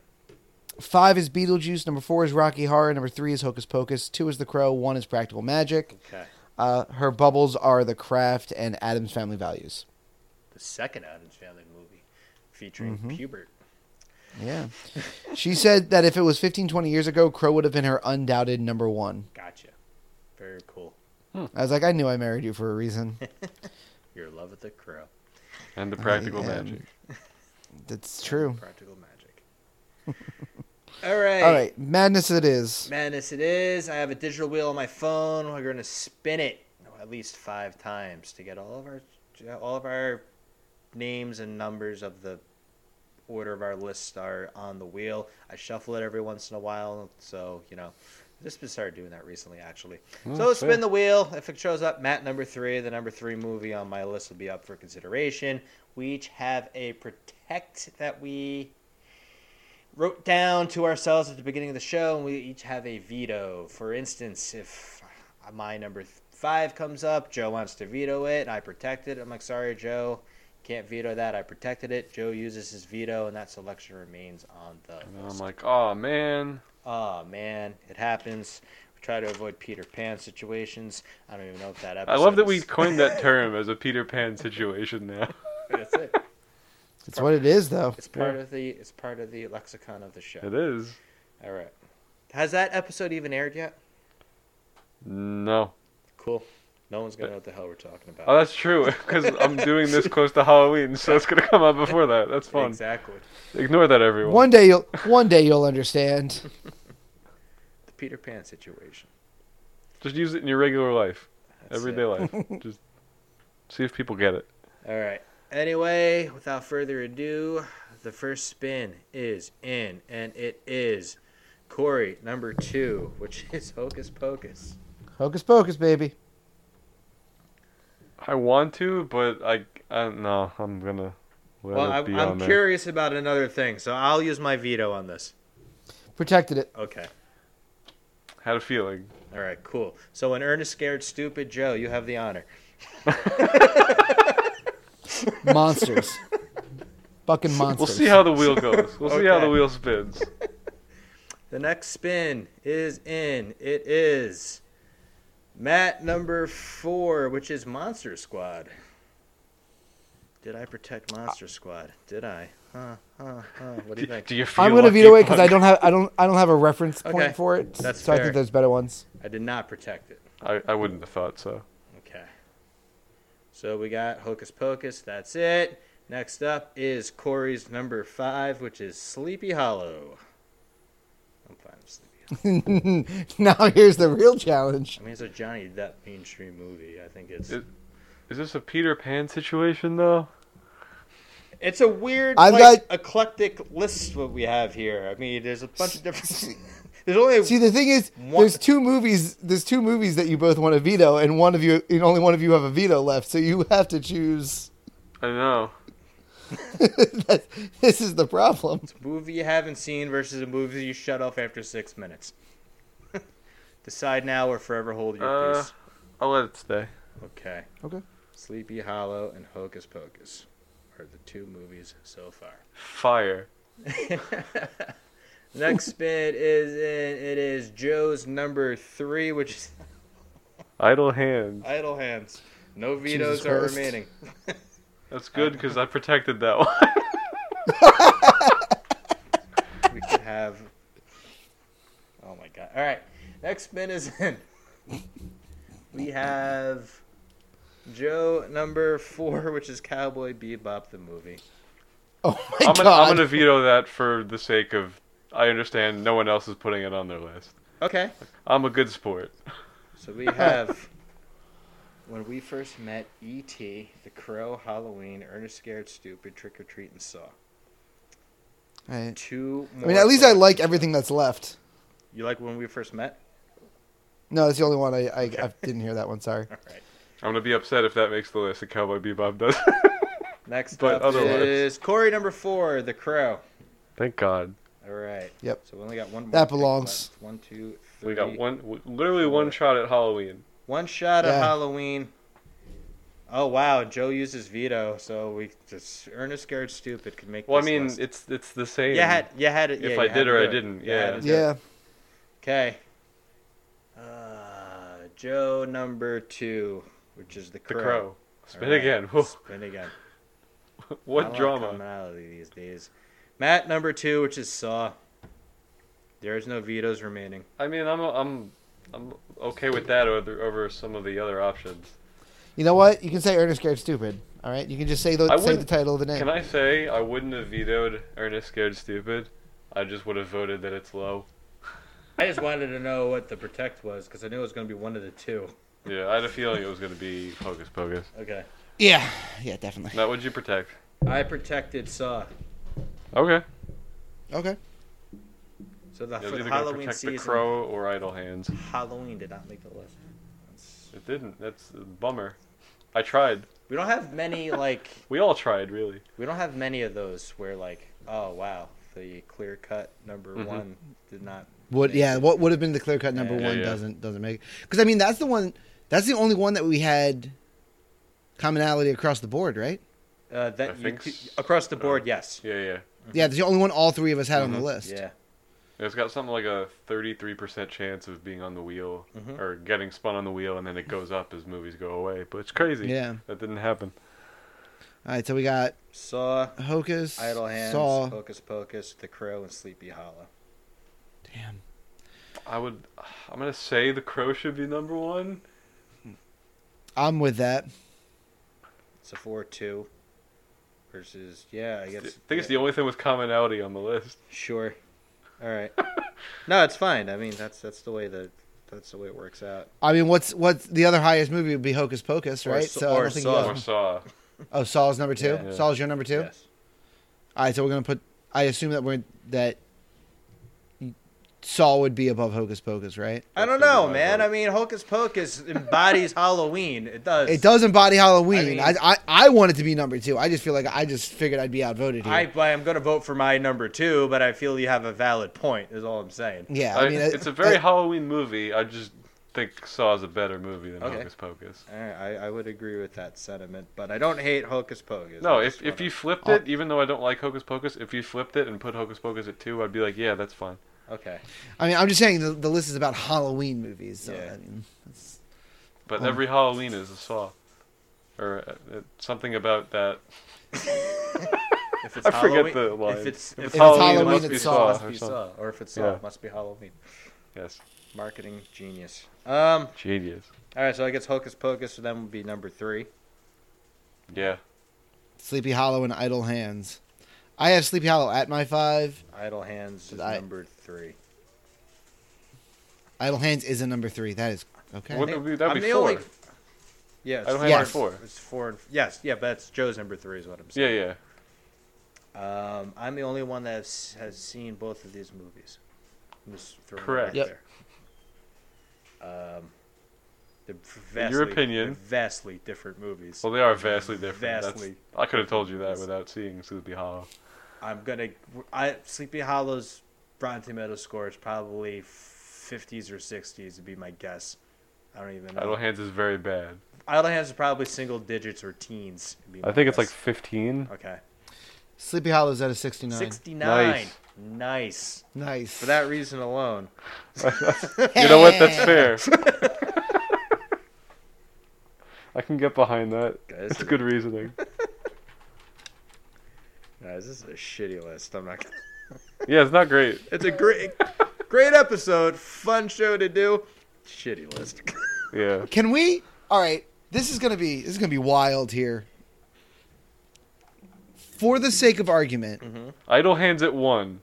[SPEAKER 3] Five is Beetlejuice. Number four is Rocky Horror. Number three is Hocus Pocus. Two is The Crow. One is Practical Magic.
[SPEAKER 1] Okay.
[SPEAKER 3] Uh, her bubbles are The Craft and Adam's Family Values.
[SPEAKER 1] The second Adams Family movie, featuring Pubert.
[SPEAKER 3] Yeah. she said that if it was 15, 20 years ago, Crow would have been her undoubted number one.
[SPEAKER 1] Gotcha. Very cool.
[SPEAKER 3] I was like, I knew I married you for a reason.
[SPEAKER 1] Your love of the crow.
[SPEAKER 2] And the practical
[SPEAKER 3] am.
[SPEAKER 2] magic.
[SPEAKER 3] That's true.
[SPEAKER 1] Practical magic. <laughs> All right.
[SPEAKER 3] All right. Madness it is.
[SPEAKER 1] Madness it is. I have a digital wheel on my phone. We're gonna spin it oh, at least five times to get all of our all of our names and numbers of the order of our list are on the wheel. I shuffle it every once in a while, so you know. Just been started doing that recently, actually. so
[SPEAKER 2] that's
[SPEAKER 1] spin
[SPEAKER 2] fair.
[SPEAKER 1] the wheel. If it shows up, Matt number three, the number three movie on my list will be up for consideration. We each have a protect that we wrote down to ourselves at the beginning of the show, and we each have a veto. For instance, if my number th- five comes up, Joe wants to veto it, and I protect it. I'm like, sorry, Joe, can't veto that. I protected it. Joe uses his veto, and that selection remains on the
[SPEAKER 2] And
[SPEAKER 1] list.
[SPEAKER 2] I'm like, oh man.
[SPEAKER 1] Oh man, it happens. We try to avoid Peter Pan situations. I don't even know if that
[SPEAKER 2] I
[SPEAKER 1] episode.
[SPEAKER 2] love that
[SPEAKER 1] is- <laughs>
[SPEAKER 2] <laughs> we coined that term as a Peter Pan situation now.
[SPEAKER 1] That's it.
[SPEAKER 3] It's what it is, though.
[SPEAKER 1] It's part of the it's part of the lexicon of the show.
[SPEAKER 2] It is.
[SPEAKER 1] All right. Has that episode even aired yet?
[SPEAKER 2] No.
[SPEAKER 1] Cool. No one's
[SPEAKER 2] Uh,
[SPEAKER 1] gonna know what the hell we're talking about.
[SPEAKER 2] Oh, that's true. <laughs> Because I'm doing this close to Halloween, so it's gonna come out before that. That's fun.
[SPEAKER 1] Exactly.
[SPEAKER 2] Ignore that, everyone.
[SPEAKER 3] One day you'll one day you'll understand.
[SPEAKER 1] The Peter Pan situation.
[SPEAKER 2] Just use it in your regular life,
[SPEAKER 1] That's
[SPEAKER 2] everyday
[SPEAKER 1] it. <laughs>
[SPEAKER 2] life. Just see if people get it.
[SPEAKER 1] All right. Anyway, without further ado, the first spin is in, and it is Corey number two, which <laughs> is Hocus Pocus.
[SPEAKER 3] Hocus pocus, baby.
[SPEAKER 2] I want to, but I, I don't know. I'm gonna let
[SPEAKER 1] Well,
[SPEAKER 2] it
[SPEAKER 1] I'm,
[SPEAKER 2] be
[SPEAKER 1] I'm
[SPEAKER 2] on there.
[SPEAKER 1] curious about another thing, so I'll use my veto on this.
[SPEAKER 3] Protected it.
[SPEAKER 1] Okay.
[SPEAKER 2] Had a feeling.
[SPEAKER 1] All right. Cool. So, when Ernest scared stupid Joe, you have the honor.
[SPEAKER 2] <laughs>
[SPEAKER 3] Monsters. Fucking monsters.
[SPEAKER 2] We'll see how the wheel goes. We'll see how the
[SPEAKER 1] Okay.
[SPEAKER 2] wheel spins.
[SPEAKER 1] The next spin is in. It is Matt number four, which is Monster Squad. Did I protect Monster Squad? Did I? Huh, huh, huh. What do
[SPEAKER 2] <laughs> Do,
[SPEAKER 1] you think?
[SPEAKER 2] do you feel?
[SPEAKER 3] I'm gonna
[SPEAKER 2] lucky,
[SPEAKER 3] veto it because I
[SPEAKER 2] punk?
[SPEAKER 3] don't have I don't I don't have a reference point
[SPEAKER 1] Okay.
[SPEAKER 3] for it.
[SPEAKER 1] That's
[SPEAKER 3] so I
[SPEAKER 1] fair.
[SPEAKER 3] think there's better ones. <laughs>
[SPEAKER 1] I did not protect it.
[SPEAKER 2] I, I wouldn't have thought so.
[SPEAKER 1] Okay. So we got Hocus Pocus. That's it. Next up is Corey's number five, which is Sleepy Hollow. I'm fine with Sleepy Hollow.
[SPEAKER 3] now here's the real challenge.
[SPEAKER 1] I mean, it's a Johnny Depp mainstream movie. I think it's
[SPEAKER 2] It- Is this a Peter Pan situation though?
[SPEAKER 1] It's a weird,
[SPEAKER 3] I've
[SPEAKER 1] like, eclectic list what we have here. I mean, there's a bunch of different. <laughs> There's only
[SPEAKER 3] See, the thing is,
[SPEAKER 1] One-
[SPEAKER 3] there's two movies. There's two movies that you both want to veto, and one of you, and only one of you have a veto left. So you have to choose. <laughs>
[SPEAKER 2] I know.
[SPEAKER 3] That- this is the problem.
[SPEAKER 1] a movie you haven't seen versus a movie you shut off after six minutes. <laughs> Decide now or forever hold your
[SPEAKER 2] Uh,
[SPEAKER 1] peace.
[SPEAKER 2] I'll let it stay.
[SPEAKER 1] Okay.
[SPEAKER 3] Okay.
[SPEAKER 1] Sleepy Hollow and Hocus Pocus are the two movies so far. <laughs>
[SPEAKER 2] Fire.
[SPEAKER 1] Next
[SPEAKER 3] <laughs>
[SPEAKER 1] spin is in. It is Joe's number three, which is <laughs>
[SPEAKER 2] Idle hands.
[SPEAKER 1] Idle Hands. No vetoes
[SPEAKER 3] Jesus
[SPEAKER 1] are
[SPEAKER 3] Christ.
[SPEAKER 1] remaining.
[SPEAKER 2] That's good because I protected that <laughs> one.
[SPEAKER 1] we could have. Oh my god! All right, next spin is in. <laughs> We have Joe number four, which is Cowboy Bebop the movie.
[SPEAKER 3] Oh my
[SPEAKER 2] I'm gonna,
[SPEAKER 3] god.
[SPEAKER 2] I'm gonna veto that for the sake of. I understand no one else is putting it on their list.
[SPEAKER 1] Okay,
[SPEAKER 2] I'm a good sport.
[SPEAKER 1] so
[SPEAKER 3] <laughs>
[SPEAKER 1] we have when we first met E.T., The Crow, Halloween, Ernest Scared Stupid, Trick or Treat, and Saw.
[SPEAKER 3] Right.
[SPEAKER 1] Two.
[SPEAKER 3] I
[SPEAKER 1] More
[SPEAKER 3] mean, at least I
[SPEAKER 1] films.
[SPEAKER 3] like everything that's left.
[SPEAKER 1] You like when we first met.
[SPEAKER 3] No, that's the only one I, I, I didn't hear that
[SPEAKER 1] <laughs>
[SPEAKER 3] one. Sorry.
[SPEAKER 1] All right.
[SPEAKER 2] I'm gonna be upset if that makes the list. and Cowboy Bebop does. <laughs>
[SPEAKER 1] Next
[SPEAKER 2] But
[SPEAKER 1] up
[SPEAKER 2] otherwise-
[SPEAKER 1] is Corey number four, The Crow.
[SPEAKER 2] Thank God.
[SPEAKER 1] All right.
[SPEAKER 3] Yep.
[SPEAKER 1] So we only got one. more
[SPEAKER 3] That
[SPEAKER 1] pick
[SPEAKER 3] belongs.
[SPEAKER 1] left. One, two, three.
[SPEAKER 2] We got one, w- literally one shot at Halloween.
[SPEAKER 1] One shot at
[SPEAKER 3] Yeah.
[SPEAKER 1] Halloween. Oh wow, Joe uses veto, so we just Ernest Scared Stupid could make.
[SPEAKER 2] Well, I
[SPEAKER 1] this
[SPEAKER 2] mean,
[SPEAKER 1] list.
[SPEAKER 2] it's it's the same.
[SPEAKER 1] you had you had it.
[SPEAKER 2] if
[SPEAKER 1] yeah,
[SPEAKER 2] I
[SPEAKER 1] you had
[SPEAKER 2] did
[SPEAKER 1] to
[SPEAKER 2] or
[SPEAKER 1] do
[SPEAKER 2] I
[SPEAKER 1] it.
[SPEAKER 2] didn't,
[SPEAKER 1] You had
[SPEAKER 2] yeah.
[SPEAKER 1] to do it.
[SPEAKER 3] Yeah.
[SPEAKER 1] Okay. Uh, Joe number two, which is the
[SPEAKER 2] the
[SPEAKER 1] crow.
[SPEAKER 2] Crow. Spin
[SPEAKER 1] All right,
[SPEAKER 2] again. <laughs> Whoa,
[SPEAKER 1] Spin again. I
[SPEAKER 2] what
[SPEAKER 1] like
[SPEAKER 2] drama?
[SPEAKER 1] commonality these days. Matt number two, which is Saw. There is no vetoes remaining.
[SPEAKER 2] I mean, I'm I'm I'm okay with that over over some of the other options.
[SPEAKER 3] You know what? You can say Ernest Scared Stupid. All right. You can just say the
[SPEAKER 2] I
[SPEAKER 3] say the
[SPEAKER 2] wouldn't-
[SPEAKER 3] title of the name.
[SPEAKER 2] Can I say I wouldn't have vetoed Ernest Scared Stupid? I just would have voted that it's low.
[SPEAKER 1] I just wanted to know what the protect was because I knew it was going to be one of the two.
[SPEAKER 2] Yeah, I had a feeling it was gonna be Hocus Pocus.
[SPEAKER 1] Okay.
[SPEAKER 3] Yeah. Yeah. Definitely.
[SPEAKER 2] That would you protect?
[SPEAKER 1] I protected Saw.
[SPEAKER 2] Okay.
[SPEAKER 3] Okay.
[SPEAKER 1] So the
[SPEAKER 2] I
[SPEAKER 1] for
[SPEAKER 2] was
[SPEAKER 1] the
[SPEAKER 2] either gonna
[SPEAKER 1] Halloween
[SPEAKER 2] protect
[SPEAKER 1] season,
[SPEAKER 2] the Crow or Idle Hands.
[SPEAKER 1] Halloween did not make the list. That's-
[SPEAKER 2] It didn't. That's a bummer. I tried.
[SPEAKER 1] We don't have many like
[SPEAKER 2] We all tried, really.
[SPEAKER 1] we don't have many of those where like oh wow the clear cut number
[SPEAKER 2] Mhm.
[SPEAKER 1] one did not.
[SPEAKER 3] Would
[SPEAKER 1] make
[SPEAKER 3] yeah?
[SPEAKER 1] it.
[SPEAKER 3] What would have been the clear cut number
[SPEAKER 1] Yeah,
[SPEAKER 3] one
[SPEAKER 2] yeah.
[SPEAKER 3] doesn't doesn't make because I mean that's the one that's the only one that we had commonality across the board, right?
[SPEAKER 1] Uh, that
[SPEAKER 2] I
[SPEAKER 1] you,
[SPEAKER 2] think
[SPEAKER 1] could-
[SPEAKER 2] s-
[SPEAKER 1] across the
[SPEAKER 2] uh,
[SPEAKER 1] board, yes.
[SPEAKER 2] Yeah, yeah.
[SPEAKER 3] Yeah, that's the only one all three of us had on the
[SPEAKER 2] Mhm.
[SPEAKER 3] list.
[SPEAKER 1] Mm-hmm. Yeah.
[SPEAKER 2] It's got something like a 33% chance of being on the wheel
[SPEAKER 1] Mhm.
[SPEAKER 2] or getting spun on the wheel, and then it goes up as movies go away. But it's crazy.
[SPEAKER 3] Yeah.
[SPEAKER 2] That didn't happen.
[SPEAKER 3] All right, so we got
[SPEAKER 1] Saw,
[SPEAKER 3] Hocus,
[SPEAKER 1] Idle Hands,
[SPEAKER 3] Saw.
[SPEAKER 1] Hocus Pocus, The Crow, and Sleepy Hollow.
[SPEAKER 3] Damn.
[SPEAKER 2] I would. I'm gonna say the crow should be number one.
[SPEAKER 3] I'm with that.
[SPEAKER 1] It's a four-two. Versus, yeah, I
[SPEAKER 2] I
[SPEAKER 1] guess.
[SPEAKER 2] think it's the only thing with commonality on the list.
[SPEAKER 1] Sure. All
[SPEAKER 2] <laughs>
[SPEAKER 1] right. no, it's fine. I mean, that's that's the way that that's the way it works out.
[SPEAKER 3] I mean, what's what's the other highest movie would be Hocus Pocus,
[SPEAKER 1] Or
[SPEAKER 3] right?
[SPEAKER 1] Sa-
[SPEAKER 3] I
[SPEAKER 1] or
[SPEAKER 3] don't think you
[SPEAKER 1] Saw.
[SPEAKER 3] guys-
[SPEAKER 2] Or Saw.
[SPEAKER 3] Oh, Saul's number two.
[SPEAKER 1] Yeah.
[SPEAKER 3] Saul's your number two.
[SPEAKER 1] Yes.
[SPEAKER 3] All right, so we're gonna put. I assume that we're that. Saul would be above Hocus Pocus, right?
[SPEAKER 1] I don't
[SPEAKER 2] That's
[SPEAKER 1] know,
[SPEAKER 2] my
[SPEAKER 1] man.
[SPEAKER 2] vote.
[SPEAKER 1] I mean, Hocus Pocus embodies Halloween. It does.
[SPEAKER 3] It does embody Halloween. I,
[SPEAKER 1] I mean-
[SPEAKER 3] I, I want it to be number two. I just feel like I just figured I'd be outvoted here.
[SPEAKER 1] I, I am going to vote for my number two, but I feel you have a valid point. Is all I'm saying.
[SPEAKER 3] yeah, I, mean,
[SPEAKER 2] it's
[SPEAKER 3] uh,
[SPEAKER 2] a very
[SPEAKER 3] uh,
[SPEAKER 2] Halloween movie. I just think Saw is a better movie than
[SPEAKER 1] Okay.
[SPEAKER 2] Hocus Pocus.
[SPEAKER 1] All right, I, I would agree with that sentiment, but I don't hate Hocus Pocus.
[SPEAKER 2] No,
[SPEAKER 1] I
[SPEAKER 2] if
[SPEAKER 1] just
[SPEAKER 2] if
[SPEAKER 1] wanna-
[SPEAKER 2] you flipped
[SPEAKER 3] I'll-
[SPEAKER 2] it, even though I don't like Hocus Pocus, if you flipped it and put Hocus Pocus at two, I'd be like, yeah, that's fine.
[SPEAKER 1] okay,
[SPEAKER 3] I mean, I'm just saying the, the list is about Halloween movies. So
[SPEAKER 1] Yeah.
[SPEAKER 3] I mean,
[SPEAKER 2] But
[SPEAKER 3] Oh.
[SPEAKER 2] every Halloween is a Saw, or uh, uh, something about that.
[SPEAKER 1] if it's
[SPEAKER 2] <laughs> I forget
[SPEAKER 1] Halloween-
[SPEAKER 2] the line.
[SPEAKER 1] If it's, if
[SPEAKER 2] If
[SPEAKER 1] it's
[SPEAKER 2] it's
[SPEAKER 1] Halloween,
[SPEAKER 3] Halloween,
[SPEAKER 1] it must
[SPEAKER 3] it's
[SPEAKER 1] be
[SPEAKER 3] Saw
[SPEAKER 1] Saw, must
[SPEAKER 2] or
[SPEAKER 1] be
[SPEAKER 2] something.
[SPEAKER 1] Saw, or if it's Saw,
[SPEAKER 2] Yeah.
[SPEAKER 1] it must be Halloween.
[SPEAKER 2] Yes,
[SPEAKER 1] Marketing genius. Um,
[SPEAKER 2] genius.
[SPEAKER 1] all right, so I guess Hocus Pocus for them would be number three.
[SPEAKER 2] Yeah,
[SPEAKER 3] Sleepy Hollow and Idle Hands. I have Sleepy Hollow at my five.
[SPEAKER 1] Idle Hands is
[SPEAKER 3] I-
[SPEAKER 1] number three.
[SPEAKER 3] Idle Hands is a number three. That is okay.
[SPEAKER 2] What- That'd be- that'd
[SPEAKER 1] I'm
[SPEAKER 2] be
[SPEAKER 1] the
[SPEAKER 2] four.
[SPEAKER 1] only. Yes,
[SPEAKER 2] I don't
[SPEAKER 3] Yes.
[SPEAKER 2] have my four.
[SPEAKER 1] It's four and yes, yeah, but that's Joe's number three is what I'm saying.
[SPEAKER 2] Yeah, yeah.
[SPEAKER 1] Um, I'm the only one that has, has seen both of these movies. I'm just throwing
[SPEAKER 2] Correct.
[SPEAKER 1] It out
[SPEAKER 3] Yep.
[SPEAKER 1] there. Um, they're vastly,
[SPEAKER 2] opinion.
[SPEAKER 1] they're vastly different movies.
[SPEAKER 2] Well, they are vastly different. That's-
[SPEAKER 1] Vastly.
[SPEAKER 2] I could have told you that without seeing Sleepy Hollow.
[SPEAKER 1] I'm gonna. I Sleepy Hollow's Rotten Tomato score is probably 50s or 60s would be my guess. I don't even know.
[SPEAKER 2] Idle Hands is very bad.
[SPEAKER 1] Idle Hands is probably single digits or teens. would be
[SPEAKER 2] I
[SPEAKER 1] my
[SPEAKER 2] think it's like
[SPEAKER 1] guess.
[SPEAKER 2] 15.
[SPEAKER 1] okay,
[SPEAKER 3] Sleepy Hollow is at a sixty-nine.
[SPEAKER 1] 69.
[SPEAKER 2] Nice.
[SPEAKER 1] nice.
[SPEAKER 3] Nice.
[SPEAKER 1] For that reason <laughs> alone.
[SPEAKER 2] <laughs> You know what? That's fair. <laughs> I can get behind that.
[SPEAKER 1] Guys,
[SPEAKER 2] It's good reasoning.
[SPEAKER 1] Guys, this is a shitty list. I'm not. Gonna...
[SPEAKER 2] <laughs> Yeah, it's not great.
[SPEAKER 1] It's a great, great episode. Fun show to do. Shitty list.
[SPEAKER 2] Yeah.
[SPEAKER 3] Can we? All right. This is gonna be this is gonna be wild here. For the sake of argument,
[SPEAKER 2] Mm-hmm. Idle Hands at one.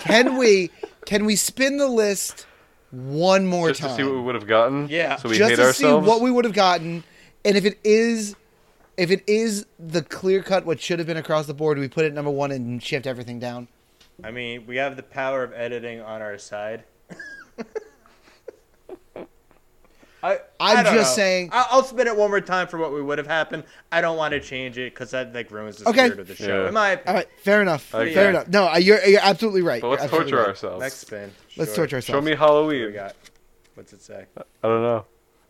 [SPEAKER 3] can we can we spin the list one more
[SPEAKER 2] Just to
[SPEAKER 3] time?
[SPEAKER 2] see what we would have gotten.
[SPEAKER 1] Yeah.
[SPEAKER 2] So we
[SPEAKER 3] just
[SPEAKER 2] hate
[SPEAKER 3] to
[SPEAKER 2] ourselves.
[SPEAKER 3] see what we would have gotten, and if it is, if it is the clear cut, what should have been across the board, we put it at number one and shift everything down.
[SPEAKER 1] I mean, we have the power of editing on our side. I, I
[SPEAKER 3] I'm
[SPEAKER 1] don't
[SPEAKER 3] just
[SPEAKER 1] know.
[SPEAKER 3] saying-
[SPEAKER 1] I- I'll spin it one more time for what we would have happened. I don't want to change it because that like ruins the
[SPEAKER 3] Okay.
[SPEAKER 1] spirit of the show.
[SPEAKER 2] Yeah.
[SPEAKER 1] In my
[SPEAKER 3] All
[SPEAKER 1] opinion,
[SPEAKER 3] right, fair enough.
[SPEAKER 2] Okay.
[SPEAKER 3] Fair enough. No, I- you're you're absolutely right.
[SPEAKER 2] But
[SPEAKER 3] You're
[SPEAKER 2] let's
[SPEAKER 3] absolutely
[SPEAKER 2] torture
[SPEAKER 3] right.
[SPEAKER 2] ourselves.
[SPEAKER 1] next spin.
[SPEAKER 3] Let's
[SPEAKER 1] Sure.
[SPEAKER 3] torture
[SPEAKER 2] Show
[SPEAKER 3] ourselves.
[SPEAKER 2] me
[SPEAKER 1] What do we
[SPEAKER 2] Halloween. I
[SPEAKER 1] got? What's it say?
[SPEAKER 2] don't know.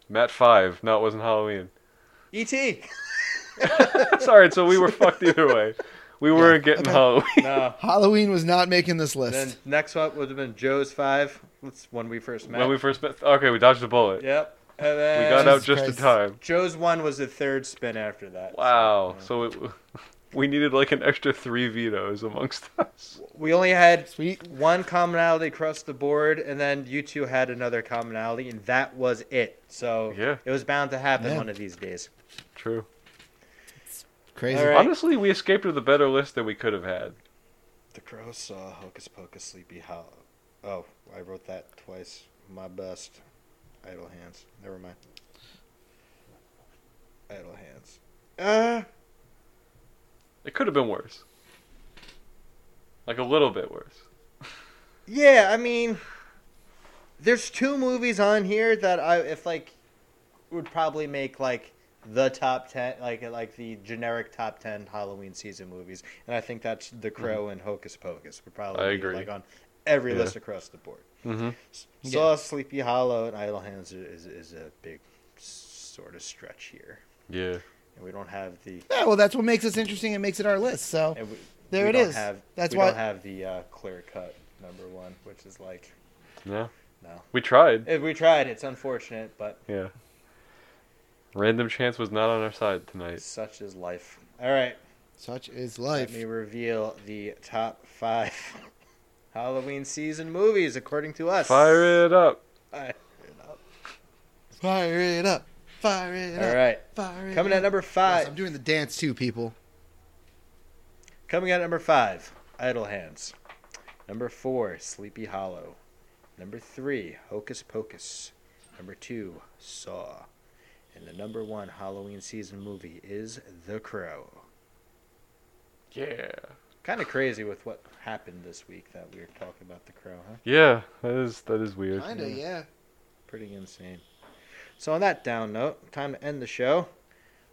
[SPEAKER 2] Matt five. No, it wasn't Halloween. <laughs>
[SPEAKER 1] E.T.
[SPEAKER 2] Sorry, so we were fucked either way. We weren't getting
[SPEAKER 3] okay. <laughs>
[SPEAKER 2] Halloween.
[SPEAKER 1] <laughs> No.
[SPEAKER 3] Halloween was not making this list.
[SPEAKER 1] then next up would have been Joe's five. That's when we first met.
[SPEAKER 2] When we first met. Okay, we dodged a bullet.
[SPEAKER 1] Yep. And
[SPEAKER 2] We
[SPEAKER 1] then
[SPEAKER 2] got out
[SPEAKER 3] Jesus
[SPEAKER 2] just
[SPEAKER 3] Christ.
[SPEAKER 2] in time.
[SPEAKER 1] Joe's one was the third spin after that.
[SPEAKER 2] Wow.
[SPEAKER 1] So,
[SPEAKER 2] So it, <laughs> we needed like an extra three vetoes amongst <laughs> us.
[SPEAKER 1] yeah. we only had
[SPEAKER 3] Sweet.
[SPEAKER 1] one commonality across the board, and then you two had another commonality, and that was it. So
[SPEAKER 2] Yeah.
[SPEAKER 1] it was bound to happen
[SPEAKER 3] Yeah.
[SPEAKER 1] one of these days.
[SPEAKER 2] True.
[SPEAKER 3] Crazy.
[SPEAKER 1] All right.
[SPEAKER 2] Honestly, we escaped with a better list than we could have had.
[SPEAKER 1] The crow saw Hocus Pocus Sleepy Hollow. Oh, I wrote that twice. My best. Idle hands. Never mind. Idle hands. Uh,
[SPEAKER 2] It could have been worse. Like a little bit worse.
[SPEAKER 1] Yeah, I mean, there's two movies on here that I, if like, would probably make like the top ten, like like the generic top ten Halloween season movies, and I think that's The Crow and Hocus Pocus would probably
[SPEAKER 2] Mm-hmm. I
[SPEAKER 1] be,
[SPEAKER 2] agree.
[SPEAKER 1] like on every
[SPEAKER 2] Yeah.
[SPEAKER 1] list across the board.
[SPEAKER 2] Mm-hmm.
[SPEAKER 1] S- Saw, Sleepy Hollow, and Idle Hands is is a big sort of stretch here,
[SPEAKER 2] Yeah.
[SPEAKER 1] and we don't have the
[SPEAKER 3] Yeah, well, that's what makes us interesting and makes it our list. So
[SPEAKER 1] and we,
[SPEAKER 3] There
[SPEAKER 1] we
[SPEAKER 3] it
[SPEAKER 1] don't
[SPEAKER 3] is.
[SPEAKER 1] Have,
[SPEAKER 3] That's
[SPEAKER 1] we
[SPEAKER 3] why-
[SPEAKER 1] don't have the uh, clear cut number one, which is like
[SPEAKER 2] Yeah.
[SPEAKER 1] no.
[SPEAKER 2] We tried.
[SPEAKER 1] If we tried, it's unfortunate, but
[SPEAKER 2] Yeah. Random chance was not on our side tonight.
[SPEAKER 1] Such is life. All right,
[SPEAKER 3] Such is
[SPEAKER 1] let
[SPEAKER 3] life.
[SPEAKER 1] me reveal the top five <laughs> Halloween season movies according to us.
[SPEAKER 2] Fire it up.
[SPEAKER 1] Fire it up.
[SPEAKER 3] Fire it up. Fire it
[SPEAKER 1] All
[SPEAKER 3] up.
[SPEAKER 1] right,
[SPEAKER 3] Fire it
[SPEAKER 1] coming at
[SPEAKER 3] up.
[SPEAKER 1] number
[SPEAKER 3] Yes,
[SPEAKER 1] five.
[SPEAKER 3] I'm doing the dance too, people.
[SPEAKER 1] Coming at number five, Idle Hands. Number four, Sleepy Hollow. Number three, Hocus Pocus. Number two, Saw. And the number one Halloween season movie is The Crow.
[SPEAKER 2] Yeah.
[SPEAKER 1] Kind of crazy with what happened this week that we were talking about The Crow, huh?
[SPEAKER 2] Yeah, that is that is weird.
[SPEAKER 3] Kinda, yeah.
[SPEAKER 1] Pretty insane. So on that down note, time to end the show.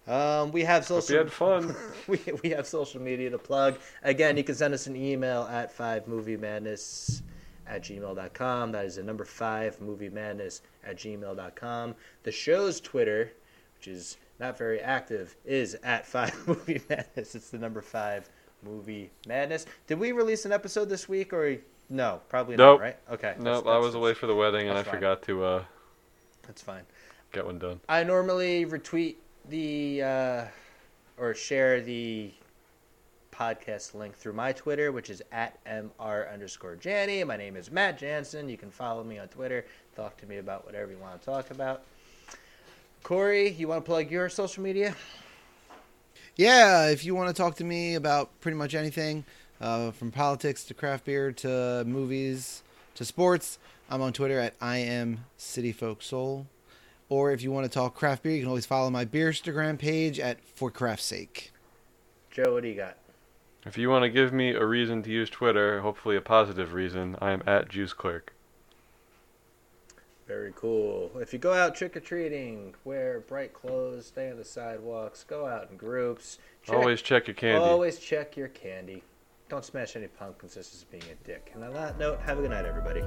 [SPEAKER 1] Um, we have
[SPEAKER 2] Hope
[SPEAKER 1] social.
[SPEAKER 2] you had fun.
[SPEAKER 1] <laughs> we, we have social media to plug. Again, you can send us an email at 5moviemadness at gmail.com. That is the number 5 movie madness at gmail.com. The show's Twitter, which is not very active, is at 5 movie madness. It's the number 5 movie madness. Did we release an episode this week or no? Probably
[SPEAKER 2] Nope.
[SPEAKER 1] not, right? Okay.
[SPEAKER 2] Nope, I was away for the wedding and I
[SPEAKER 1] that's fine.
[SPEAKER 2] forgot to uh,
[SPEAKER 1] That's fine.
[SPEAKER 2] get one done.
[SPEAKER 1] I normally retweet the uh, or share the podcast link through my Twitter, which is at mr underscore Janny. My name is Matt Jansen. You can follow me on Twitter. Talk to me about whatever you want to talk about. Corey, you want to plug your social media?
[SPEAKER 3] Yeah, if you want to talk to me about pretty much anything, uh, from politics to craft beer to movies to sports, I'm on Twitter at I am City Folk Soul. Or if you want to talk craft beer, you can always follow my beer Instagram page at For Craft's Sake.
[SPEAKER 1] Joe, what do you got?
[SPEAKER 2] If you want to give me a reason to use Twitter, hopefully a positive reason, I am at Juice Clerk.
[SPEAKER 1] Very cool. If you go out trick or treating, wear bright clothes, stay on the sidewalks, go out in groups. Check,
[SPEAKER 2] Always check your candy.
[SPEAKER 1] Always check your candy. Don't smash any pumpkins. This is being a dick. And on that note, have a good night, everybody.